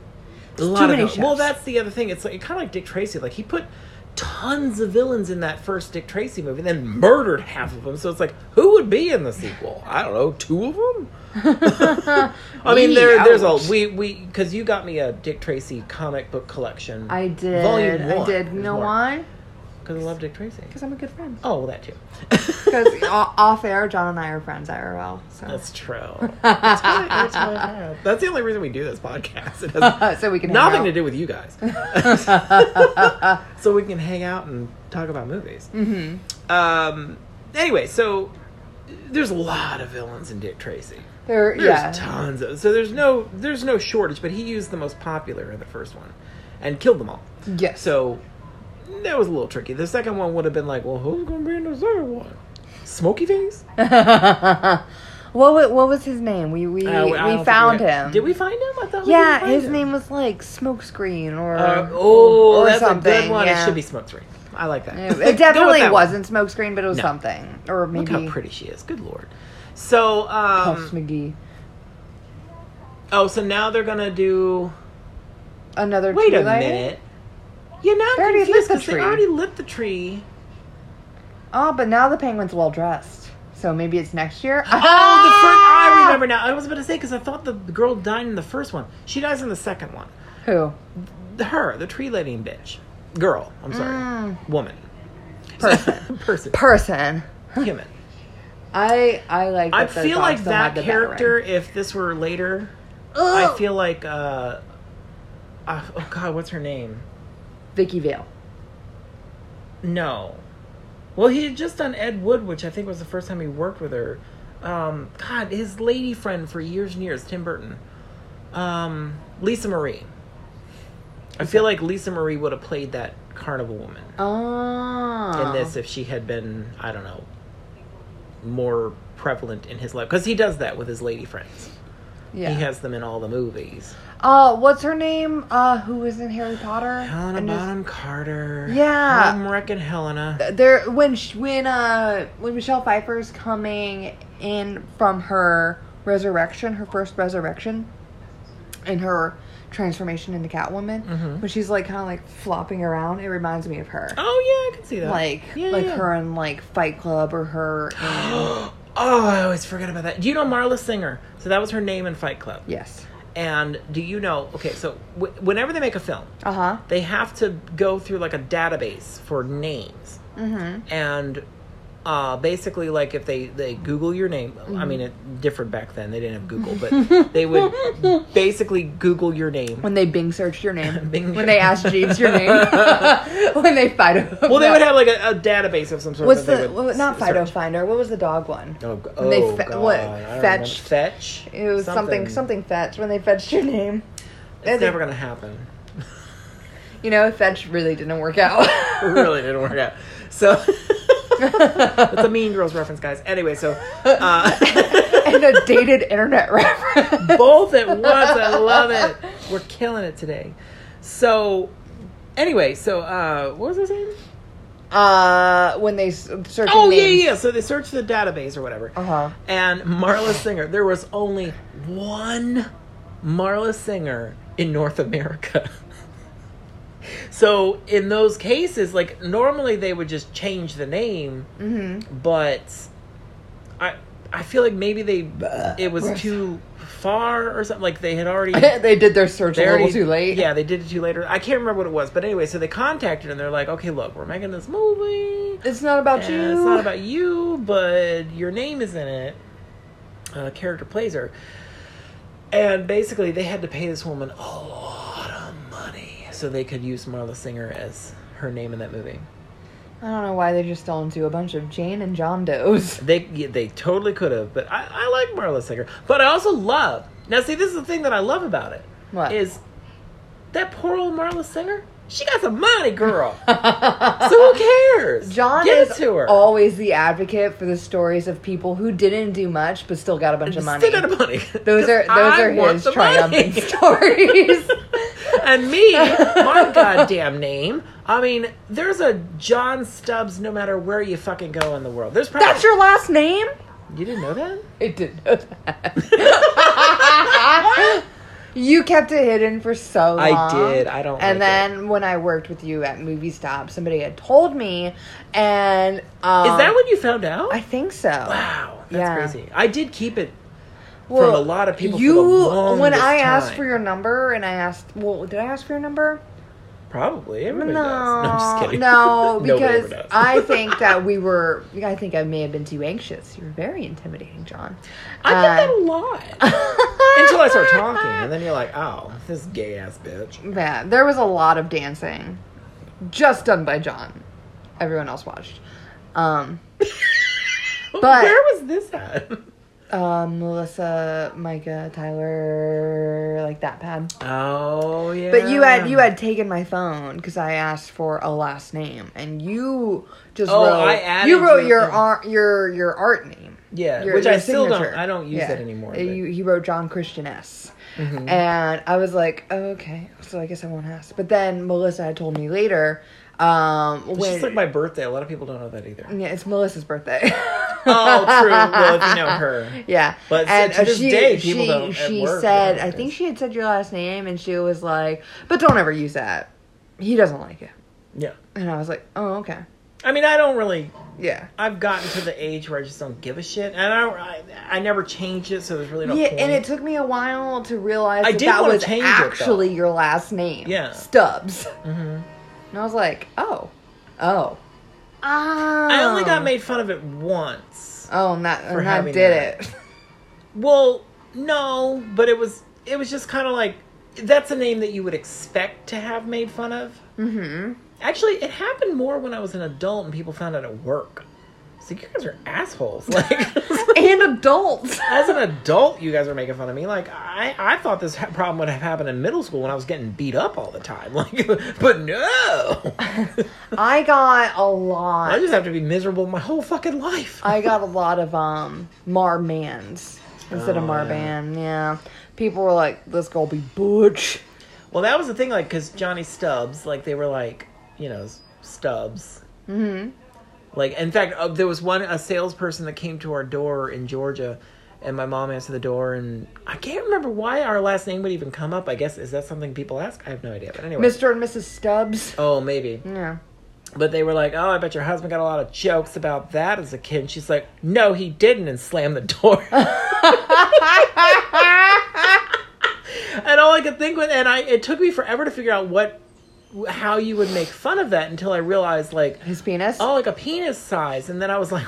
Speaker 2: A lot
Speaker 1: many
Speaker 2: of villains. Well,
Speaker 1: chefs.
Speaker 2: that's the other thing. It's like kind of like Dick Tracy. Like he put tons of villains in that first Dick Tracy movie, and then murdered half of them. So it's like, who would be in the sequel? I don't know, two of
Speaker 1: [LAUGHS]
Speaker 2: them. I mean,
Speaker 1: Eee,
Speaker 2: there, there's
Speaker 1: ouch.
Speaker 2: a we we because you got me a Dick Tracy comic book collection.
Speaker 1: I did.
Speaker 2: Volume
Speaker 1: I
Speaker 2: one.
Speaker 1: did. You know why?
Speaker 2: Because I love Dick Tracy.
Speaker 1: Because I'm a good friend.
Speaker 2: Oh, well, that too.
Speaker 1: [LAUGHS] Because off air, John and I are friends IRL. So.
Speaker 2: that's true. That's why- that's why I have- that's the only reason we do this podcast. It
Speaker 1: [LAUGHS]
Speaker 2: has
Speaker 1: so we can hang
Speaker 2: nothing
Speaker 1: out.
Speaker 2: to do with
Speaker 1: [LAUGHS]
Speaker 2: you guys. so we can hang out and talk about movies. Mm-hmm. Um, anyway, so there's a lot of villains in Dick Tracy.
Speaker 1: There,
Speaker 2: There's
Speaker 1: yeah.
Speaker 2: tons of so there's no there's no shortage, but he used the most popular in the first one, and killed them all.
Speaker 1: Yes.
Speaker 2: So that was a little tricky. The second one would have been like, well, who's gonna be in the second one? Smokey Face?
Speaker 1: [LAUGHS] what wa- what was his name? We we,
Speaker 2: Uh, I don't think
Speaker 1: we found
Speaker 2: got-
Speaker 1: him.
Speaker 2: Did we find him? I thought. we didn't
Speaker 1: Yeah,
Speaker 2: find
Speaker 1: his
Speaker 2: him.
Speaker 1: name was like Smokescreen or
Speaker 2: Uh, oh,
Speaker 1: or
Speaker 2: that's
Speaker 1: something.
Speaker 2: a good one.
Speaker 1: Yeah.
Speaker 2: It should be smoke screen. I like that.
Speaker 1: It,
Speaker 2: [LAUGHS] Go with
Speaker 1: definitely
Speaker 2: that one.
Speaker 1: wasn't Smokescreen, but it was
Speaker 2: No.
Speaker 1: something or
Speaker 2: Look
Speaker 1: maybe
Speaker 2: how pretty she is. Good lord. So,
Speaker 1: Puffs
Speaker 2: um,
Speaker 1: McGee.
Speaker 2: oh, so now they're gonna do.
Speaker 1: Another
Speaker 2: Wait
Speaker 1: tree
Speaker 2: a
Speaker 1: lighter?
Speaker 2: minute. You're not
Speaker 1: They already lit
Speaker 2: confused
Speaker 1: the
Speaker 2: 'cause they
Speaker 1: tree.
Speaker 2: already lit the tree.
Speaker 1: Oh, but now the penguin's well dressed, so maybe it's next year. Ah!
Speaker 2: Oh, the first. I remember now. I was about to say because I thought the girl died in the first one. She dies in the second one.
Speaker 1: Who?
Speaker 2: Her, the tree lady bitch, girl. I'm sorry,
Speaker 1: Mm.
Speaker 2: woman,
Speaker 1: Person.
Speaker 2: [LAUGHS] person,
Speaker 1: Person.
Speaker 2: human.
Speaker 1: I I like.
Speaker 2: I
Speaker 1: that the
Speaker 2: feel
Speaker 1: dog
Speaker 2: like
Speaker 1: still had
Speaker 2: that
Speaker 1: the bat
Speaker 2: character.
Speaker 1: ring.
Speaker 2: If this were later, I
Speaker 1: Ugh.
Speaker 2: feel like uh, uh, oh god, what's her name?
Speaker 1: Vicky Vale.
Speaker 2: No. Well, he had just done Ed Wood, which I think was the first time he worked with her. Um, God, his lady friend for years and years, Tim Burton. Um, Lisa Marie. I feel like Lisa Marie would have played that carnival woman
Speaker 1: Oh.
Speaker 2: in this if she had been, I don't know, more prevalent in his life. Because he does that with his lady friends.
Speaker 1: Yeah.
Speaker 2: He has them in all the movies.
Speaker 1: Uh, what's her name? Uh, who was in Harry Potter?
Speaker 2: Helena
Speaker 1: And is-
Speaker 2: Bonham Carter.
Speaker 1: Yeah.
Speaker 2: I'm wrecking Helena.
Speaker 1: there when sh when uh when Michelle Pfeiffer's coming in from her resurrection, her first resurrection, and her transformation into Catwoman,
Speaker 2: Mhm.
Speaker 1: when she's like kind of like flopping around, it reminds me of her.
Speaker 2: Oh, yeah, I can see that.
Speaker 1: Like
Speaker 2: Yeah,
Speaker 1: like
Speaker 2: yeah.
Speaker 1: her in like Fight Club or her [GASPS] in
Speaker 2: [GASPS] oh, I always forget about that. Do you know Marla Singer? So that was her name in Fight Club.
Speaker 1: yes.
Speaker 2: And do you know? Okay, so w- whenever they make a film,
Speaker 1: Uh huh.
Speaker 2: they have to go through like a database for names,
Speaker 1: Mm hmm.
Speaker 2: and uh, basically, like if they they Google your name,
Speaker 1: Mm-hmm.
Speaker 2: I mean it differed back then. They didn't have Google,
Speaker 1: [LAUGHS]
Speaker 2: but they would basically Google your name.
Speaker 1: When they [LAUGHS] Bing searched your name,
Speaker 2: Bing.
Speaker 1: when they asked Jeeves your [LAUGHS] name, when they Fido.
Speaker 2: Well, they would have like a, a database of some
Speaker 1: [LAUGHS]
Speaker 2: sort.
Speaker 1: What's
Speaker 2: that they
Speaker 1: the
Speaker 2: would
Speaker 1: what- not
Speaker 2: s-
Speaker 1: Fido
Speaker 2: search.
Speaker 1: Finder? What was the dog one?
Speaker 2: Oh, g-
Speaker 1: And they
Speaker 2: oh,
Speaker 1: fe-
Speaker 2: God,
Speaker 1: what,
Speaker 2: I don't remember.
Speaker 1: fetched?
Speaker 2: Fetch.
Speaker 1: It was something something fetch when they fetched your name.
Speaker 2: It's never gonna happen. [LAUGHS]
Speaker 1: You know, fetch really didn't work out.
Speaker 2: [LAUGHS]
Speaker 1: [LAUGHS]
Speaker 2: It really didn't work out. So [LAUGHS] that's a Mean Girls reference, guys. Anyway, [LAUGHS] so uh, [LAUGHS]
Speaker 1: and a dated internet [LAUGHS] reference.
Speaker 2: both at once. I love it. We're killing it today. So anyway, so uh, what was I saying?
Speaker 1: Uh, when they s- search.
Speaker 2: Oh yeah, yeah. So they searched the database or whatever,
Speaker 1: Uh huh.
Speaker 2: and Marla Singer. There was only one Marla Singer in North America. [LAUGHS] So in those cases, like normally they would just change the name
Speaker 1: Mm-hmm. [LAUGHS]
Speaker 2: but I I feel like maybe they it was
Speaker 1: Gross.
Speaker 2: too far or something. Like they
Speaker 1: [LAUGHS]
Speaker 2: had already
Speaker 1: they did their search
Speaker 2: they
Speaker 1: a little
Speaker 2: already-
Speaker 1: too late.
Speaker 2: Yeah, they did it too late. Or, I can't remember what it was, but anyway, so they contacted and they're like, okay, look, we're making this movie.
Speaker 1: It's not about
Speaker 2: and
Speaker 1: you.
Speaker 2: It's not about you, but your name is in it. Uh, character plays her, and basically they had to pay this woman a lot of money so they could use Marla Singer as her name in that movie.
Speaker 1: I don't know why they just don't do a bunch of Jane and John Does.
Speaker 2: They yeah, they totally could have, but I, I like Marla Singer. But I also love now. See, this is the thing that I love about it is
Speaker 1: What?
Speaker 2: that poor old Marla Singer. She got some
Speaker 1: [LAUGHS]
Speaker 2: money, girl. so who cares?
Speaker 1: John
Speaker 2: Give
Speaker 1: is
Speaker 2: it to her.
Speaker 1: always the advocate for the stories of people who didn't do much but still got a bunch of money.
Speaker 2: Still got the money.
Speaker 1: [LAUGHS] Those are those
Speaker 2: I
Speaker 1: are
Speaker 2: want
Speaker 1: his
Speaker 2: the
Speaker 1: triumphant
Speaker 2: [LAUGHS] money. [LAUGHS]
Speaker 1: stories.
Speaker 2: and
Speaker 1: [LAUGHS]
Speaker 2: me, my goddamn name. I mean, there's a John Stubbs no matter where you fucking go in the world. There's probably
Speaker 1: That's your last name?
Speaker 2: You didn't know that?
Speaker 1: I didn't know that. [LAUGHS] you kept it hidden for so long.
Speaker 2: I did. I don't
Speaker 1: And
Speaker 2: like
Speaker 1: then when I worked with you at Movie Stop, somebody had told me, and um,
Speaker 2: Is that when you found out?
Speaker 1: I think so.
Speaker 2: wow, that's
Speaker 1: Yeah.
Speaker 2: crazy. I did keep it
Speaker 1: Well,
Speaker 2: from a lot of people. for
Speaker 1: You
Speaker 2: the longest
Speaker 1: when I asked
Speaker 2: time.
Speaker 1: for your number, and I asked, well, did I ask for your number?
Speaker 2: probably everybody
Speaker 1: no,
Speaker 2: does. No, I'm just kidding. [LAUGHS]
Speaker 1: no,
Speaker 2: Nobody ever
Speaker 1: because
Speaker 2: does.
Speaker 1: I think that we were. I think I may have been too anxious. You were very intimidating, John.
Speaker 2: I get that
Speaker 1: Uh,
Speaker 2: a lot until I start talking, and then you're like, oh, this gay ass bitch.
Speaker 1: [LAUGHS] Yeah, there was a lot of dancing, just done by John. Everyone else watched. Um, But-
Speaker 2: where was this at? [LAUGHS]
Speaker 1: uh, Melissa, Micah, Tyler, like that pad.
Speaker 2: Oh yeah.
Speaker 1: But you had you had taken my phone because I asked for a last name, and you just
Speaker 2: Oh,
Speaker 1: wrote,
Speaker 2: I added
Speaker 1: you wrote
Speaker 2: your
Speaker 1: your
Speaker 2: thing.
Speaker 1: art your your art name.
Speaker 2: Yeah,
Speaker 1: Your-
Speaker 2: which
Speaker 1: your
Speaker 2: I still don't.
Speaker 1: signature.
Speaker 2: I don't use
Speaker 1: Yeah.
Speaker 2: that anymore.
Speaker 1: Uh,
Speaker 2: but- Mm-hmm.
Speaker 1: You, he wrote John Christian S. And I was like, oh, okay, so I guess I won't ask. But then Melissa had told me later. Um,
Speaker 2: it's
Speaker 1: when,
Speaker 2: just like my birthday. A lot of people don't know that either.
Speaker 1: Yeah, it's Melissa's birthday.
Speaker 2: [LAUGHS]
Speaker 1: [LAUGHS]
Speaker 2: oh, true. Well, if you know her.
Speaker 1: yeah.
Speaker 2: But to
Speaker 1: uh,
Speaker 2: this day, people don't at
Speaker 1: She
Speaker 2: work,
Speaker 1: said,
Speaker 2: they don't
Speaker 1: I
Speaker 2: know
Speaker 1: think
Speaker 2: this.
Speaker 1: she had said your last name, and she was like, "But don't ever use that. He doesn't like it."
Speaker 2: [LAUGHS] Yeah.
Speaker 1: And I was like, "Oh, okay,
Speaker 2: I mean, I don't really.
Speaker 1: yeah."
Speaker 2: I've gotten to the age where I just don't give a shit, and I don't. I, I never change it, so there's really no
Speaker 1: Yeah,
Speaker 2: point.
Speaker 1: and it took me a while to realize
Speaker 2: I
Speaker 1: that,
Speaker 2: did
Speaker 1: that
Speaker 2: wanna
Speaker 1: was
Speaker 2: change it, though.
Speaker 1: actually your last name.
Speaker 2: Yeah.
Speaker 1: Stubbs. Mm-hmm. And I was like, oh, oh, oh.
Speaker 2: I only got made fun of it once.
Speaker 1: Oh, and that, and that
Speaker 2: having
Speaker 1: did
Speaker 2: that.
Speaker 1: it. [LAUGHS]
Speaker 2: Well, no, but it was. It was just kind of like that's a name that you would expect to have made fun of.
Speaker 1: mm-hmm.
Speaker 2: Actually, it happened more when I was an adult and people found out at work. It's like you guys are assholes. [LAUGHS] Like.
Speaker 1: And
Speaker 2: [LAUGHS]
Speaker 1: adults.
Speaker 2: as an adult, you guys are making fun of me. Like I, I thought this ha- problem would have happened in middle school when I was getting beat up all the time. [LAUGHS] Like, but no,
Speaker 1: I got a lot.
Speaker 2: I just have to be miserable my whole fucking life.
Speaker 1: I got a lot of um Marmans instead of
Speaker 2: Oh,
Speaker 1: Marban. Yeah. people were like, "This girl be butch."
Speaker 2: well, that was the thing, like, because Johnny Stubbs, like, they were like, you know, Stubbs. Mm-hmm. Like, in fact, uh, there was one a salesperson that came to our door in Georgia. And my mom answered the door, and I can't remember why our last name would even come up. I guess is that something people ask? I have no idea. But anyway,
Speaker 1: Mr. and Mrs. Stubbs.
Speaker 2: oh maybe.
Speaker 1: Yeah.
Speaker 2: But they were like, "Oh, I bet your husband got a lot of jokes about that as a kid." And she's like, "No, he didn't," and slammed the door. and all I could think was, and I it took me forever to figure out what how you would make fun of that until I realized like,
Speaker 1: His penis
Speaker 2: oh, like a penis size, and then I was like,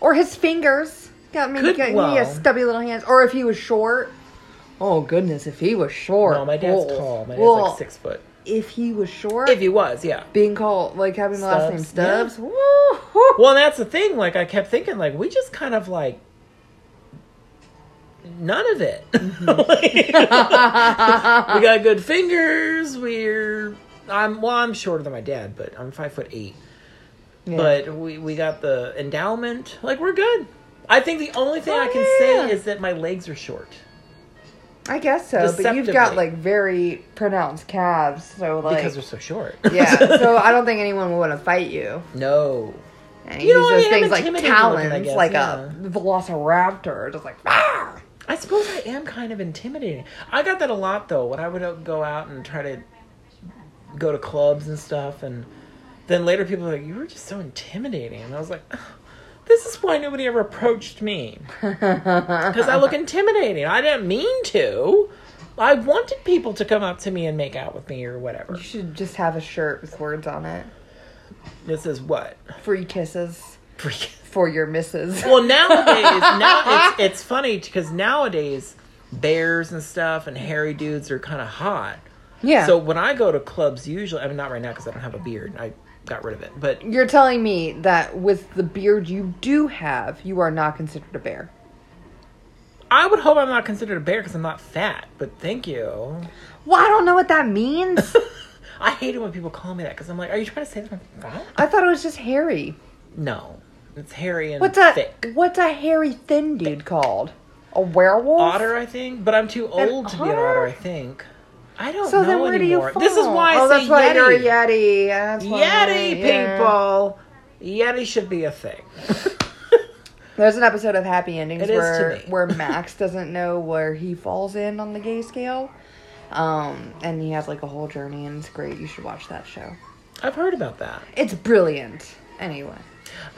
Speaker 1: or his fingers. Got me.
Speaker 2: Could-
Speaker 1: Got me
Speaker 2: well.
Speaker 1: a stubby little hands. Or if he was short. Oh goodness, if he was short.
Speaker 2: "No, my dad's
Speaker 1: Oh.
Speaker 2: tall. My dad's
Speaker 1: Well,
Speaker 2: like six foot."
Speaker 1: If he was short,
Speaker 2: If he was, yeah.
Speaker 1: being called like having the last name
Speaker 2: Stubbs,
Speaker 1: Stubbs. Woo, woo.
Speaker 2: Well, that's the thing. Like I kept thinking, like we just kind of like none of it.
Speaker 1: Mm-hmm.
Speaker 2: Like, [LAUGHS] we got good fingers. We're I'm well, I'm shorter than my dad, but I'm five foot eight.
Speaker 1: Yeah.
Speaker 2: But we we got the endowment. Like we're good. I think the only thing I can
Speaker 1: Oh, Yeah.
Speaker 2: say is that my legs are short
Speaker 1: I guess so. But you've got
Speaker 2: deceptively.
Speaker 1: like very pronounced calves, so like
Speaker 2: because they're so short. [LAUGHS]
Speaker 1: yeah, so I don't think anyone would want to fight you.
Speaker 2: no.
Speaker 1: And
Speaker 2: You
Speaker 1: you
Speaker 2: know,
Speaker 1: use those
Speaker 2: I mean, I'm
Speaker 1: things like
Speaker 2: intimidating looking, I
Speaker 1: talons,
Speaker 2: guess,
Speaker 1: like
Speaker 2: yeah.
Speaker 1: a velociraptor, just like "Arr!"
Speaker 2: I suppose I am kind of intimidating. I got that a lot though when I would uh, go out and try to go to clubs and stuff, and then later people were like, "You were just so intimidating," and I was like, "Oh, "This is why nobody ever approached me because I look intimidating. I didn't mean to. I wanted people to come up to me and make out with me or whatever.
Speaker 1: You should just have a shirt with words on it.
Speaker 2: This is what." [LAUGHS]
Speaker 1: Free kisses
Speaker 2: Freak.
Speaker 1: for your misses.
Speaker 2: [LAUGHS] Well, nowadays, now it's, it's funny because nowadays bears and stuff and hairy dudes are kind of hot.
Speaker 1: Yeah.
Speaker 2: So when I go to clubs, usually, I mean, not right now because I don't have a beard. I got rid of it. But
Speaker 1: You're telling me that with the beard you do have, you are not considered a bear.
Speaker 2: I would hope I'm not considered a bear because I'm not fat. But
Speaker 1: [LAUGHS]
Speaker 2: thank you.
Speaker 1: Well, I don't know what that
Speaker 2: [LAUGHS]
Speaker 1: means.
Speaker 2: I hate it when people call me that because I'm like, are you trying to say that I'm fat?
Speaker 1: I thought it was just hairy.
Speaker 2: No, it's hairy and
Speaker 1: What's a
Speaker 2: thick.
Speaker 1: what's a hairy thin dude called? A werewolf?
Speaker 2: Otter, I think, but I'm too
Speaker 1: An
Speaker 2: old to be an
Speaker 1: otter?
Speaker 2: otter. I think. I don't
Speaker 1: So
Speaker 2: know
Speaker 1: then where
Speaker 2: anymore.
Speaker 1: do you fall?
Speaker 2: This is why I
Speaker 1: oh,
Speaker 2: say
Speaker 1: that's why
Speaker 2: yeti.
Speaker 1: you're a yeti. That's why-
Speaker 2: Yeti
Speaker 1: yeah.
Speaker 2: people. Yeti should be
Speaker 1: [LAUGHS]
Speaker 2: a thing.
Speaker 1: There's an episode of Happy Endings
Speaker 2: It is to
Speaker 1: where
Speaker 2: me. [LAUGHS]
Speaker 1: where Max doesn't know where he falls in on the gay scale, um, and he has like a whole journey, and it's great. You should watch that show.
Speaker 2: I've heard about that.
Speaker 1: It's brilliant. Anyway,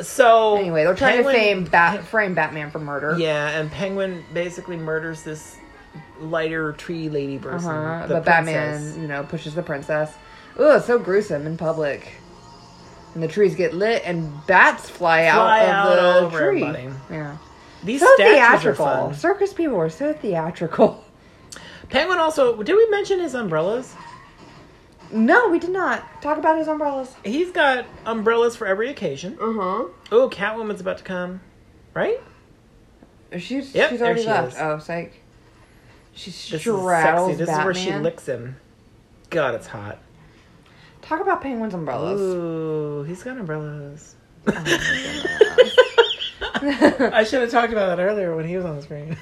Speaker 2: So
Speaker 1: anyway, they're trying
Speaker 2: Penguin-
Speaker 1: to fame bat, frame Batman for murder.
Speaker 2: Yeah, and Penguin basically murders this lighter tree lady person.
Speaker 1: uh-huh.
Speaker 2: the
Speaker 1: but Batman,
Speaker 2: princess.
Speaker 1: you know, pushes the princess. Ooh, it's so gruesome in public. And the trees get lit, and bats fly,
Speaker 2: Fly
Speaker 1: out of
Speaker 2: out
Speaker 1: the
Speaker 2: all over
Speaker 1: tree.
Speaker 2: everybody.
Speaker 1: Yeah,
Speaker 2: These
Speaker 1: so
Speaker 2: statues are
Speaker 1: theatrical.
Speaker 2: fun.
Speaker 1: Circus people are so theatrical. [LAUGHS]
Speaker 2: Penguin also did we mention his umbrellas?
Speaker 1: No, we did not talk about his umbrellas.
Speaker 2: He's got umbrellas for every occasion.
Speaker 1: Uh huh.
Speaker 2: Oh, Catwoman's about to come, right?
Speaker 1: She's
Speaker 2: Yep,
Speaker 1: she's
Speaker 2: there
Speaker 1: already
Speaker 2: she
Speaker 1: left.
Speaker 2: is.
Speaker 1: Oh, psych. She
Speaker 2: This
Speaker 1: straddles
Speaker 2: is sexy. This
Speaker 1: Batman.
Speaker 2: is where she licks him. God, it's hot.
Speaker 1: Talk about penguins umbrellas.
Speaker 2: Ooh, he's got umbrellas.
Speaker 1: Oh goodness.
Speaker 2: [LAUGHS] I should have talked about that earlier when he was on the screen.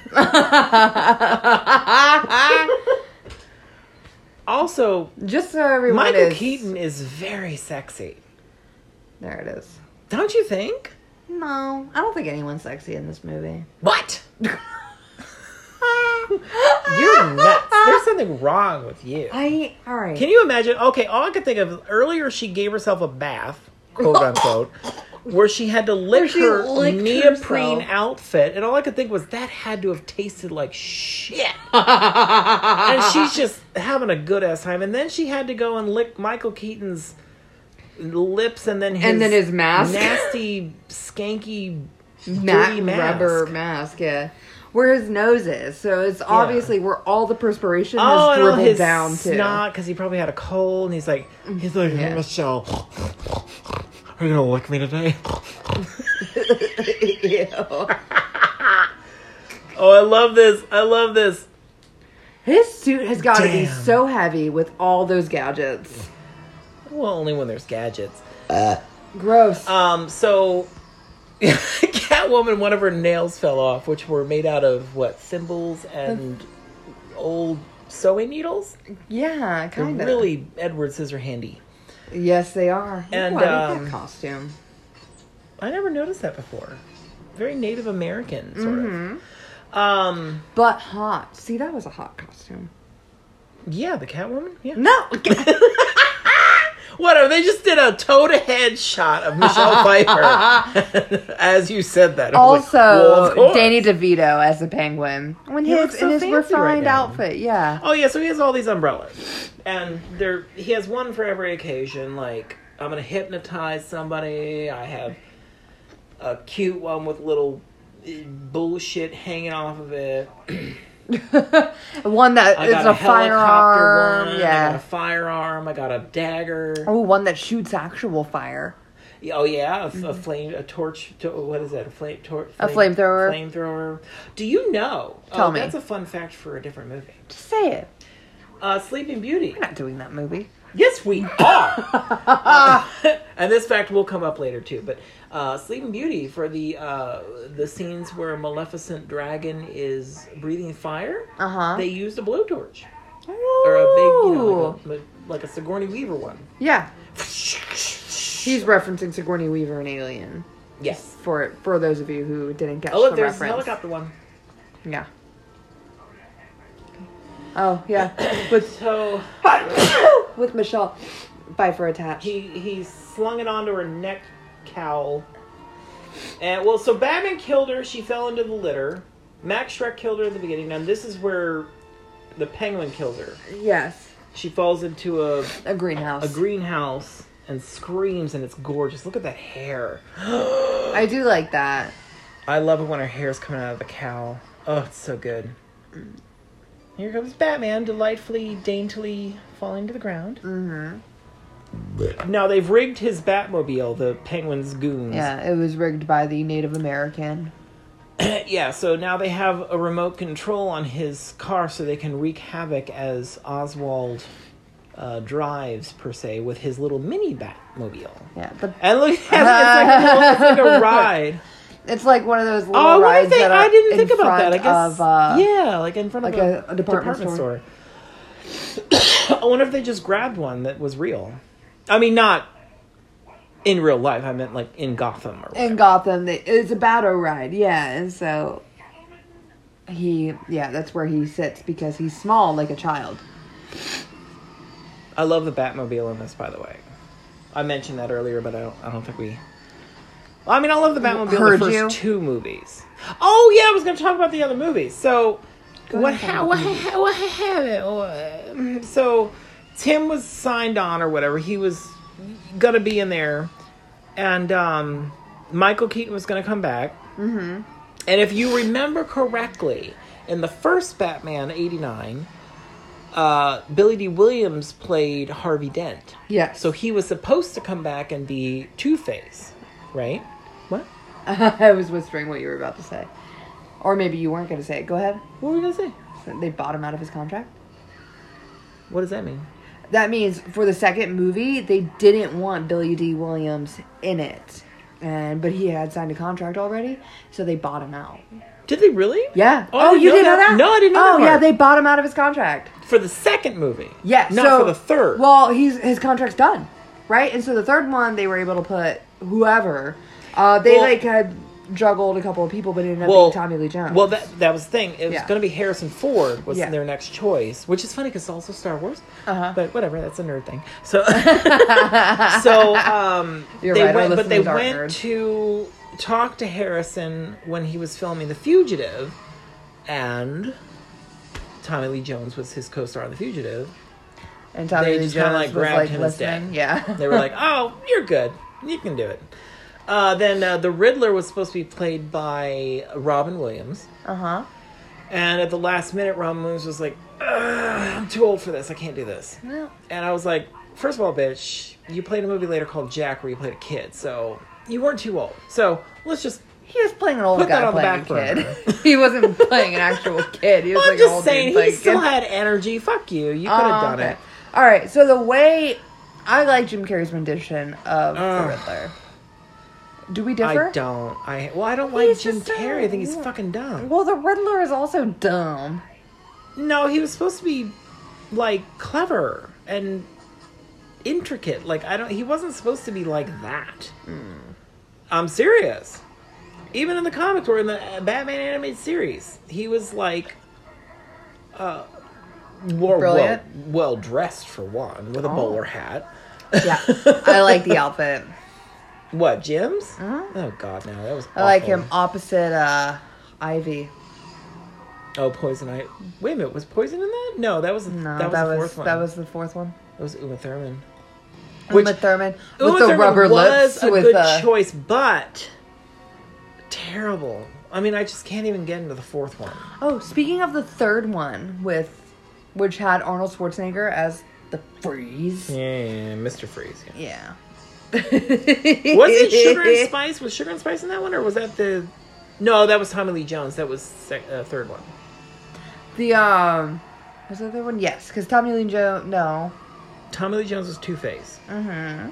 Speaker 2: Also,
Speaker 1: [LAUGHS] Just so everyone
Speaker 2: Michael
Speaker 1: is
Speaker 2: Keaton is very sexy.
Speaker 1: There it is.
Speaker 2: Don't you think?
Speaker 1: No, I don't think anyone's sexy in this movie.
Speaker 2: What? [LAUGHS] You're nuts. There's something wrong with you.
Speaker 1: I all right.
Speaker 2: Can you imagine? Okay, all I could think of earlier she gave herself a bath, quote
Speaker 1: [LAUGHS]
Speaker 2: unquote, where she had to lick
Speaker 1: she
Speaker 2: her
Speaker 1: licked
Speaker 2: neoprene
Speaker 1: herself.
Speaker 2: outfit, and all I could think was that had to have tasted like shit. [LAUGHS] and
Speaker 1: [LAUGHS]
Speaker 2: she's just having a good ass time, and then she had to go and lick Michael Keaton's lips, and then his
Speaker 1: And then his mask.
Speaker 2: nasty, skanky,
Speaker 1: Matte
Speaker 2: dirty mask.
Speaker 1: rubber mask? Yeah, where his nose is. So it's obviously where all the perspiration
Speaker 2: Oh,
Speaker 1: has
Speaker 2: and all
Speaker 1: dribbled
Speaker 2: his
Speaker 1: down to.
Speaker 2: snot because he probably had a cold, and he's like, he's like, hey,
Speaker 1: Yeah.
Speaker 2: Michelle, are you gonna lick me today?
Speaker 1: [LAUGHS] Ew.
Speaker 2: oh, I love this! I love this.
Speaker 1: His suit has got to be
Speaker 2: Damn.
Speaker 1: so heavy with all those gadgets.
Speaker 2: Well, only when there's gadgets.
Speaker 1: Gross.
Speaker 2: Um, so [LAUGHS] Catwoman, one of her nails fell off, which were made out of what thimbles and old sewing needles.
Speaker 1: yeah,
Speaker 2: They're
Speaker 1: kind of.
Speaker 2: really Edward Scissorhandy.
Speaker 1: Yes, they are.
Speaker 2: And,
Speaker 1: Ooh, I like
Speaker 2: um,
Speaker 1: that costume.
Speaker 2: I never noticed that before. Very Native American, sort of. Um,
Speaker 1: But hot. See, that was a hot costume.
Speaker 2: yeah, the Catwoman. Yeah.
Speaker 1: [LAUGHS] No.
Speaker 2: Whatever. They just did a toe-to-head shot
Speaker 1: [LAUGHS]
Speaker 2: of Michelle Pfeiffer [LAUGHS] as you said that. I was like,
Speaker 1: also,
Speaker 2: "Well, of course."
Speaker 1: Danny DeVito as the Penguin. When he,
Speaker 2: He
Speaker 1: looks
Speaker 2: looks so
Speaker 1: in his
Speaker 2: fancy right
Speaker 1: refined
Speaker 2: now.
Speaker 1: outfit, yeah.
Speaker 2: Oh yeah, so he has all these umbrellas, and there he has one for every occasion. Like I'm gonna hypnotize somebody. I have a cute one with little eh, bullshit hanging off of it.
Speaker 1: One that
Speaker 2: I
Speaker 1: is
Speaker 2: got
Speaker 1: a,
Speaker 2: a, helicopter
Speaker 1: firearm.
Speaker 2: one. I got a
Speaker 1: Yeah.
Speaker 2: firearm. I got a dagger.
Speaker 1: Oh, one that shoots actual fire.
Speaker 2: Yeah, Oh yeah, a, f- a flame, a torch. To, what is that? A flame torch.
Speaker 1: Mm-hmm. A flamethrower.
Speaker 2: Flamethrower. Do you know?
Speaker 1: Tell
Speaker 2: oh,
Speaker 1: me.
Speaker 2: That's a fun fact for a different movie.
Speaker 1: Just say it.
Speaker 2: Uh, Sleeping Beauty.
Speaker 1: We're not doing that movie.
Speaker 2: Yes, we are.
Speaker 1: [LAUGHS]
Speaker 2: [LAUGHS] Uh, and this fact will come up later too. But uh, Sleeping Beauty for the uh, the scenes where Maleficent dragon is breathing fire,
Speaker 1: Uh-huh.
Speaker 2: they used a blowtorch or a big, you know,
Speaker 1: Ooh.
Speaker 2: like a, like a Sigourney Weaver one.
Speaker 1: Oh. Yeah. He's referencing Sigourney Weaver and Alien.
Speaker 2: Yes.
Speaker 1: for for those of you who didn't catch
Speaker 2: Oh look,
Speaker 1: the
Speaker 2: there's a
Speaker 1: reference.
Speaker 2: helicopter one.
Speaker 1: Yeah. Oh
Speaker 2: [COUGHS]
Speaker 1: yeah, with
Speaker 2: So
Speaker 1: with Michelle Pfeiffer attached.
Speaker 2: he he slung it onto her neck cowl. And well, so Batman killed her. She fell into the litter. Max Shrek killed her at the beginning. Now this is where the Penguin kills her.
Speaker 1: yes,
Speaker 2: She falls into a
Speaker 1: a greenhouse.
Speaker 2: a greenhouse and screams, and it's gorgeous. Look at that hair.
Speaker 1: I do like that.
Speaker 2: I love it when her hair's coming out of the cowl. Oh, it's so good. Here comes Batman, delightfully, daintily falling to the ground.
Speaker 1: Mm-hmm.
Speaker 2: Now they've rigged his Batmobile, the Penguin's goons.
Speaker 1: Yeah, it was rigged by the Native American.
Speaker 2: [CLEARS THROAT] yeah, so now they have a remote control on his car so they can wreak havoc as Oswald uh, drives, per se, with his little mini Batmobile.
Speaker 1: Yeah, but
Speaker 2: And look, [LAUGHS] it's,
Speaker 1: [LAUGHS]
Speaker 2: like a, it's like a ride.
Speaker 1: it's like one of those little
Speaker 2: Oh, what
Speaker 1: rides
Speaker 2: did I think?
Speaker 1: that are
Speaker 2: I didn't
Speaker 1: in
Speaker 2: think about
Speaker 1: front
Speaker 2: that. I guess.
Speaker 1: of, uh,
Speaker 2: yeah, like in front
Speaker 1: like
Speaker 2: of
Speaker 1: a-
Speaker 2: a,
Speaker 1: a department store.
Speaker 2: store. [COUGHS] I wonder if they just grabbed one that was real. I mean, not in real life. I meant like in Gotham or
Speaker 1: in Gotham. They, it's a battle ride, yeah, and so he, yeah, that's where he sits because he's small like a child. [LAUGHS]
Speaker 2: I love the Batmobile in this, by the way. I mentioned that earlier, but I don't. I don't think we. Well, I mean, I love the Batmobile. in the
Speaker 1: Heard
Speaker 2: first
Speaker 1: you.
Speaker 2: two movies. Oh yeah, I was going to talk about the other movies. So
Speaker 1: Go
Speaker 2: what?
Speaker 1: ahead,
Speaker 2: Ha-
Speaker 1: Bob.
Speaker 2: what? Ha- what? Ha- what- so Tim was signed on or whatever. He was going to be in there, and um, Michael Keaton was going to come back. And if you remember correctly, in the first Batman '89, uh, Billy D. Williams played Harvey Dent.
Speaker 1: Yeah,
Speaker 2: So he was supposed to come back and be Two Face, right? What?
Speaker 1: I was whispering what you were about to say, or maybe you weren't going to say it. Go ahead.
Speaker 2: What were we gonna say?
Speaker 1: So they bought him out of his contract.
Speaker 2: What does that mean?
Speaker 1: That means for the second movie, they didn't want Billy D. Williams in it, and but he had signed a contract already, so they bought him out.
Speaker 2: Did they really?
Speaker 1: Yeah.
Speaker 2: Oh, I
Speaker 1: you didn't know that?
Speaker 2: No, I didn't know
Speaker 1: Oh,
Speaker 2: that.
Speaker 1: yeah,
Speaker 2: part.
Speaker 1: they bought him out of his contract.
Speaker 2: for the second movie.
Speaker 1: Yeah.
Speaker 2: Not
Speaker 1: so,
Speaker 2: for the third.
Speaker 1: Well, he's his contract's done, right? And so the third one, they were able to put whoever. Uh, they
Speaker 2: Well-
Speaker 1: like had juggled a couple of people, but it ended up
Speaker 2: well,
Speaker 1: being Tommy Lee Jones.
Speaker 2: Well, that that was the thing. It was
Speaker 1: Yeah.
Speaker 2: going to be Harrison Ford was
Speaker 1: Yeah.
Speaker 2: their next choice, which is funny because it's also Star Wars.
Speaker 1: Uh-huh.
Speaker 2: But whatever, that's a nerd thing.
Speaker 1: [LAUGHS]
Speaker 2: So, so um,
Speaker 1: You're
Speaker 2: they
Speaker 1: right, our
Speaker 2: went, but they
Speaker 1: listeners are
Speaker 2: went
Speaker 1: nerds.
Speaker 2: to talk to Harrison when he was filming The Fugitive, and Tommy Lee Jones was his co-star in The Fugitive.
Speaker 1: and Tommy
Speaker 2: they
Speaker 1: Lee
Speaker 2: just
Speaker 1: Jones
Speaker 2: kinda, like,
Speaker 1: was
Speaker 2: grabbed
Speaker 1: like
Speaker 2: him as
Speaker 1: listening.
Speaker 2: dad.
Speaker 1: Yeah. [LAUGHS]
Speaker 2: They were like, "Oh, you're good. You can do it." Uh, then uh, the Riddler was supposed to be played by Robin Williams.
Speaker 1: uh huh.
Speaker 2: And at the last minute, Ron Moons was like, "Ugh, I'm too old for this. I can't do this.
Speaker 1: Well,
Speaker 2: And I was like, first of all, bitch, you played a movie later called Jack where you played a kid. So you weren't too old. So let's just.
Speaker 1: he was playing an old
Speaker 2: Put that
Speaker 1: guy
Speaker 2: on the
Speaker 1: playing a
Speaker 2: back burner.
Speaker 1: kid. [LAUGHS] he
Speaker 2: [LAUGHS]
Speaker 1: wasn't playing an actual kid. He was
Speaker 2: I'm
Speaker 1: like an
Speaker 2: just
Speaker 1: old dude
Speaker 2: saying, he
Speaker 1: playing a
Speaker 2: still
Speaker 1: kid.
Speaker 2: [LAUGHS] had energy. Fuck you. You could have
Speaker 1: Oh,
Speaker 2: done
Speaker 1: okay.
Speaker 2: it.
Speaker 1: All right. So the way I like Jim Carrey's rendition of the
Speaker 2: Ugh.
Speaker 1: Riddler. Do we differ?
Speaker 2: I don't. I well, I don't like
Speaker 1: He's
Speaker 2: Jim
Speaker 1: just so-
Speaker 2: Carrey. I think he's fucking dumb.
Speaker 1: Well, the Riddler is also dumb.
Speaker 2: No, he was supposed to be like clever and intricate. Like I don't. He wasn't supposed to be like that.
Speaker 1: Hmm.
Speaker 2: I'm serious. Even in the comics or in the uh, Batman animated series, he was like, uh, more well,
Speaker 1: Brilliant.
Speaker 2: well dressed for one, with a
Speaker 1: Oh.
Speaker 2: bowler hat.
Speaker 1: [LAUGHS] Yeah, I like the outfit.
Speaker 2: What Jim's? Oh God, no, that was.
Speaker 1: Uh-huh. I like
Speaker 2: awful.
Speaker 1: him opposite uh, Ivy.
Speaker 2: Oh, Poison! I wait a minute. Was Poison in that? No, that was
Speaker 1: No,
Speaker 2: that was the fourth one.
Speaker 1: that was the fourth one.
Speaker 2: that was Uma Thurman.
Speaker 1: Uma Thurman with
Speaker 2: Uma
Speaker 1: the
Speaker 2: Thurman
Speaker 1: rubber
Speaker 2: was
Speaker 1: lips.
Speaker 2: a
Speaker 1: with
Speaker 2: good
Speaker 1: uh,
Speaker 2: choice, but terrible. I mean, I just can't even get into the fourth one.
Speaker 1: oh, speaking of the third one with which had Arnold Schwarzenegger as the Freeze.
Speaker 2: Yeah, Mr. Freeze. [LAUGHS]
Speaker 1: Yeah.
Speaker 2: Was it Sugar
Speaker 1: [LAUGHS]
Speaker 2: and Spice? Was Sugar and Spice in that one, or was that the? No, that was Tommy Lee Jones. That was sec- uh, third one.
Speaker 1: The um, was the other one? Yes, because Tommy Lee Jones. No,
Speaker 2: Tommy Lee Jones was Two Face. Mm-hmm.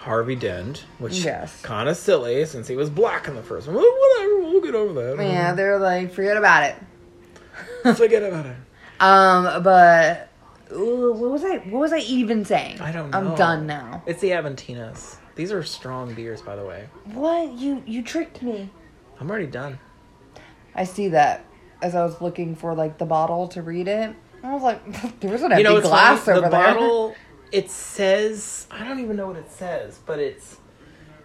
Speaker 2: Harvey Dent, which
Speaker 1: Yes.
Speaker 2: kind of silly since he was black in the first one. Well, whatever, we'll get over that.
Speaker 1: yeah, they're like forget about it.
Speaker 2: [LAUGHS] forget about it.
Speaker 1: Um, but ooh, what was I? What was I even saying?
Speaker 2: I don't know.
Speaker 1: I'm done now.
Speaker 2: It's the Aventinas. These are strong beers, by the way.
Speaker 1: What you you tricked me?
Speaker 2: I'm already done.
Speaker 1: I see that as I was looking for like the bottle to read it. I was like, [LAUGHS] there was an
Speaker 2: you
Speaker 1: empty
Speaker 2: know, it's
Speaker 1: glass
Speaker 2: funny,
Speaker 1: over
Speaker 2: the
Speaker 1: there.
Speaker 2: bottle. It says I don't even know what it says, but it's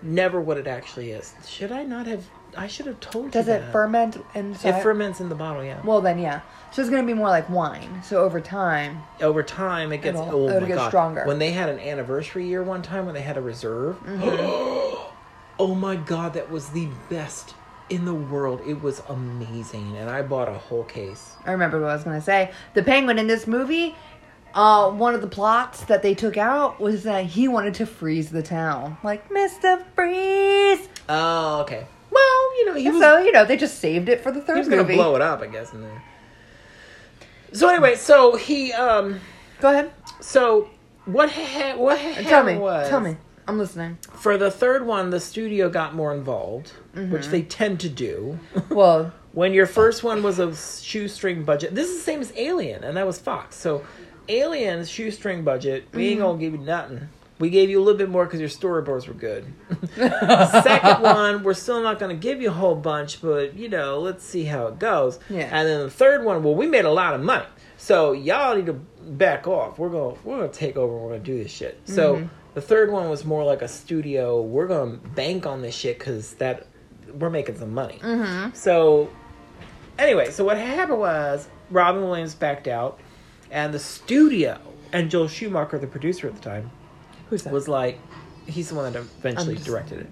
Speaker 2: never what it actually is. Should I not have? I should have
Speaker 1: [LAUGHS]
Speaker 2: told
Speaker 1: Does
Speaker 2: you.
Speaker 1: it
Speaker 2: that.
Speaker 1: ferment inside?
Speaker 2: It ferments in the bottle, yeah.
Speaker 1: well, then yeah. So it's gonna be more like wine. So over time,
Speaker 2: Over time, it gets
Speaker 1: It'll-
Speaker 2: oh
Speaker 1: it'll
Speaker 2: my
Speaker 1: get
Speaker 2: God.
Speaker 1: stronger.
Speaker 2: When they had an anniversary year one time, when they had a reserve,
Speaker 1: Mm-hmm.
Speaker 2: [GASPS] oh my God, that was the best in the world. It was amazing, and I bought a whole case.
Speaker 1: I remember what I was gonna say. The penguin in this movie, Uh, one of the plots that they took out was that he wanted to freeze the town, like Mister Freeze.
Speaker 2: Oh, okay. Well, you know, he was,
Speaker 1: so you know they just saved it for the
Speaker 2: he
Speaker 1: third
Speaker 2: was gonna
Speaker 1: movie.
Speaker 2: blow it up, I guess. In there. So anyway, so he, um,
Speaker 1: Go ahead,
Speaker 2: so what ha- what ha-
Speaker 1: tell me,
Speaker 2: was
Speaker 1: tell me. I'm listening.
Speaker 2: for the third one, the studio got more involved,
Speaker 1: Mm-hmm.
Speaker 2: which they tend to do.
Speaker 1: Well,
Speaker 2: when your first one was a shoestring budget, this is the same as Alien, and that was Fox. So, Alien's shoestring budget, we ain't gonna give you nothing. We gave you a little bit more because your storyboards were good. [LAUGHS] Second one, we're still not gonna give you a whole bunch, but you know, let's see how it goes.
Speaker 1: Yeah.
Speaker 2: And then the third one, well, we made a lot of money, so y'all need to back off. We're gonna we're gonna take over. and We're gonna do this shit. So. The third one was more like a studio. We're gonna bank on this shit because that we're making some money. So, anyway, so what happened was Robin Williams backed out, and the studio and Joel Schumacher, the producer at the time,
Speaker 1: who's that?
Speaker 2: was like, he's the one that eventually
Speaker 1: I'm just-
Speaker 2: directed it.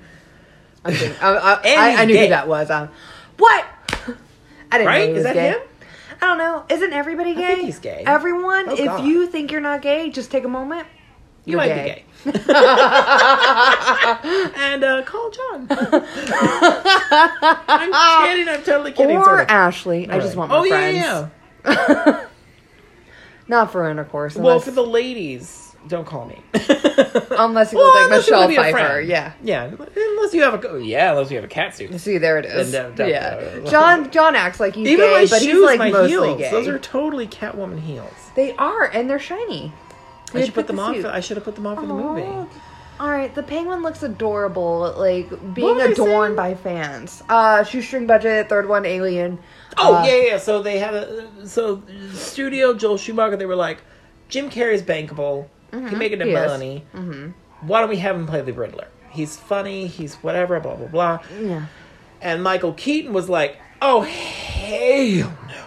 Speaker 1: I, think, [LAUGHS] I, I,
Speaker 2: Andy
Speaker 1: I, I knew who
Speaker 2: Dick.
Speaker 1: that was. Um, what? [LAUGHS] I didn't know
Speaker 2: Right?
Speaker 1: he
Speaker 2: Is
Speaker 1: was
Speaker 2: that
Speaker 1: gay.
Speaker 2: him?
Speaker 1: I don't know. Isn't everybody gay?
Speaker 2: think he's gay.
Speaker 1: Everyone,
Speaker 2: Oh,
Speaker 1: if
Speaker 2: God.
Speaker 1: you think you're not gay, just take a moment.
Speaker 2: You
Speaker 1: You're
Speaker 2: might
Speaker 1: gay. [LAUGHS]
Speaker 2: be gay. [LAUGHS] and uh, call John. [LAUGHS] I'm kidding. I'm totally kidding.
Speaker 1: or
Speaker 2: sort of.
Speaker 1: Ashley. I
Speaker 2: All
Speaker 1: just
Speaker 2: right.
Speaker 1: want my
Speaker 2: oh, yeah,
Speaker 1: friends.
Speaker 2: yeah.
Speaker 1: Not for intercourse. Unless,
Speaker 2: Well, for the ladies, don't call
Speaker 1: [LAUGHS]
Speaker 2: me.
Speaker 1: unless you
Speaker 2: Well,
Speaker 1: look like
Speaker 2: unless you
Speaker 1: Michelle
Speaker 2: wanna be a
Speaker 1: Pfeiffer.
Speaker 2: friend.
Speaker 1: Yeah.
Speaker 2: Yeah, unless you have a co- yeah, unless you have a cat suit.
Speaker 1: See, there it is.
Speaker 2: And, uh, don't-
Speaker 1: yeah.
Speaker 2: uh,
Speaker 1: John John acts like he's
Speaker 2: Even
Speaker 1: gay,
Speaker 2: my
Speaker 1: but
Speaker 2: shoes,
Speaker 1: he's like
Speaker 2: my
Speaker 1: mostly
Speaker 2: heels.
Speaker 1: gay.
Speaker 2: Those are totally Catwoman heels.
Speaker 1: They are, and they're shiny.
Speaker 2: I should put them on.
Speaker 1: off.
Speaker 2: For, I should have put them on for the movie.
Speaker 1: All right, the penguin looks adorable, like being
Speaker 2: were they
Speaker 1: adorned
Speaker 2: saying?
Speaker 1: by fans. Uh, shoestring budget, third one, Alien.
Speaker 2: Oh
Speaker 1: Uh,
Speaker 2: yeah, yeah. So they had a so studio Joel Schumacher. They were like, Jim Carrey's bankable. He can make it
Speaker 1: Mm-hmm. he is. Mm-hmm.
Speaker 2: money. Why don't we have him play the Riddler? He's funny. He's whatever. Blah blah blah.
Speaker 1: Yeah.
Speaker 2: And Michael Keaton was like, Oh hell no,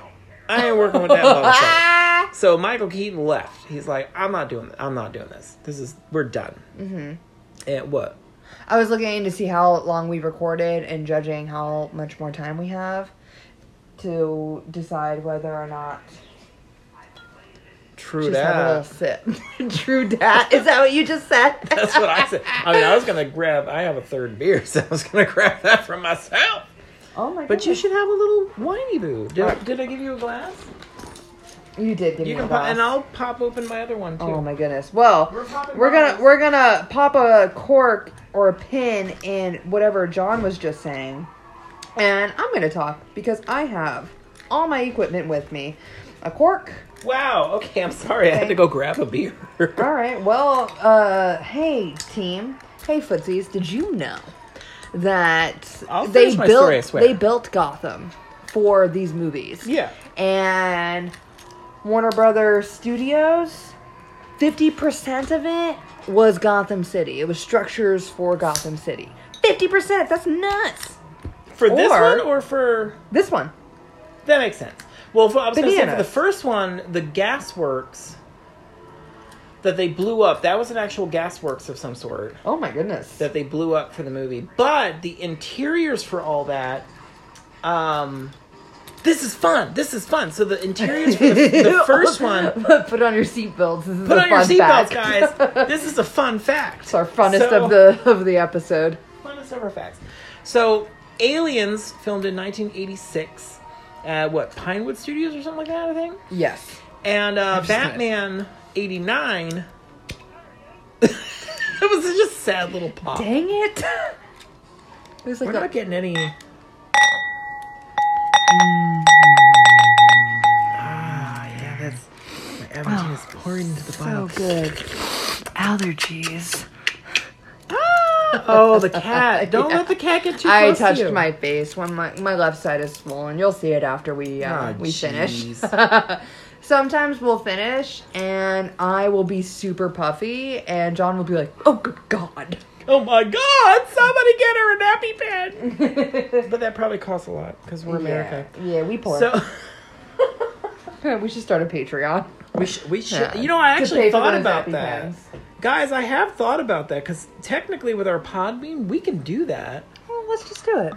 Speaker 2: I ain't
Speaker 1: [LAUGHS]
Speaker 2: working with that motherfucker.
Speaker 1: Ah!
Speaker 2: So Michael Keaton left. He's like, I'm not doing. I'm not doing this. This is we're done. Mm-hmm. And what?
Speaker 1: I was looking to see how long we recorded and judging how much more time we have to decide whether or not
Speaker 2: True
Speaker 1: just
Speaker 2: that.
Speaker 1: have a little sip. [LAUGHS] True dat. Is that what you just said?
Speaker 2: [LAUGHS] That's what I said. I mean, I was gonna grab. I have a third beer, [LAUGHS] so I was gonna grab that for myself.
Speaker 1: [LAUGHS] Oh my god.
Speaker 2: But you should have a little whiny boo. Did, I, did I give you a glass?
Speaker 1: You did give
Speaker 2: You
Speaker 1: me a
Speaker 2: can pop,
Speaker 1: glass.
Speaker 2: and I'll pop open my other one too.
Speaker 1: Oh my goodness. Well,
Speaker 2: We're popping
Speaker 1: we're gonna
Speaker 2: bottles.
Speaker 1: we're gonna pop a cork or a pin in whatever John was just saying, and I'm gonna talk because I have all my equipment with me. A cork.
Speaker 2: Wow. Okay. I'm sorry. I had
Speaker 1: Okay.
Speaker 2: to go grab a beer. [LAUGHS]
Speaker 1: All right. Well, uh, hey team, hey footsies, did you know that
Speaker 2: I'll
Speaker 1: they
Speaker 2: finish my
Speaker 1: built
Speaker 2: story, I swear.
Speaker 1: they built Gotham for these movies?
Speaker 2: yeah.
Speaker 1: and Warner Brothers Studios, 50% of it was Gotham City. It was structures for Gotham City. 50%, that's nuts.
Speaker 2: For this
Speaker 1: Or-
Speaker 2: one or for
Speaker 1: This one.
Speaker 2: that makes sense. Well, for, I was gonna say for
Speaker 1: Bananas.
Speaker 2: the first one, the gas works that they blew up. That was an actual gas works of some sort.
Speaker 1: Oh my goodness.
Speaker 2: that they blew up for the movie. But the interiors for all that, um, this is fun. This is fun. So the interiors for the,
Speaker 1: [LAUGHS]
Speaker 2: the first one.
Speaker 1: [LAUGHS] Put on your seatbelts. This is
Speaker 2: Put
Speaker 1: a
Speaker 2: on your
Speaker 1: fun
Speaker 2: seatbelts,
Speaker 1: fact. [LAUGHS]
Speaker 2: guys. This is a fun fact.
Speaker 1: it's our funnest
Speaker 2: So-
Speaker 1: of the of the episode.
Speaker 2: Funnest of our facts. So, Aliens filmed in 1986. Uh, what Pinewood Studios or something like that, I think.
Speaker 1: Yes.
Speaker 2: And uh,
Speaker 1: just gonna-
Speaker 2: Batman '89. [LAUGHS] it was just a sad little pop.
Speaker 1: Dang it. [LAUGHS] It was like
Speaker 2: We're
Speaker 1: a-
Speaker 2: not getting any. Ah, yeah, that's. My everything is pouring into
Speaker 1: Oh,
Speaker 2: the
Speaker 1: so
Speaker 2: bottle.
Speaker 1: Oh, good. Allergies.
Speaker 2: oh,
Speaker 1: [LAUGHS]
Speaker 2: the cat! Don't let the cat get too
Speaker 1: I
Speaker 2: close to
Speaker 1: touched
Speaker 2: you.
Speaker 1: my face when my, my left side is swollen. You'll see it after we uh,
Speaker 2: Ah,
Speaker 1: we finish. [LAUGHS]
Speaker 2: jeez.
Speaker 1: Sometimes we'll finish and I will be super puffy and John will be like, "Oh good god."
Speaker 2: Oh my God! Somebody get her a nappy
Speaker 1: [LAUGHS]
Speaker 2: pad. but that probably costs a lot because we're America.
Speaker 1: Yeah, yeah, we poor.
Speaker 2: So
Speaker 1: [LAUGHS] we should start a Patreon.
Speaker 2: we should. We should.
Speaker 1: Yeah.
Speaker 2: You know, I
Speaker 1: To
Speaker 2: actually
Speaker 1: pay for
Speaker 2: thought
Speaker 1: those
Speaker 2: about
Speaker 1: nappy
Speaker 2: that,
Speaker 1: pads.
Speaker 2: guys. I have thought about that because technically, with our Podbean, we can do that,
Speaker 1: Well, let's just do it.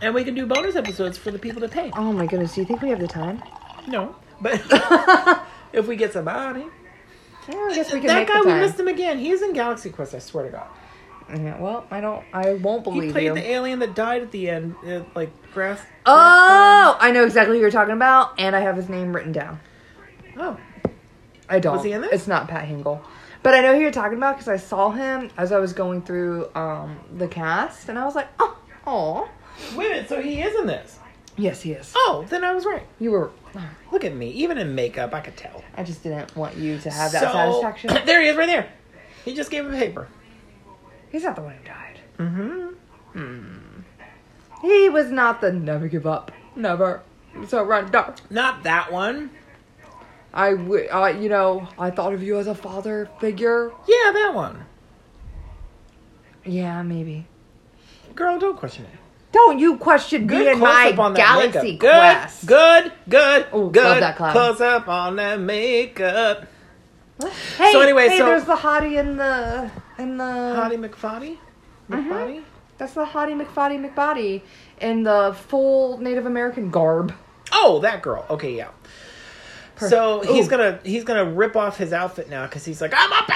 Speaker 2: and we can do bonus episodes for the people that pay.
Speaker 1: Oh
Speaker 2: [LAUGHS]
Speaker 1: my goodness, do you think we have the time?
Speaker 2: No, but if we get somebody,
Speaker 1: Yeah, I guess we can
Speaker 2: that
Speaker 1: make
Speaker 2: guy,
Speaker 1: the
Speaker 2: we
Speaker 1: time.
Speaker 2: missed him again. He's in Galaxy Quest. I swear to God.
Speaker 1: Yeah, well, I don't. I won't
Speaker 2: He
Speaker 1: believe
Speaker 2: played
Speaker 1: you.
Speaker 2: the alien that died at the end, uh, like grass.
Speaker 1: oh, I know exactly who you're talking about, and I have his name written down.
Speaker 2: oh,
Speaker 1: I don't.
Speaker 2: Was he in this?
Speaker 1: It's not Pat Hingle. But I know who you're talking about because I saw him as I was going through um, the cast, and I was like, oh, aw.
Speaker 2: wait a minute. So he is in this.
Speaker 1: Yes, he is.
Speaker 2: Oh, then I was right.
Speaker 1: You were.
Speaker 2: Look at me. Even in makeup, I could tell.
Speaker 1: I just didn't want you to have that
Speaker 2: So-
Speaker 1: satisfaction.
Speaker 2: [COUGHS]
Speaker 1: [CLEARS THROAT]
Speaker 2: there he is, right there. He just gave him paper.
Speaker 1: He's not the one who died. Hmm.
Speaker 2: Mm-hmm.
Speaker 1: He was not the never give up, never surrender.
Speaker 2: Not that one.
Speaker 1: I, w- uh, you know, I thought of you as a father figure.
Speaker 2: Yeah, that one.
Speaker 1: Yeah, maybe.
Speaker 2: Girl, don't question it.
Speaker 1: Don't you question me and my
Speaker 2: close-up on that
Speaker 1: Galaxy
Speaker 2: makeup.
Speaker 1: Quest.
Speaker 2: Good, good, good,
Speaker 1: Ooh,
Speaker 2: good.
Speaker 1: love that cloud.
Speaker 2: Close up on that makeup.
Speaker 1: Hey,
Speaker 2: So anyway,
Speaker 1: hey,
Speaker 2: so-
Speaker 1: there's the hottie in the in the
Speaker 2: Hottie McFotty?
Speaker 1: Mm-hmm.
Speaker 2: McFotty?
Speaker 1: That's the hottie McFotty McBody in the full Native American garb. [LAUGHS]
Speaker 2: Oh, that girl. Okay, yeah.
Speaker 1: Per-
Speaker 2: So he's
Speaker 1: Ooh.
Speaker 2: gonna he's gonna rip off his outfit now because he's like, I'm a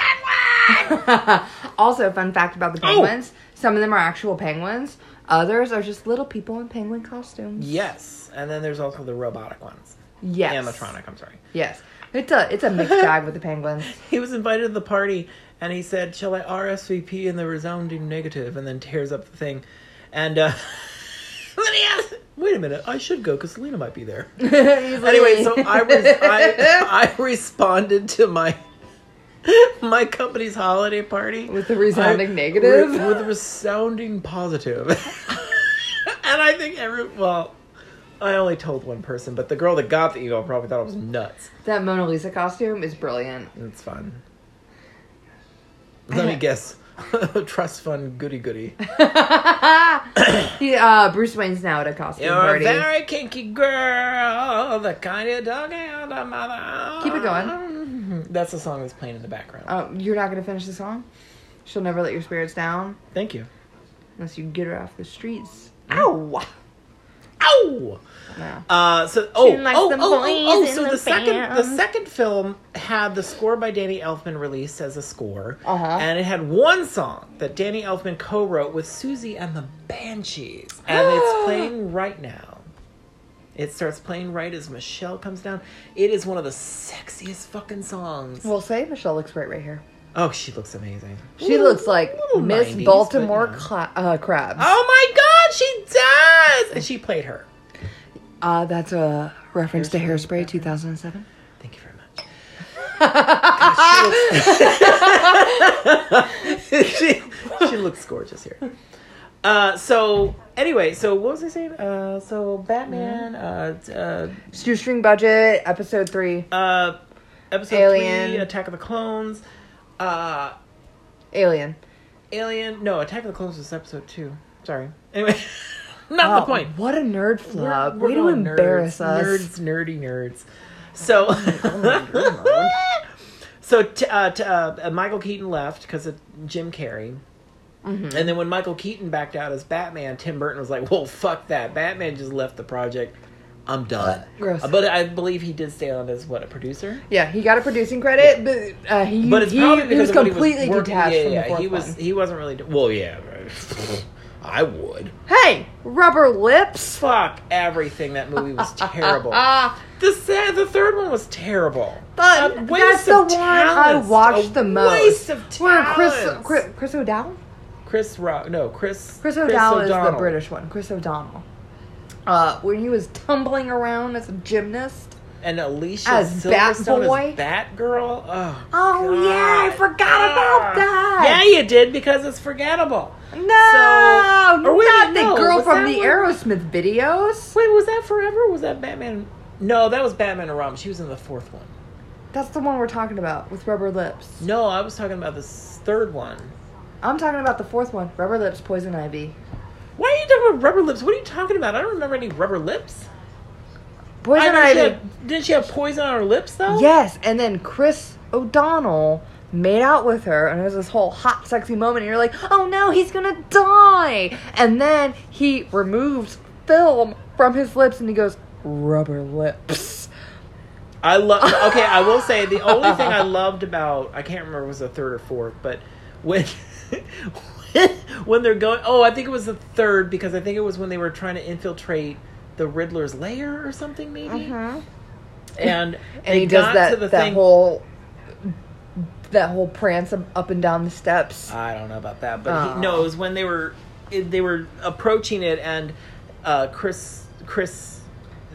Speaker 2: penguin.
Speaker 1: also, fun fact about the
Speaker 2: Oh.
Speaker 1: penguins: some of them are actual penguins, others are just little people in penguin costumes.
Speaker 2: yes, and then there's also the robotic ones.
Speaker 1: Yes,
Speaker 2: Animatronic. I'm sorry.
Speaker 1: Yes, it's a it's a
Speaker 2: [LAUGHS]
Speaker 1: mixed bag with the penguins.
Speaker 2: He was invited to the party and he said, Shall I RSVP in the resounding negative? And then tears up the thing. And uh, [LAUGHS] then he asked, Wait a minute, I should go because Lena might be [LAUGHS] there.
Speaker 1: He's like-
Speaker 2: Anyway, so I, res- I, [LAUGHS] I responded to my. [LAUGHS] My company's holiday
Speaker 1: [LAUGHS]
Speaker 2: party
Speaker 1: With the resounding negative?
Speaker 2: with- with resounding positive, [LAUGHS] and I think every well, I only told one person, but the girl that got the email probably thought I was nuts.
Speaker 1: that Mona Lisa costume is brilliant.
Speaker 2: It's fun. Let me guess. [LAUGHS] Trust fund goody goody.
Speaker 1: [LAUGHS] He, uh, Bruce Wayne's now at a costume
Speaker 2: You're a
Speaker 1: party.
Speaker 2: very kinky girl, the kind you dug out of mother.
Speaker 1: Keep it going.
Speaker 2: That's the song that's playing in the background.
Speaker 1: Oh, you're not gonna finish the song. She'll never let your spirits down
Speaker 2: Thank you.
Speaker 1: unless you get her off the streets.
Speaker 2: Hmm?
Speaker 1: Ow!
Speaker 2: Ow!
Speaker 1: No.
Speaker 2: Uh, so oh oh,
Speaker 1: likes
Speaker 2: oh
Speaker 1: the
Speaker 2: oh
Speaker 1: boys
Speaker 2: oh! So
Speaker 1: in
Speaker 2: the,
Speaker 1: the
Speaker 2: second the
Speaker 1: band.
Speaker 2: second film had the score by Danny Elfman released as a score,
Speaker 1: Uh-huh.
Speaker 2: and it had one song that Danny Elfman co-wrote with Susie and the Banshees, and
Speaker 1: [GASPS]
Speaker 2: it's playing right now. It starts playing right as Michelle comes down. It is one of the sexiest fucking songs.
Speaker 1: We'll say Michelle looks great right here.
Speaker 2: oh, she looks amazing.
Speaker 1: She looks like
Speaker 2: little
Speaker 1: Miss
Speaker 2: 90s, but
Speaker 1: Baltimore
Speaker 2: no.
Speaker 1: cla- uh, Crabs.
Speaker 2: Oh my god, she does! And she played her.
Speaker 1: Uh, that's a reference to Hairspray 2007.
Speaker 2: Thank you very much. God, she, [LAUGHS] looks, she, she looks gorgeous here. Uh, so anyway, so what was I saying? Uh, so Batman, uh, t- uh,
Speaker 1: Shoestring Budget, Episode 3.
Speaker 2: uh, episode
Speaker 1: Alien.
Speaker 2: three, Attack of the Clones, uh,
Speaker 1: Alien.
Speaker 2: Alien. No, Attack of the Clones was episode two. Sorry. Anyway, [LAUGHS] not
Speaker 1: Wow,
Speaker 2: the point.
Speaker 1: Oh, What a nerd flub.
Speaker 2: We're
Speaker 1: Way to
Speaker 2: going
Speaker 1: embarrass
Speaker 2: nerds,
Speaker 1: us. Oh,
Speaker 2: Nerds, nerdy nerds. So, [LAUGHS] so t- uh, t- uh, uh, Michael Keaton left because of Jim Carrey.
Speaker 1: Mm-hmm.
Speaker 2: And then when Michael Keaton backed out as Batman, Tim Burton was like, "Well, fuck that! Batman just left the project. I'm done."
Speaker 1: Gross.
Speaker 2: But I believe he did stay on as what a producer.
Speaker 1: Yeah, he got a producing credit, but uh, he,
Speaker 2: But it's
Speaker 1: he,
Speaker 2: probably
Speaker 1: he
Speaker 2: because
Speaker 1: was
Speaker 2: of what
Speaker 1: completely
Speaker 2: he was working-
Speaker 1: detached
Speaker 2: yeah,
Speaker 1: from
Speaker 2: yeah,
Speaker 1: the fourth
Speaker 2: he was
Speaker 1: one.
Speaker 2: he wasn't really. Do- well, yeah, right. [LAUGHS] I would
Speaker 1: Hey, Rubber Lips.
Speaker 2: fuck everything. That
Speaker 1: [LAUGHS]
Speaker 2: movie was terrible.
Speaker 1: Ah,
Speaker 2: The sa- the third one was terrible.
Speaker 1: but
Speaker 2: A
Speaker 1: that's
Speaker 2: Uh, waste
Speaker 1: the one
Speaker 2: of
Speaker 1: I
Speaker 2: talents.
Speaker 1: watched
Speaker 2: A
Speaker 1: the most.
Speaker 2: Waste of talents.
Speaker 1: Where Chris, Chris, Chris O'Dowd?
Speaker 2: Chris Rock. No, Chris.
Speaker 1: Chris O'Dowd is the
Speaker 2: O'Donnell.
Speaker 1: British one. Chris O'Donnell. Uh, when he was tumbling around as a gymnast.
Speaker 2: And Alicia
Speaker 1: As
Speaker 2: Silverstone
Speaker 1: Batboy.
Speaker 2: as Batgirl. Oh.
Speaker 1: Oh, yeah, I
Speaker 2: God.
Speaker 1: forgot about
Speaker 2: Ah.
Speaker 1: that.
Speaker 2: Yeah, you did because it's forgettable.
Speaker 1: No,
Speaker 2: So- or wait,
Speaker 1: not the
Speaker 2: no,
Speaker 1: girl
Speaker 2: was
Speaker 1: from
Speaker 2: that
Speaker 1: the
Speaker 2: one-
Speaker 1: Aerosmith videos.
Speaker 2: Wait, was that forever? Or was that Batman? No, that was Batman and Robin. She was in the fourth one.
Speaker 1: That's the one we're talking about with rubber lips.
Speaker 2: No, I was talking about the s- third one.
Speaker 1: I'm talking about the fourth one, rubber lips, poison ivy.
Speaker 2: Why are you talking about rubber lips? What are you talking about? I don't remember any rubber lips. I
Speaker 1: Poison
Speaker 2: know she
Speaker 1: ivy.
Speaker 2: had, didn't she have poison on her lips though?
Speaker 1: Yes, and then Chris O'Donnell made out with her, and it was this whole hot, sexy moment, and you're like, oh no, he's gonna die! And then he removes film from his lips, and he goes, rubber lips. [LAUGHS]
Speaker 2: I love. Okay, I will say the only thing I loved about I can't remember if it was the third or fourth, but when [LAUGHS] when they're going. Oh, I think it was the third because I think it was when they were trying to infiltrate the Riddler's lair or something maybe. And
Speaker 1: Mm-hmm. and
Speaker 2: they
Speaker 1: he does
Speaker 2: got to
Speaker 1: that
Speaker 2: the
Speaker 1: that
Speaker 2: thing.
Speaker 1: whole that whole prance up and down the steps.
Speaker 2: I don't know about that, but
Speaker 1: Oh.
Speaker 2: he knows when they were it- they were approaching it, and uh, Chris Chris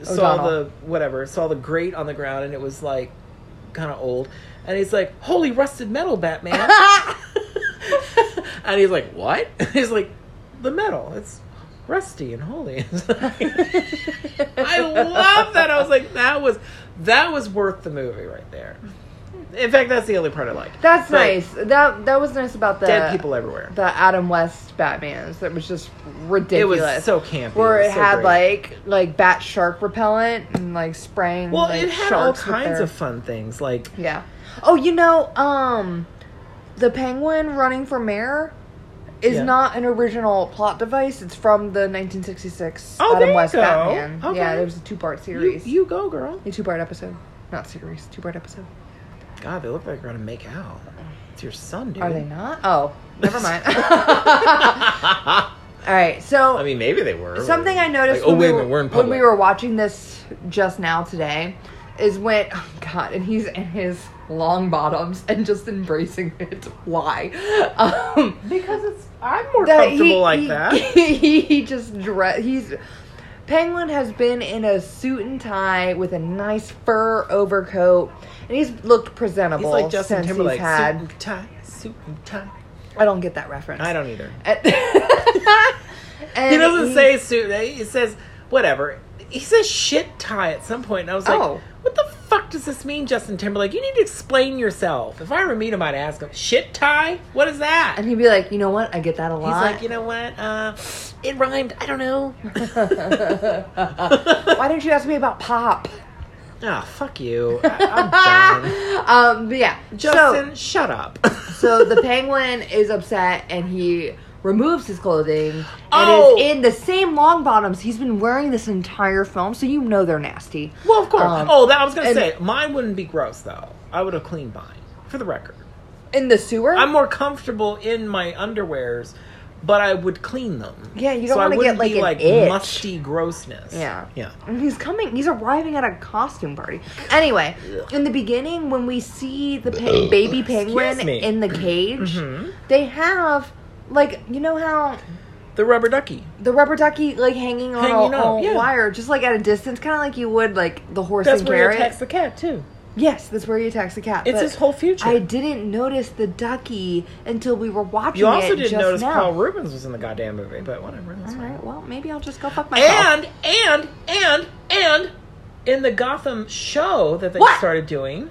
Speaker 2: saw
Speaker 1: O'Donnell.
Speaker 2: the whatever saw the grate on the ground, and it was like kind of old, and he's like, "Holy rusted metal, Batman!"
Speaker 1: [LAUGHS]
Speaker 2: and he's like, "What?" [LAUGHS] he's like, "The metal, it's rusty and holy." [LAUGHS] It's like- I love that. I was like, "That was that was worth the movie right there." In fact, that's the only part I
Speaker 1: [LAUGHS]
Speaker 2: liked.
Speaker 1: That's
Speaker 2: But
Speaker 1: nice. That that was nice about the
Speaker 2: Dead people everywhere.
Speaker 1: the Adam West Batman's that was just
Speaker 2: It
Speaker 1: ridiculous.
Speaker 2: was so campy.
Speaker 1: where it
Speaker 2: was so
Speaker 1: had
Speaker 2: great.
Speaker 1: like like bat shark repellent and like spraying.
Speaker 2: well,
Speaker 1: like,
Speaker 2: it had all
Speaker 1: sharks with
Speaker 2: kinds
Speaker 1: their-
Speaker 2: of fun things. Like
Speaker 1: yeah. Oh, you know, um, the penguin running for mayor is
Speaker 2: Yeah.
Speaker 1: not an original plot device. It's from the 1966
Speaker 2: Oh, there
Speaker 1: Adam
Speaker 2: you
Speaker 1: West
Speaker 2: go.
Speaker 1: Batman. Yeah,
Speaker 2: Okay.
Speaker 1: there was a two part
Speaker 2: you,
Speaker 1: series.
Speaker 2: you go, girl.
Speaker 1: a two part episode, not series. Two part episode.
Speaker 2: God, they look like they're gonna make out. It's your son, dude.
Speaker 1: Are
Speaker 2: [LAUGHS]
Speaker 1: they not? Oh, never mind. [LAUGHS] all right. So
Speaker 2: I mean, maybe they were.
Speaker 1: Something I noticed
Speaker 2: Like, oh
Speaker 1: when,
Speaker 2: wait a
Speaker 1: we were,
Speaker 2: minute, we're in
Speaker 1: when
Speaker 2: public.
Speaker 1: we were watching this just now today is when oh god and he's in his long bottoms and just embracing it [LAUGHS] why um
Speaker 2: because it's I'm more
Speaker 1: that
Speaker 2: comfortable
Speaker 1: he-
Speaker 2: like
Speaker 1: he- [LAUGHS]
Speaker 2: that.
Speaker 1: he, just dress he's penguin has been in a suit and tie with a nice fur overcoat and he's looked
Speaker 2: He's
Speaker 1: presentable
Speaker 2: like Justin
Speaker 1: since
Speaker 2: Timberlake,
Speaker 1: he's had
Speaker 2: suit and tie, suit and tie.
Speaker 1: i don't get that reference
Speaker 2: I don't either.
Speaker 1: [LAUGHS] And
Speaker 2: He doesn't
Speaker 1: he-
Speaker 2: say suit. eh, He says whatever. He says shit tie at some point, and I was like,
Speaker 1: Oh.
Speaker 2: "What the fuck does this mean, Justin Timberlake? You need to explain yourself." If I were meet him, I'd ask him, "Shit tie? What is that?"
Speaker 1: and he'd be like you know what i get that a
Speaker 2: He's
Speaker 1: lot
Speaker 2: like, you know what? Uh, it rhymed. I
Speaker 1: [LAUGHS]
Speaker 2: don't know.
Speaker 1: Why didn't you ask me about pop?
Speaker 2: Ah, fuck you.
Speaker 1: [LAUGHS]
Speaker 2: I, am done.
Speaker 1: Um, but yeah,
Speaker 2: Justin, shut up.
Speaker 1: So, so the penguin is upset and he removes his clothing and
Speaker 2: Oh!
Speaker 1: is in the same long bottoms he's been wearing this entire film. So you know they're nasty.
Speaker 2: well, of course.
Speaker 1: Um,
Speaker 2: oh, that I was gonna
Speaker 1: and-
Speaker 2: say mine wouldn't be gross though. I would have cleaned mine. For the record,
Speaker 1: in the sewer.
Speaker 2: I'm more comfortable in my underwears, but I would clean them.
Speaker 1: Yeah, you don't
Speaker 2: so I
Speaker 1: wanna get,
Speaker 2: wouldn't
Speaker 1: like,
Speaker 2: be,
Speaker 1: an
Speaker 2: like
Speaker 1: itch.
Speaker 2: musty grossness.
Speaker 1: Yeah.
Speaker 2: yeah.
Speaker 1: And he's coming. He's arriving at a costume party. Anyway, in the beginning, when we see the pe- baby penguin
Speaker 2: me.
Speaker 1: in the cage,
Speaker 2: Mhm.
Speaker 1: they have like you know how
Speaker 2: The rubber ducky.
Speaker 1: the rubber ducky like hanging on
Speaker 2: Hanging
Speaker 1: a,
Speaker 2: up,
Speaker 1: a
Speaker 2: yeah.
Speaker 1: wire, just like at a distance, kind of like you would like the horse
Speaker 2: That's
Speaker 1: and
Speaker 2: where
Speaker 1: carrot.
Speaker 2: he attacks the cat too.
Speaker 1: yes, that's where he attacks the cat.
Speaker 2: It's
Speaker 1: but
Speaker 2: his whole future.
Speaker 1: I didn't notice the ducky until we were watching.
Speaker 2: you also
Speaker 1: it
Speaker 2: didn't
Speaker 1: just
Speaker 2: notice
Speaker 1: now.
Speaker 2: Paul Rubens was in the goddamn movie, but whatever. That's
Speaker 1: All
Speaker 2: fine.
Speaker 1: right, well maybe I'll just go fuck myself.
Speaker 2: and and and and in the Gotham show that they
Speaker 1: What?
Speaker 2: started doing.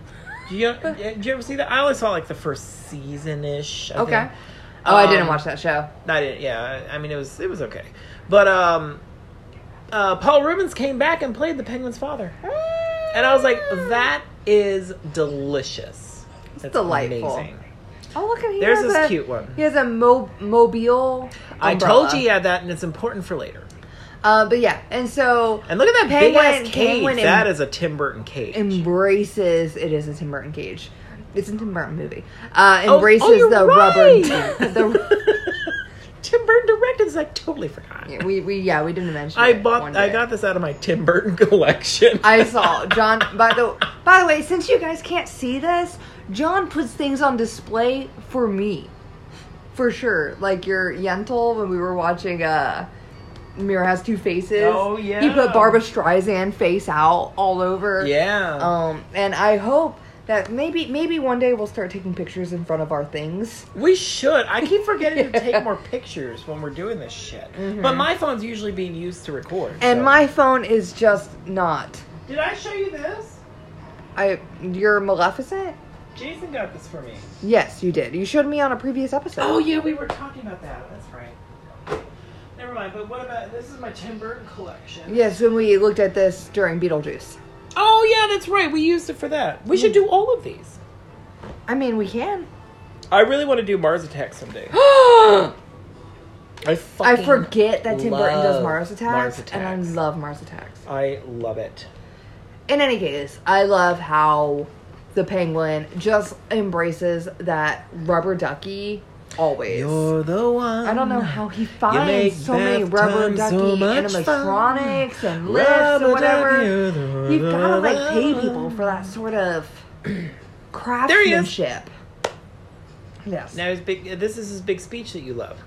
Speaker 2: Do you, did you ever see that? I only saw like the first season ish.
Speaker 1: okay. Oh, I didn't watch
Speaker 2: that.
Speaker 1: that show.
Speaker 2: I didn't. Yeah, I mean it was it was okay, but um, uh, Paul Rubens came back and played the Penguin's father, and I was like,
Speaker 1: Mm.
Speaker 2: that is delicious. That's
Speaker 1: delightful.
Speaker 2: Amazing.
Speaker 1: Oh look at he
Speaker 2: There's
Speaker 1: has
Speaker 2: this
Speaker 1: a,
Speaker 2: cute one.
Speaker 1: He has a mo- mobile.
Speaker 2: I told
Speaker 1: umbrella.
Speaker 2: you you had that, and it's important for later.
Speaker 1: Uh, but yeah, and so
Speaker 2: And look at that
Speaker 1: Penguin-
Speaker 2: big ass cage.
Speaker 1: Penguin
Speaker 2: that
Speaker 1: em-
Speaker 2: is a Tim Burton cage.
Speaker 1: embraces it is a Tim Burton cage. It's a Tim Burton movie. Uh,
Speaker 2: Oh,
Speaker 1: embraces
Speaker 2: oh, you're
Speaker 1: the
Speaker 2: right. [LAUGHS]
Speaker 1: rubber. [LAUGHS] The,
Speaker 2: Tim Burton directed this. I totally forgot.
Speaker 1: Yeah, we, we yeah we didn't mention.
Speaker 2: I
Speaker 1: it
Speaker 2: bought.
Speaker 1: one
Speaker 2: I
Speaker 1: day.
Speaker 2: got this out of my Tim Burton [LAUGHS] collection.
Speaker 1: [LAUGHS] I saw John. By the by the way, since you guys can't see this, John puts things on display for me, for sure. Like your Yentl when we were watching. Uh, Mirror has two faces.
Speaker 2: Oh,
Speaker 1: He put
Speaker 2: yeah.
Speaker 1: Barbara Streisand face out all over.
Speaker 2: yeah.
Speaker 1: Um, and I hope that maybe maybe one day we'll start taking pictures in front of our things.
Speaker 2: we should. I keep forgetting to [LAUGHS]
Speaker 1: Yeah.
Speaker 2: take more pictures when we're doing this shit. But my phone's usually being used to record.
Speaker 1: And
Speaker 2: so-
Speaker 1: my phone is just not.
Speaker 2: Did I show you this?
Speaker 1: I you're Maleficent?
Speaker 2: Jason got this for me.
Speaker 1: Yes, you did. You showed me on a previous episode.
Speaker 2: Oh yeah, we were talking about that. That's right. Never mind. But what about this? Is my Tim Burton collection?
Speaker 1: Yes, when we looked at this during Beetlejuice.
Speaker 2: Oh yeah, that's right. We used it for that. We should do all of these.
Speaker 1: I mean, we can.
Speaker 2: I really want to do Mars Attack [GASPS] someday.
Speaker 1: I
Speaker 2: I fucking
Speaker 1: forget that Tim Burton does
Speaker 2: love
Speaker 1: Mars attacks,
Speaker 2: Mars
Speaker 1: and I
Speaker 2: Attacks.
Speaker 1: love Mars attacks.
Speaker 2: I love it.
Speaker 1: in any case, I love how the penguin just embraces that rubber ducky always.
Speaker 2: You're the one.
Speaker 1: I don't know how he
Speaker 2: make
Speaker 1: finds so many
Speaker 2: bath
Speaker 1: rubber
Speaker 2: time
Speaker 1: ducky
Speaker 2: so much
Speaker 1: animatronics and lifts
Speaker 2: Rubber
Speaker 1: and
Speaker 2: ducky, you're the
Speaker 1: whatever. You've gotta like pay
Speaker 2: one.
Speaker 1: people for that sort of
Speaker 2: he is.
Speaker 1: craftsmanship. Yes.
Speaker 2: Now his big. This is his big speech that you love.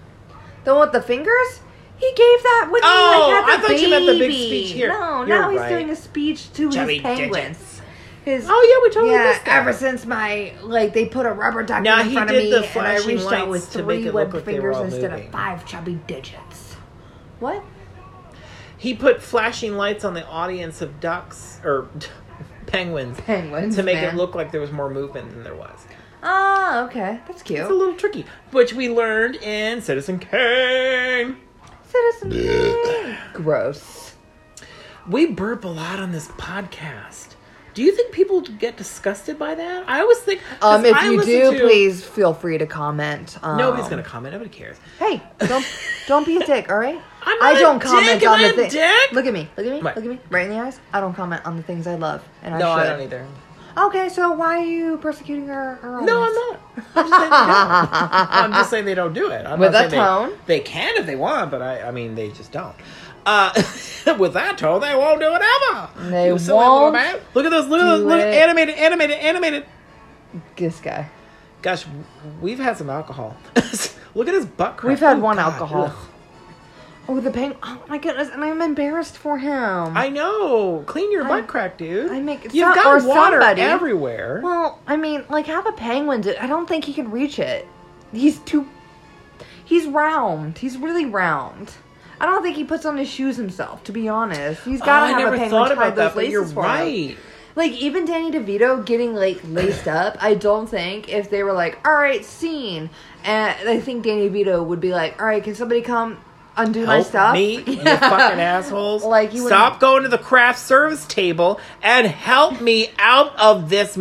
Speaker 1: The one with the fingers? He gave that when
Speaker 2: Oh,
Speaker 1: he like, had the
Speaker 2: I thought
Speaker 1: baby.
Speaker 2: you meant the big speech here.
Speaker 1: No,
Speaker 2: You're
Speaker 1: now he's
Speaker 2: right.
Speaker 1: doing a speech to
Speaker 2: Chubby
Speaker 1: his penguins. His
Speaker 2: Oh yeah, we totally
Speaker 1: yeah.
Speaker 2: missed that.
Speaker 1: Ever since my like they put a rubber ducky
Speaker 2: Now,
Speaker 1: in
Speaker 2: he
Speaker 1: front of
Speaker 2: did
Speaker 1: me,
Speaker 2: the
Speaker 1: and I
Speaker 2: flashing
Speaker 1: reached out
Speaker 2: lights
Speaker 1: with
Speaker 2: to make
Speaker 1: three
Speaker 2: it look
Speaker 1: webbed
Speaker 2: like they were
Speaker 1: fingers
Speaker 2: all
Speaker 1: instead
Speaker 2: moving.
Speaker 1: of five chubby digits. What?
Speaker 2: He put flashing lights on the audience of ducks or [LAUGHS] penguins
Speaker 1: Penguins
Speaker 2: to make
Speaker 1: man.
Speaker 2: it look like there was more movement than there was.
Speaker 1: Oh, okay, that's
Speaker 2: It's a
Speaker 1: cute.
Speaker 2: little tricky, which we learned in Citizen Kane.
Speaker 1: Citizen Kane. Gross.
Speaker 2: We burp a lot on this podcast. Do you think people get disgusted by that? I always think. 'cause
Speaker 1: Um, if
Speaker 2: I
Speaker 1: you
Speaker 2: listen
Speaker 1: do,
Speaker 2: to-
Speaker 1: please feel free to comment. Um,
Speaker 2: Nobody's gonna comment. Nobody cares.
Speaker 1: Hey, don't don't be a dick, all right?
Speaker 2: [LAUGHS] I'm
Speaker 1: I
Speaker 2: not a
Speaker 1: don't
Speaker 2: dick,
Speaker 1: comment
Speaker 2: am
Speaker 1: on
Speaker 2: I
Speaker 1: the
Speaker 2: a
Speaker 1: things.
Speaker 2: dick?
Speaker 1: Look at me, look at me,
Speaker 2: What?
Speaker 1: look at me, right in the eyes. I don't comment on the things I love, and I
Speaker 2: no, I
Speaker 1: should.
Speaker 2: don't either.
Speaker 1: Okay, so why are you persecuting our? our
Speaker 2: No, I'm
Speaker 1: audience?
Speaker 2: not. I'm just saying they
Speaker 1: [LAUGHS]
Speaker 2: don't. I'm just saying they don't do it. I'm
Speaker 1: With that
Speaker 2: not saying they-
Speaker 1: tone?
Speaker 2: They, can if they want, but I, I mean, they just don't. Uh, [LAUGHS] with that tone, they won't do it ever.
Speaker 1: They
Speaker 2: You silly little
Speaker 1: won't
Speaker 2: man. Look at this. Look at
Speaker 1: do
Speaker 2: this. Look
Speaker 1: it.
Speaker 2: animated, animated, animated.
Speaker 1: This guy.
Speaker 2: Gosh, we've had some alcohol. [LAUGHS] look at his butt. crack.
Speaker 1: We've had
Speaker 2: Oh,
Speaker 1: one
Speaker 2: God.
Speaker 1: alcohol.
Speaker 2: Ugh.
Speaker 1: Oh, the pain. Oh my goodness, and I'm embarrassed for him.
Speaker 2: I know. Clean your
Speaker 1: I-
Speaker 2: butt crack, dude.
Speaker 1: I make-
Speaker 2: You've
Speaker 1: so-
Speaker 2: got
Speaker 1: or
Speaker 2: water
Speaker 1: somebody.
Speaker 2: everywhere.
Speaker 1: Well, I mean, like have a penguin. Do- I don't think he can reach it. He's too. He's round. He's really round. I don't think he puts on his shoes himself. To be honest, he's
Speaker 2: Oh,
Speaker 1: got to
Speaker 2: I
Speaker 1: have
Speaker 2: never
Speaker 1: a penguin
Speaker 2: thought
Speaker 1: tie
Speaker 2: about
Speaker 1: those
Speaker 2: that, but
Speaker 1: laces
Speaker 2: you're
Speaker 1: for him.
Speaker 2: right.
Speaker 1: Like even Danny DeVito getting like laced up. I don't think if they were like, all right, scene, and I think Danny DeVito would be like, all right, can somebody come undo my
Speaker 2: Help
Speaker 1: stuff?
Speaker 2: me,
Speaker 1: [LAUGHS]
Speaker 2: you
Speaker 1: Yeah.
Speaker 2: fucking assholes.
Speaker 1: Like, you
Speaker 2: Stop
Speaker 1: wouldn't-
Speaker 2: going to the craft service table and help me out of this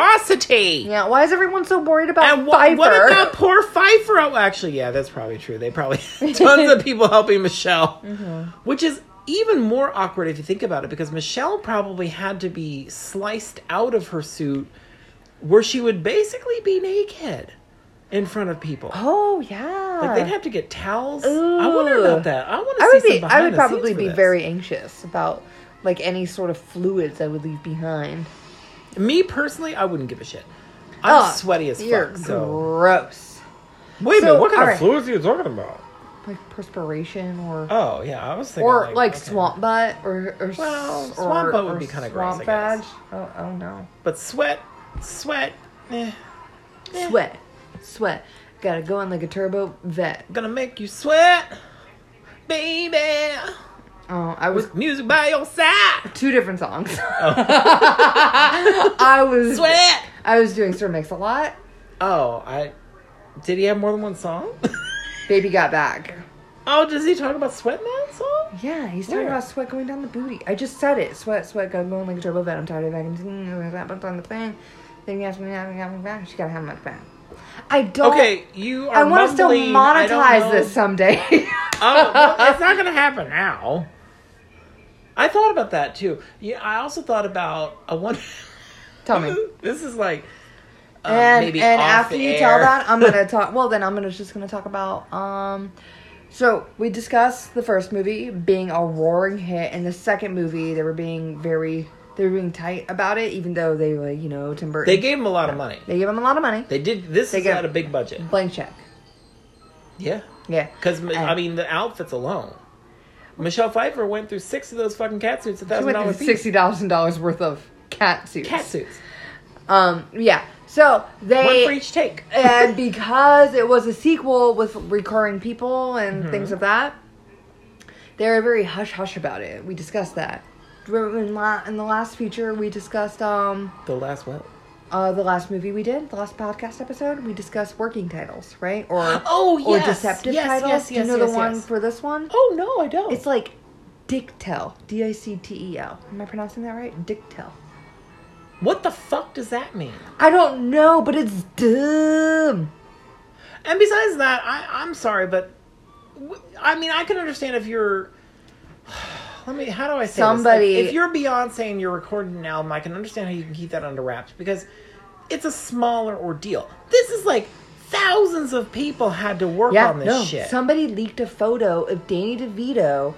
Speaker 2: monstrosity.
Speaker 1: Yeah. Why is everyone so worried about
Speaker 2: And wh- what
Speaker 1: Pfeiffer?
Speaker 2: about poor Pfeiffer? Oh, actually, yeah, that's probably true. They probably [LAUGHS] tons of people helping Michelle,
Speaker 1: Mm-hmm.
Speaker 2: which is even more awkward if you think about it, because Michelle probably had to be sliced out of her suit, where she would basically be naked in front of people.
Speaker 1: Oh yeah.
Speaker 2: Like they'd have to get towels. I wonder
Speaker 1: Ooh.
Speaker 2: about that. I want to
Speaker 1: I
Speaker 2: see
Speaker 1: would be.
Speaker 2: some
Speaker 1: I would
Speaker 2: behind the scenes
Speaker 1: probably
Speaker 2: for
Speaker 1: be
Speaker 2: this.
Speaker 1: very anxious about like any sort of fluids I would leave behind.
Speaker 2: Me personally, I wouldn't give a shit. I'm
Speaker 1: Ugh,
Speaker 2: sweaty as
Speaker 1: you're
Speaker 2: fuck. So
Speaker 1: gross.
Speaker 2: wait
Speaker 1: so- alright.
Speaker 2: fluids are you talking about?
Speaker 1: Like perspiration or
Speaker 2: Oh yeah, I was thinking
Speaker 1: or like,
Speaker 2: okay.
Speaker 1: swamp butt or or s-
Speaker 2: Well,
Speaker 1: or,
Speaker 2: swamp butt would be kinda
Speaker 1: of
Speaker 2: gross, I guess.
Speaker 1: Oh, I don't know.
Speaker 2: But sweat, sweat. Eh, Yeah.
Speaker 1: Sweat, sweat. Gotta go in like a turbo vet.
Speaker 2: gonna make you sweat, baby.
Speaker 1: Oh, I was
Speaker 2: With music by your side.
Speaker 1: [LAUGHS] two different songs. [LAUGHS] I was
Speaker 2: Sweat.
Speaker 1: I was doing Sir Mix a lot.
Speaker 2: Oh, I. Did he have more than one song? [LAUGHS]
Speaker 1: Baby got back.
Speaker 2: oh, does he talk about sweat in that song?
Speaker 1: Yeah, he's talking
Speaker 2: Where?
Speaker 1: about sweat going down the booty. I just said it. Sweat, sweat, go going like a turbo vet. I'm tired of vacuuming. That butt's on the thing. Then you ask me, now, you got me back. She gotta have my back. I don't.
Speaker 2: Okay, you are.
Speaker 1: I want us to
Speaker 2: mumbling. I don't
Speaker 1: monetize
Speaker 2: know-
Speaker 1: this someday. [LAUGHS]
Speaker 2: Oh, well, it's not gonna happen now. I thought about that too. Yeah, I also thought about I wonder.
Speaker 1: tell me.
Speaker 2: [LAUGHS] this is like. Uh,
Speaker 1: and
Speaker 2: Um, maybe
Speaker 1: and
Speaker 2: off
Speaker 1: after
Speaker 2: the
Speaker 1: you tell
Speaker 2: air.
Speaker 1: that, I'm
Speaker 2: [LAUGHS]
Speaker 1: gonna talk. Well, then I'm gonna just gonna talk about. Um, so we discussed the first movie being a roaring hit, and the second movie they were being very they were being tight about it, even though they were you know Tim Burton.
Speaker 2: they gave him a lot of money.
Speaker 1: they gave him a lot of money.
Speaker 2: They did. This
Speaker 1: They
Speaker 2: is
Speaker 1: gave-
Speaker 2: not a big budget.
Speaker 1: Blank check.
Speaker 2: Yeah,
Speaker 1: Yeah.
Speaker 2: because I
Speaker 1: And-
Speaker 2: mean the outfits alone. Michelle Pfeiffer went through six of those fucking cat suits. A
Speaker 1: She
Speaker 2: thousand
Speaker 1: went through
Speaker 2: dollars
Speaker 1: sixty thousand dollars worth of cat suits.
Speaker 2: cat suits,
Speaker 1: Um, yeah. So
Speaker 2: one
Speaker 1: they
Speaker 2: for each take.
Speaker 1: and because it was a sequel with recurring people and
Speaker 2: Mm-hmm.
Speaker 1: things of that, they were very hush hush about it. We discussed that. Remember In, la- in the last feature, we discussed um
Speaker 2: the last what?
Speaker 1: uh the last movie we did, the last podcast episode, we discussed working titles, right? Or
Speaker 2: [GASPS] Oh,
Speaker 1: or
Speaker 2: yes.
Speaker 1: deceptive
Speaker 2: Yes,
Speaker 1: titles.
Speaker 2: yes,
Speaker 1: Do you
Speaker 2: yes,
Speaker 1: know
Speaker 2: yes,
Speaker 1: the one
Speaker 2: yes.
Speaker 1: for this one?
Speaker 2: Oh no, I don't.
Speaker 1: It's like Dictel. D I C T E L. Am I pronouncing that right? Dictel.
Speaker 2: what the fuck does that mean?
Speaker 1: I don't know, but it's dumb.
Speaker 2: And besides that, I, I'm sorry, but w- I mean, I can understand if you're [SIGHS] let me. How do I say this?
Speaker 1: Somebody-
Speaker 2: Like, if you're Beyonce and you're recording an album, I can understand how you can keep that under wraps because it's a smaller ordeal. This is like thousands of people had to work
Speaker 1: Yeah,
Speaker 2: on this
Speaker 1: no.
Speaker 2: shit.
Speaker 1: Somebody leaked a photo of Danny DeVito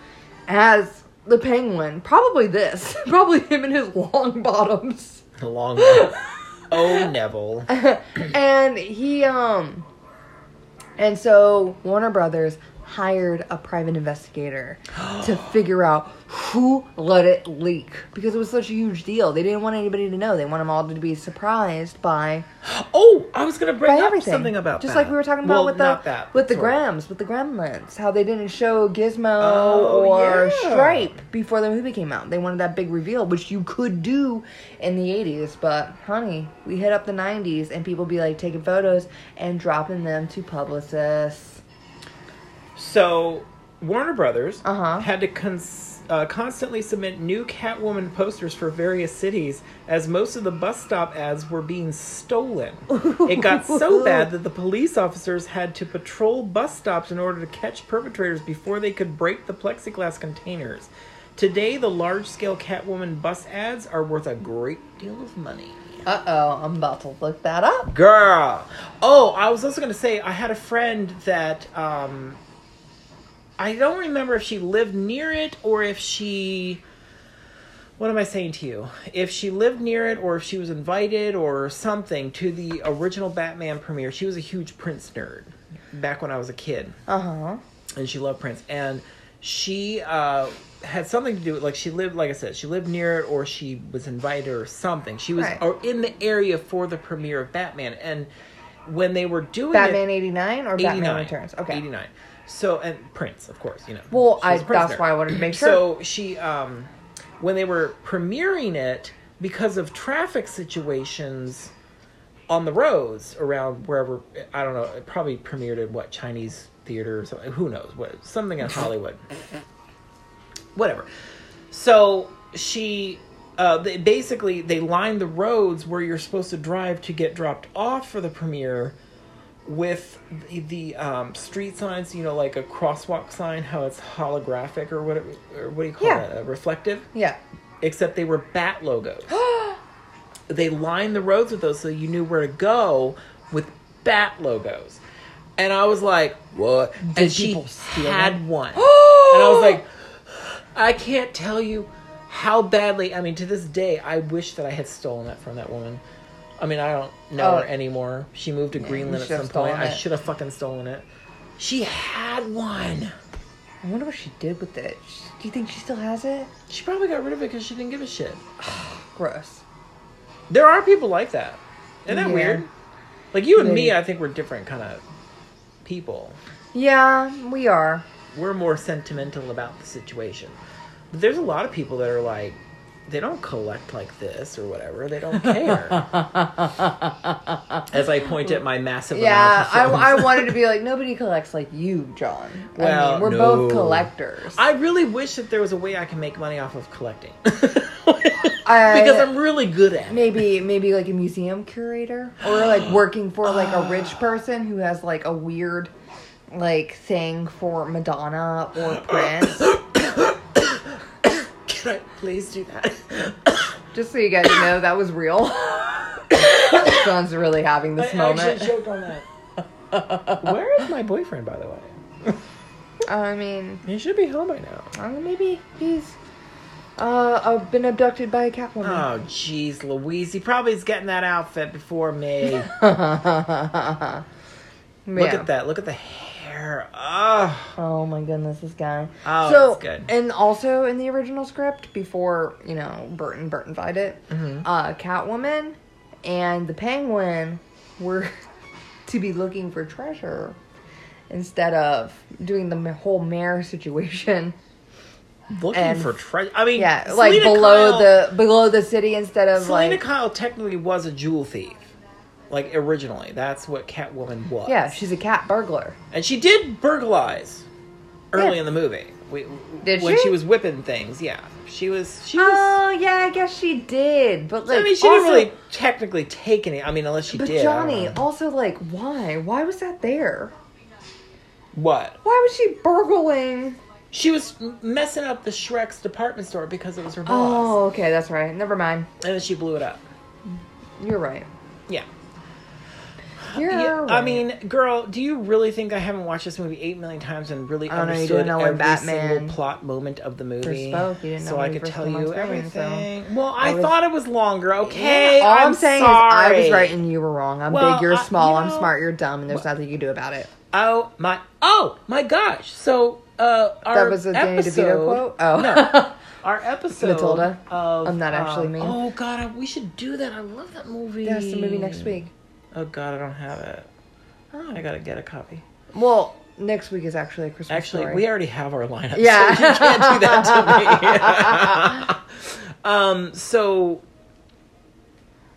Speaker 1: as the penguin. Probably this. [LAUGHS] Probably him in his long bottoms.
Speaker 2: A long one. [LAUGHS] Oh
Speaker 1: [LAUGHS]
Speaker 2: Neville.
Speaker 1: and he um and so Warner Brothers hired a private
Speaker 2: [GASPS]
Speaker 1: investigator to figure out who let it leak because it was such a huge deal. They didn't want anybody to know. They want them all to be surprised by
Speaker 2: Oh, I was gonna bring
Speaker 1: by
Speaker 2: up
Speaker 1: everything.
Speaker 2: something about
Speaker 1: just
Speaker 2: that.
Speaker 1: like we were talking about
Speaker 2: Well,
Speaker 1: with the
Speaker 2: not that,
Speaker 1: with the
Speaker 2: sort of.
Speaker 1: Grams, with the Gremlins, how they didn't show Gizmo
Speaker 2: Oh,
Speaker 1: or
Speaker 2: yeah.
Speaker 1: Stripe before the movie came out. They wanted that big reveal, which you could do in the '80s, but honey, we hit up the '90s and people be like taking photos and dropping them to publicists.
Speaker 2: So Warner Brothers
Speaker 1: Uh-huh.
Speaker 2: had to cons- uh, constantly submit new Catwoman posters for various cities, as most of the bus stop ads were being stolen. it got so bad that the police officers had to patrol bus stops in order to catch perpetrators before they could break the plexiglass containers. Today, the large-scale Catwoman bus ads are worth a great deal of money.
Speaker 1: Uh oh, I'm about to look that up.
Speaker 2: Girl. Oh, I was also going to say I had a friend that um I don't remember if she lived near it or if she what am I saying to you? If she lived near it or if she was invited or something to the original Batman premiere. She was a huge Prince nerd back when I was a kid
Speaker 1: Uh huh.
Speaker 2: and she loved Prince. And she uh, had something to do with like she lived, like I said, she lived near it, or she was invited, or something. She was
Speaker 1: Right.
Speaker 2: or in the area for the premiere of Batman. And when they were doing
Speaker 1: Batman
Speaker 2: it,
Speaker 1: '89 or Batman Returns? Okay.
Speaker 2: eighty nine. So and Prince, of course, you know.
Speaker 1: Well,
Speaker 2: she
Speaker 1: I
Speaker 2: was a Prince
Speaker 1: that's
Speaker 2: nerd.
Speaker 1: why I wanted to make sure.
Speaker 2: So she, um, when they were premiering it, because of traffic situations on the roads around wherever, I don't know, it probably premiered at what, Chinese theater or something, who knows, what, something in Hollywood. Whatever. So she, uh, they, basically, they lined the roads where you're supposed to drive to get dropped off for the premiere with the, the um, street signs, you know, like a crosswalk sign, how it's holographic or what, it, or what do you call
Speaker 1: Yeah.
Speaker 2: that? Uh, reflective?
Speaker 1: yeah.
Speaker 2: Except they were bat [GASPS] logos. they lined the roads with those so you knew where to go with bat logos. And I was like, what? and she
Speaker 1: people steal
Speaker 2: had
Speaker 1: them?
Speaker 2: [GASPS] one. and I was like, I can't tell you how badly. I mean, to this day, I wish that I had stolen that from that woman. I mean, I don't
Speaker 1: Oh.
Speaker 2: know her anymore. She moved to Greenland at
Speaker 1: should've
Speaker 2: some point.
Speaker 1: stolen
Speaker 2: I
Speaker 1: it.
Speaker 2: should have fucking stolen it. She had one.
Speaker 1: I wonder what she did with it. Sh- Do you think she still has it?
Speaker 2: She probably got rid of it because she didn't give a shit.
Speaker 1: Gross.
Speaker 2: There are people like that. Isn't that
Speaker 1: Yeah.
Speaker 2: weird? Like you and me,
Speaker 1: Maybe.
Speaker 2: I think we're different kind of people.
Speaker 1: Yeah, we are.
Speaker 2: We're more sentimental about the situation. But there's a lot of people that are like, they don't collect like this or whatever. They don't care. As I point at my massive
Speaker 1: Yeah, I,
Speaker 2: amount of
Speaker 1: I
Speaker 2: films.
Speaker 1: wanted to be like nobody collects like you, John. I
Speaker 2: Well,
Speaker 1: mean, we're
Speaker 2: no.
Speaker 1: both collectors.
Speaker 2: [LAUGHS] I really wish that there was a way I can make money off of collecting. [LAUGHS] because I'm really good at
Speaker 1: [LAUGHS]
Speaker 2: it.
Speaker 1: maybe maybe like a museum curator or like working for like a rich
Speaker 2: Ah.
Speaker 1: person who has like a weird like thing for Madonna or
Speaker 2: [COUGHS]
Speaker 1: Prince.
Speaker 2: Can I please do that? [LAUGHS]
Speaker 1: Just so you guys know, that was
Speaker 2: [COUGHS]
Speaker 1: real. John's really having this
Speaker 2: I actually
Speaker 1: moment.
Speaker 2: choked on that. [LAUGHS] Where is my boyfriend, by the way?
Speaker 1: I mean,
Speaker 2: He should be home by now.
Speaker 1: I don't know, maybe he's uh, uh been abducted by a catwoman. [LAUGHS]
Speaker 2: Oh, jeez, Louise. He probably is getting that outfit before [LAUGHS] me. Look
Speaker 1: Yeah.
Speaker 2: at that. Look at the hair. Oh,
Speaker 1: Oh my goodness, this guy.
Speaker 2: Oh,
Speaker 1: so,
Speaker 2: it's good.
Speaker 1: And also in the original script, before you know Burton Burton fight it,
Speaker 2: Mm-hmm.
Speaker 1: uh, Catwoman and the Penguin were [LAUGHS] to be looking for treasure instead of doing the m- whole mayor [LAUGHS] situation.
Speaker 2: looking
Speaker 1: And-
Speaker 2: for treasure. I mean,
Speaker 1: Yeah,
Speaker 2: Selena
Speaker 1: like below
Speaker 2: Kyle-
Speaker 1: the below the city instead of
Speaker 2: Selena
Speaker 1: like
Speaker 2: Kyle technically was a jewel thief. Like, originally. That's what Catwoman was.
Speaker 1: yeah, she's a cat burglar.
Speaker 2: And she did burglarize early
Speaker 1: Yeah.
Speaker 2: in the movie. We,
Speaker 1: Did
Speaker 2: when
Speaker 1: she?
Speaker 2: she was whipping things, yeah. She was. She was.
Speaker 1: Oh yeah, I guess she did, but like
Speaker 2: I mean, she
Speaker 1: also,
Speaker 2: didn't really technically take any. I mean, unless she
Speaker 1: But
Speaker 2: did. I don't
Speaker 1: Johnny, oh
Speaker 2: know.
Speaker 1: also like why? Why was that there?
Speaker 2: what?
Speaker 1: Why was she burgling
Speaker 2: She was m- messing up the Shrek's department store because it was her boss,
Speaker 1: Oh, okay, that's right. Never mind.
Speaker 2: and then she blew it up.
Speaker 1: You're right.
Speaker 2: Yeah.
Speaker 1: You're
Speaker 2: Yeah,
Speaker 1: right.
Speaker 2: I mean, girl, do you really think I haven't watched this movie eight million times and really
Speaker 1: Oh, no, you
Speaker 2: understood
Speaker 1: didn't know when
Speaker 2: every
Speaker 1: Batman
Speaker 2: single plot moment of the movie?
Speaker 1: spoke, you didn't know
Speaker 2: so
Speaker 1: when
Speaker 2: I
Speaker 1: he
Speaker 2: could
Speaker 1: first
Speaker 2: tell
Speaker 1: came on
Speaker 2: you
Speaker 1: screen, so-
Speaker 2: everything. Well, I,
Speaker 1: I was-
Speaker 2: thought it was longer. Okay,
Speaker 1: all
Speaker 2: I'm,
Speaker 1: saying
Speaker 2: sorry.
Speaker 1: is I was right and you were wrong. I'm
Speaker 2: Well,
Speaker 1: big, you're
Speaker 2: I-
Speaker 1: small.
Speaker 2: you
Speaker 1: I'm
Speaker 2: know-
Speaker 1: smart, you're dumb, and there's nothing you can do about it.
Speaker 2: Oh my! Oh my gosh! So uh, our
Speaker 1: That was a Danny
Speaker 2: episode,
Speaker 1: DeVito quote. Oh,
Speaker 2: No. [LAUGHS] Our episode
Speaker 1: Matilda.
Speaker 2: of
Speaker 1: I'm not actually
Speaker 2: um,
Speaker 1: mean.
Speaker 2: Oh god, I, we should do that. I love that movie.
Speaker 1: that's the movie next week.
Speaker 2: Oh god, I don't have it. Oh, I gotta get a copy.
Speaker 1: Well, next week is actually a Christmas.
Speaker 2: Actually,
Speaker 1: story.
Speaker 2: we already have our lineup.
Speaker 1: Yeah.
Speaker 2: so you can't do
Speaker 1: [LAUGHS]
Speaker 2: that to me. [LAUGHS] um. So,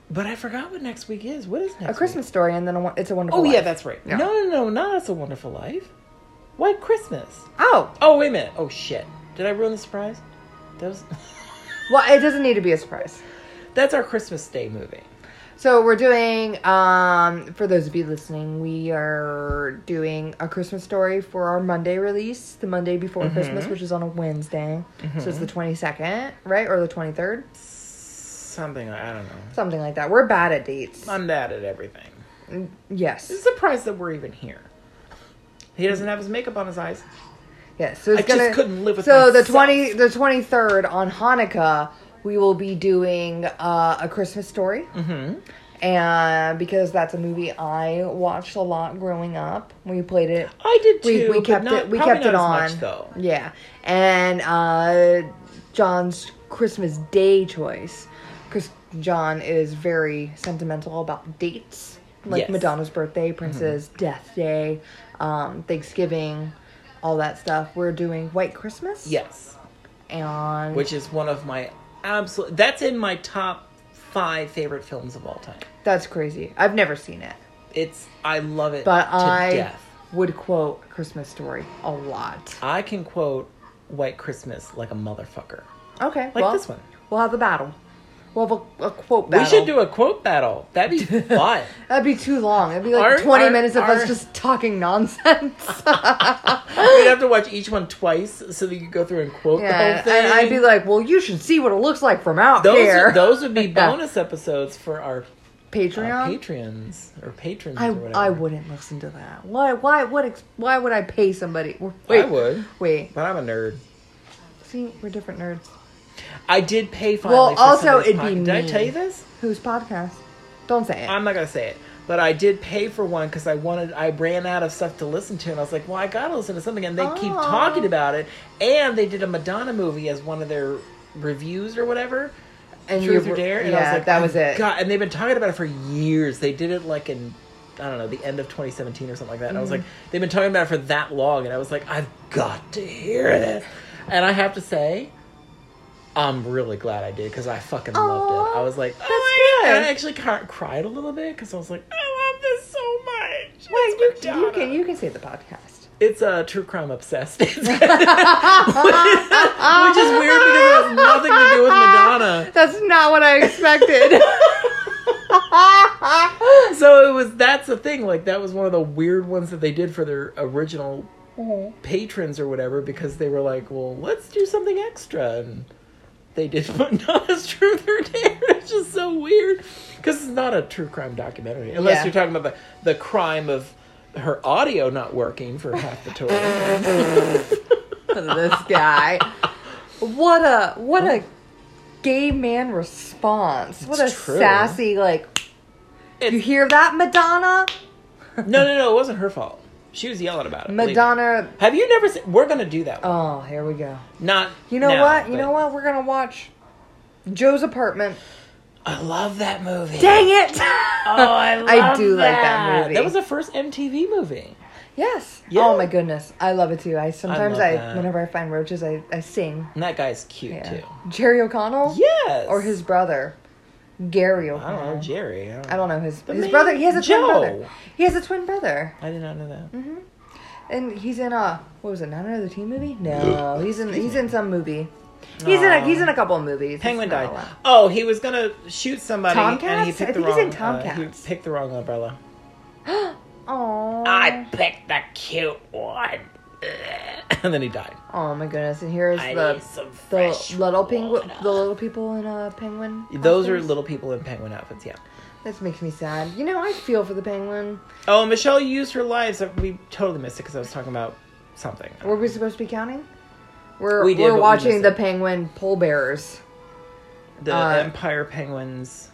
Speaker 2: but I forgot what next week is. What is next?
Speaker 1: a Christmas story, and then a, Won- it's a wonderful.
Speaker 2: Week? Oh yeah,
Speaker 1: Life.
Speaker 2: that's right.
Speaker 1: Yeah.
Speaker 2: No, no, no, not It's a Wonderful Life. White Christmas.
Speaker 1: Oh,
Speaker 2: Oh wait a minute. Oh shit. Did I ruin the surprise? That was. [LAUGHS]
Speaker 1: well, it doesn't need to be a surprise.
Speaker 2: That's our Christmas Day movie.
Speaker 1: So we're doing, um, for those of you listening, we are doing a Christmas story for our Monday release, the Monday before
Speaker 2: Mm-hmm.
Speaker 1: Christmas, which is on a Wednesday. So it's the 22nd, right? Or the 23rd?
Speaker 2: Something I don't know.
Speaker 1: Something like that. We're bad at dates.
Speaker 2: I'm bad at everything. I'm
Speaker 1: yes.
Speaker 2: surprised that we're even here. He doesn't have his makeup on his eyes.
Speaker 1: Yes. So it's
Speaker 2: I just
Speaker 1: gonna-
Speaker 2: couldn't live with
Speaker 1: So
Speaker 2: myself.
Speaker 1: the 20 the 23rd on Hanukkah, we will be doing uh, a Christmas story.
Speaker 2: Mm-hmm.
Speaker 1: And because that's a movie I watched a lot growing up. We played it
Speaker 2: I did
Speaker 1: we,
Speaker 2: too.
Speaker 1: we
Speaker 2: but
Speaker 1: kept
Speaker 2: not-
Speaker 1: it we
Speaker 2: probably
Speaker 1: kept it
Speaker 2: not
Speaker 1: on
Speaker 2: as much, though.
Speaker 1: yeah and uh john's christmas day choice because john is very sentimental about dates like
Speaker 2: Yes. Mm-hmm.
Speaker 1: madonna's birthday prince's death day um thanksgiving all that stuff we're doing white christmas
Speaker 2: Yes,
Speaker 1: and
Speaker 2: which is one of my absolute. That's in my top five favorite films of all time.
Speaker 1: that's crazy i've never seen it
Speaker 2: It's I love it
Speaker 1: but
Speaker 2: to
Speaker 1: i
Speaker 2: death.
Speaker 1: would quote christmas story a lot
Speaker 2: I can quote White Christmas like a motherfucker.
Speaker 1: okay
Speaker 2: Like
Speaker 1: well,
Speaker 2: this one.
Speaker 1: we'll have a battle we'll have a, a quote battle
Speaker 2: We should do a quote battle. That'd be
Speaker 1: [LAUGHS]
Speaker 2: fun.
Speaker 1: That'd be too long. It'd be like
Speaker 2: Our-
Speaker 1: 20
Speaker 2: our-
Speaker 1: minutes of
Speaker 2: our-
Speaker 1: us just talking nonsense. [LAUGHS]
Speaker 2: We'd have to watch each one twice so that you could go through and quote the
Speaker 1: yeah,
Speaker 2: whole thing.
Speaker 1: and I'd be like, well, you should see what it looks like from out
Speaker 2: those,
Speaker 1: there.
Speaker 2: those would
Speaker 1: [LAUGHS]
Speaker 2: be
Speaker 1: Yeah.
Speaker 2: bonus episodes for our uh,
Speaker 1: Patreon?
Speaker 2: Patreons or patrons
Speaker 1: I,
Speaker 2: or whatever.
Speaker 1: I wouldn't listen to that. Why why what ex- why would I pay somebody? Wait,
Speaker 2: I would,
Speaker 1: Wait.
Speaker 2: but I'm a nerd.
Speaker 1: See, we're different nerds.
Speaker 2: I did pay finally.
Speaker 1: Well,
Speaker 2: for
Speaker 1: also,
Speaker 2: somebody's
Speaker 1: it'd be
Speaker 2: pocket- Did I
Speaker 1: me.
Speaker 2: tell you this?
Speaker 1: Whose podcast? Don't say it.
Speaker 2: I'm not gonna say it, but I did pay for one because I wanted. I ran out of stuff to listen to, and I was like, "Well, I gotta listen to something." And they keep
Speaker 1: Oh.
Speaker 2: talking about it, and they did a Madonna movie as one of their reviews or whatever.
Speaker 1: and
Speaker 2: Truth
Speaker 1: you
Speaker 2: or
Speaker 1: were-
Speaker 2: Dare, and
Speaker 1: yeah,
Speaker 2: I was like,
Speaker 1: that was
Speaker 2: "Oh,
Speaker 1: it.
Speaker 2: God, and they've been talking about it for years. They did it like in, I don't know, the end of 2017 or something like that. And I was like,
Speaker 1: Mm-hmm.
Speaker 2: they've been talking about it for that long, and I was like, I've got to hear this. And I have to say, I'm really glad I did because I fucking loved it.
Speaker 1: Aw,
Speaker 2: I was like,
Speaker 1: that's
Speaker 2: oh my God. And I
Speaker 1: good.
Speaker 2: actually ca- cried a little bit because I was like, I love this so
Speaker 1: Wait,
Speaker 2: much.
Speaker 1: you,
Speaker 2: It's
Speaker 1: you
Speaker 2: Madonna.
Speaker 1: can you can say the podcast.
Speaker 2: It's uh, true crime
Speaker 1: [LAUGHS]
Speaker 2: obsessed, [LAUGHS] which is weird because it has nothing to do with Madonna.
Speaker 1: That's not what I
Speaker 2: [LAUGHS]
Speaker 1: expected. [LAUGHS]
Speaker 2: so it was that's the thing like that was one of the weird ones that they did for their original
Speaker 1: Mm-hmm.
Speaker 2: patrons or whatever because they were like well let's do something extra and they did [LAUGHS] but not as truth or dare it's just so weird because it's not a true crime documentary unless
Speaker 1: Yeah.
Speaker 2: you're talking about the, the crime of her audio not working for half the tour
Speaker 1: this guy. What a what a gay man response. What
Speaker 2: It's
Speaker 1: a
Speaker 2: true.
Speaker 1: sassy like
Speaker 2: It's-
Speaker 1: you hear that Madonna?
Speaker 2: no no no it wasn't her fault she was yelling about it believe me.
Speaker 1: Madonna
Speaker 2: have you never seen we're gonna do that one.
Speaker 1: Oh, here we go.
Speaker 2: not
Speaker 1: You know
Speaker 2: now,
Speaker 1: what? You
Speaker 2: but-
Speaker 1: know what? We're gonna watch Joe's apartment.
Speaker 2: i love that movie
Speaker 1: Dang [LAUGHS] it!
Speaker 2: Oh, I love
Speaker 1: do like that movie.
Speaker 2: That was the first MTV movie.
Speaker 1: yes.
Speaker 2: Yeah.
Speaker 1: Oh my goodness. I love it too. I sometimes
Speaker 2: love
Speaker 1: I,
Speaker 2: that.
Speaker 1: whenever I find roaches I, I sing.
Speaker 2: And that guy's cute
Speaker 1: Yeah.
Speaker 2: too.
Speaker 1: Jerry O'Connell?
Speaker 2: Yes.
Speaker 1: Or his brother. Gary
Speaker 2: I don't
Speaker 1: O'Connell.
Speaker 2: know, Jerry. I don't,
Speaker 1: I don't know his
Speaker 2: The
Speaker 1: his
Speaker 2: man,
Speaker 1: brother. He has a
Speaker 2: Joe.
Speaker 1: twin brother. He has a twin brother.
Speaker 2: I did not know that.
Speaker 1: Mm-hmm. And he's in a what was it? Not another teen movie? No, he's in he's in some movie. He's in a,
Speaker 2: Aw.
Speaker 1: he's in a couple of movies. It's
Speaker 2: Penguin
Speaker 1: not a
Speaker 2: died.
Speaker 1: lot.
Speaker 2: Oh, he was gonna shoot somebody and he
Speaker 1: Tomcats?
Speaker 2: picked
Speaker 1: I
Speaker 2: the
Speaker 1: think he's in
Speaker 2: wrong. uh, he
Speaker 1: Tomcats.
Speaker 2: picked the wrong umbrella.
Speaker 1: Aw.
Speaker 2: picked the cute one. [LAUGHS] and then he died.
Speaker 1: Oh my goodness! And here's
Speaker 2: I
Speaker 1: the
Speaker 2: need some fresh
Speaker 1: the little penguin,
Speaker 2: water.
Speaker 1: the little people in uh, penguin.
Speaker 2: Those are
Speaker 1: costumes.
Speaker 2: little people in penguin outfits, yeah.
Speaker 1: This makes me sad. You know, I feel for the penguin.
Speaker 2: Oh, Michelle used her lives. Uh, We totally missed it because I was talking about something.
Speaker 1: Were we supposed to be counting? We're
Speaker 2: We
Speaker 1: we
Speaker 2: did, but
Speaker 1: are
Speaker 2: we
Speaker 1: watching
Speaker 2: missed
Speaker 1: the
Speaker 2: it.
Speaker 1: penguin pole bearers.
Speaker 2: The
Speaker 1: uh,
Speaker 2: Empire penguins,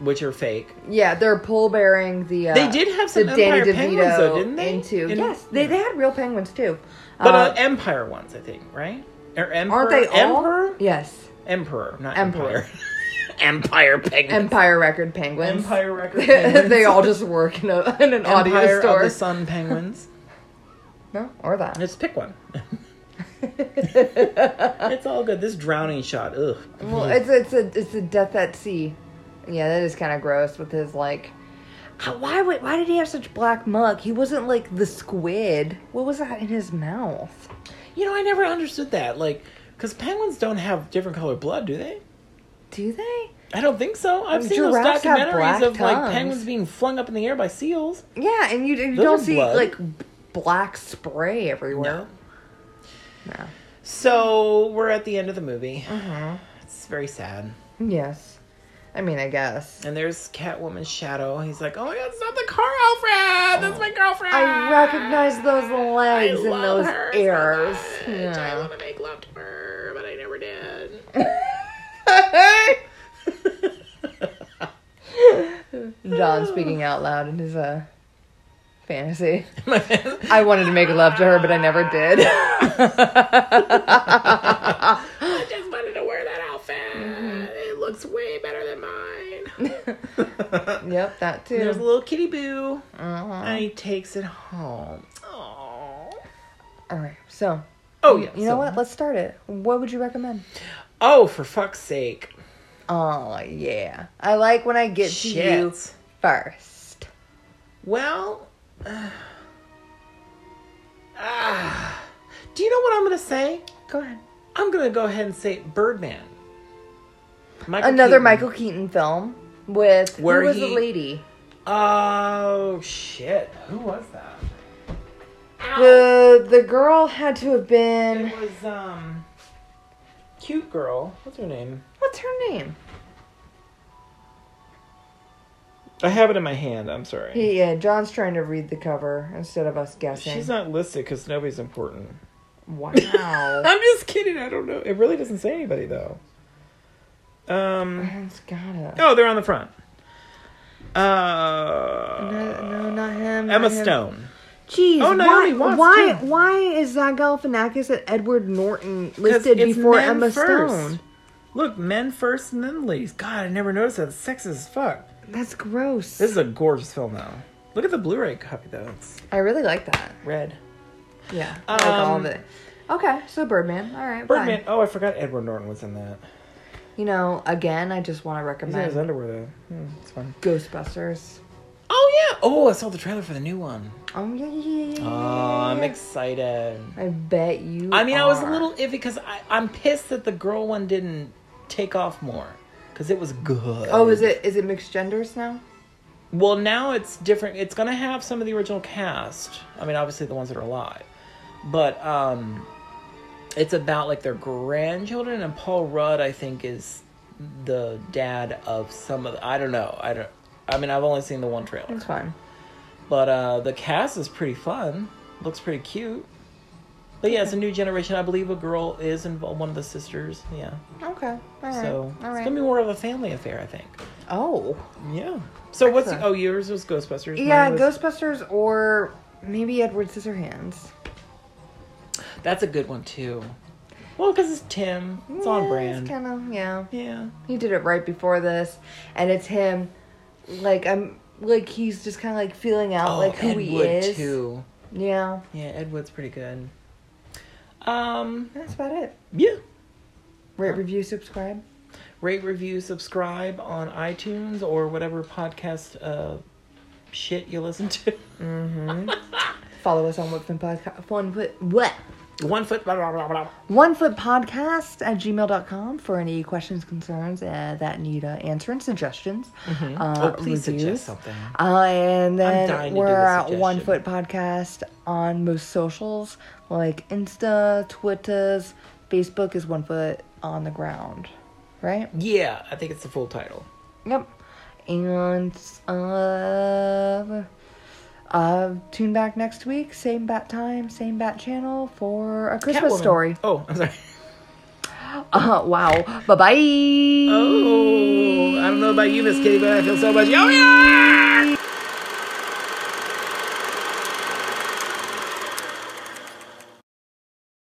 Speaker 2: which are fake.
Speaker 1: Yeah, they're pole bearing the. Uh,
Speaker 2: They did have some
Speaker 1: the
Speaker 2: Empire penguins, though, didn't they?
Speaker 1: Into
Speaker 2: In-
Speaker 1: yes, they, they had real penguins too.
Speaker 2: But uh,
Speaker 1: Uh,
Speaker 2: Empire ones, I think, right? Or Emperor?
Speaker 1: aren't they all?
Speaker 2: Emperor?
Speaker 1: Yes,
Speaker 2: Emperor, not
Speaker 1: Emperor.
Speaker 2: Empire. [LAUGHS] Empire penguins.
Speaker 1: Empire record penguins.
Speaker 2: Empire record
Speaker 1: [LAUGHS]
Speaker 2: penguins.
Speaker 1: they all just work in, a, in an audio
Speaker 2: Empire
Speaker 1: store.
Speaker 2: of the
Speaker 1: [LAUGHS]
Speaker 2: Sun penguins.
Speaker 1: no, or that.
Speaker 2: Let's
Speaker 1: [LAUGHS]
Speaker 2: pick one. it's all good. This drowning shot, ugh.
Speaker 1: Well, it's it's a it's a death at sea. Yeah, that is kind of gross with his like. how- Why would why did he have such black muck? He wasn't like the squid. What was that in his mouth?
Speaker 2: You know, I never understood that. Like, because penguins don't have different colored blood, do they?
Speaker 1: Do they?
Speaker 2: I don't think so. I've
Speaker 1: Um,
Speaker 2: seen those
Speaker 1: giraffes have
Speaker 2: documentaries
Speaker 1: black
Speaker 2: of like
Speaker 1: tongues.
Speaker 2: penguins being flung up in the air by seals.
Speaker 1: Yeah, and you, you
Speaker 2: Those
Speaker 1: don't
Speaker 2: are
Speaker 1: see
Speaker 2: blood.
Speaker 1: like b- black spray everywhere. No. Mm-hmm.
Speaker 2: So we're at the end of the movie. It's very sad.
Speaker 1: Yes. I mean, I guess.
Speaker 2: And there's Catwoman's shadow. He's like, "Oh my God, it's not the car, Alfred. That's my girlfriend.
Speaker 1: I recognize those
Speaker 2: I
Speaker 1: legs and
Speaker 2: love
Speaker 1: those
Speaker 2: her so
Speaker 1: ears.
Speaker 2: much. I
Speaker 1: Yeah.
Speaker 2: want to make love to her, but I never
Speaker 1: [LAUGHS]
Speaker 2: did." [LAUGHS]
Speaker 1: [LAUGHS] John speaking out loud in his uh fantasy. I wanted to make love to her, but I never did. [LAUGHS]
Speaker 2: I just wanted to wear that outfit.
Speaker 1: Mm-hmm.
Speaker 2: It looks way better than mine.
Speaker 1: [LAUGHS] yep, that
Speaker 2: There's a
Speaker 1: too.
Speaker 2: little kitty boo.
Speaker 1: Uh-huh.
Speaker 2: And he takes it home. Aww.
Speaker 1: All right, so
Speaker 2: Oh yeah.
Speaker 1: you know what? Let's start it. What would you recommend?
Speaker 2: Oh, for fuck's sake!
Speaker 1: Oh yeah, I like when I get to you
Speaker 2: Shit.
Speaker 1: first.
Speaker 2: Well. ah. Ah. do you know what I'm gonna say?
Speaker 1: Go ahead.
Speaker 2: I'm gonna go ahead and say Birdman. Michael
Speaker 1: Another
Speaker 2: Keaton.
Speaker 1: Michael Keaton film with
Speaker 2: Where
Speaker 1: who was the
Speaker 2: he-
Speaker 1: lady?
Speaker 2: Oh shit! Who was that?
Speaker 1: The the girl had to have been.
Speaker 2: It was um, cute girl. What's her name?
Speaker 1: What's her name?
Speaker 2: I have it in my hand. I'm sorry.
Speaker 1: He, yeah, John's trying to read the cover instead of us guessing.
Speaker 2: She's not listed because nobody's important. [LAUGHS]
Speaker 1: wow.
Speaker 2: I'm just kidding. I don't know. It really doesn't say anybody though. Um.
Speaker 1: It's gotta.
Speaker 2: Oh, they're on the front. Uh.
Speaker 1: No, no, not him.
Speaker 2: Emma
Speaker 1: not him.
Speaker 2: Stone.
Speaker 1: Jeez, why,
Speaker 2: Oh, Naomi Watts,
Speaker 1: why,
Speaker 2: too.
Speaker 1: why is Zach Galifianakis and Edward Norton
Speaker 2: 'Cause
Speaker 1: listed
Speaker 2: it's
Speaker 1: before
Speaker 2: men
Speaker 1: Emma
Speaker 2: first.
Speaker 1: Stone?
Speaker 2: Look, men first and then ladies. God, I never noticed that. Sex is fuck.
Speaker 1: That's gross.
Speaker 2: This is a gorgeous film though. Look at the Blu-ray copy though. It's
Speaker 1: I really like that.
Speaker 2: red.
Speaker 1: Yeah, I like all of
Speaker 2: Um,
Speaker 1: it. Okay, so Birdman. All right,
Speaker 2: Birdman.
Speaker 1: Birdman.
Speaker 2: Oh, I forgot Edward Norton was in that.
Speaker 1: You know, again, I just want to
Speaker 2: He's in his
Speaker 1: recommend
Speaker 2: underwear though. Hmm, it's fun.
Speaker 1: Ghostbusters.
Speaker 2: Oh yeah. Oh, I saw the trailer for the new one.
Speaker 1: Oh yeah, yeah, yeah, yeah.
Speaker 2: Oh,
Speaker 1: yeah,
Speaker 2: I'm
Speaker 1: yeah.
Speaker 2: excited.
Speaker 1: I bet you.
Speaker 2: I mean, I was a
Speaker 1: are.
Speaker 2: little iffy because I'm pissed that the girl one didn't take off more because it was good.
Speaker 1: Oh, is it is it mixed genders now?
Speaker 2: Well, now it's different. It's gonna have some of the original cast. I mean, obviously the ones that are alive, but um, it's about like their grandchildren and Paul Rudd. I think is the dad of some of. The, I don't know. I don't. I mean, I've only seen the one trailer,
Speaker 1: It's fine.
Speaker 2: but uh, the cast is pretty fun. Looks pretty cute. But yeah, it's a new generation. I believe a girl is involved. One of the sisters. Yeah.
Speaker 1: Okay. All right.
Speaker 2: So
Speaker 1: all
Speaker 2: it's
Speaker 1: right.
Speaker 2: gonna be more of a family affair, I think.
Speaker 1: oh.
Speaker 2: Yeah. So what's
Speaker 1: Excellent.
Speaker 2: oh yours was Ghostbusters. mine
Speaker 1: Yeah,
Speaker 2: was-
Speaker 1: Ghostbusters or maybe Edward Scissorhands.
Speaker 2: That's a good one too. Well, because it's Tim. It's on brand.
Speaker 1: Kind of. Yeah.
Speaker 2: yeah.
Speaker 1: He did it right before this, and it's him. Like I'm. Like he's just kind of like feeling out like who
Speaker 2: Oh, Ed
Speaker 1: he
Speaker 2: Wood,
Speaker 1: is.
Speaker 2: too.
Speaker 1: Yeah.
Speaker 2: Yeah, Ed Wood's pretty good. Um.
Speaker 1: That's about it.
Speaker 2: Yeah.
Speaker 1: Rate, review, subscribe.
Speaker 2: Rate, review, subscribe on iTunes or whatever podcast uh, shit you listen to. [LAUGHS]
Speaker 1: Follow us on What Film Podcast. Fun, what?
Speaker 2: One foot. Blah, blah, blah, blah.
Speaker 1: onefootpodcast at gmail.com for any questions, concerns uh, that need uh, answering, suggestions. Uh,
Speaker 2: oh, please
Speaker 1: reviews.
Speaker 2: suggest something.
Speaker 1: Uh, and
Speaker 2: dying
Speaker 1: then
Speaker 2: to do
Speaker 1: we're
Speaker 2: the
Speaker 1: at
Speaker 2: suggestion.
Speaker 1: One Foot Podcast on most socials like Insta, Twitters, Facebook is One Foot on the Ground, right?
Speaker 2: Yeah, I think it's the full title.
Speaker 1: Yep. And uh, uh, tune back next week, same bat time, same bat channel for a Christmas
Speaker 2: Catwoman.
Speaker 1: story.
Speaker 2: Oh, I'm sorry.
Speaker 1: Uh, wow. Bye bye.
Speaker 2: Oh, I don't know about you, Miss Kitty, but I feel so much. Oh yeah!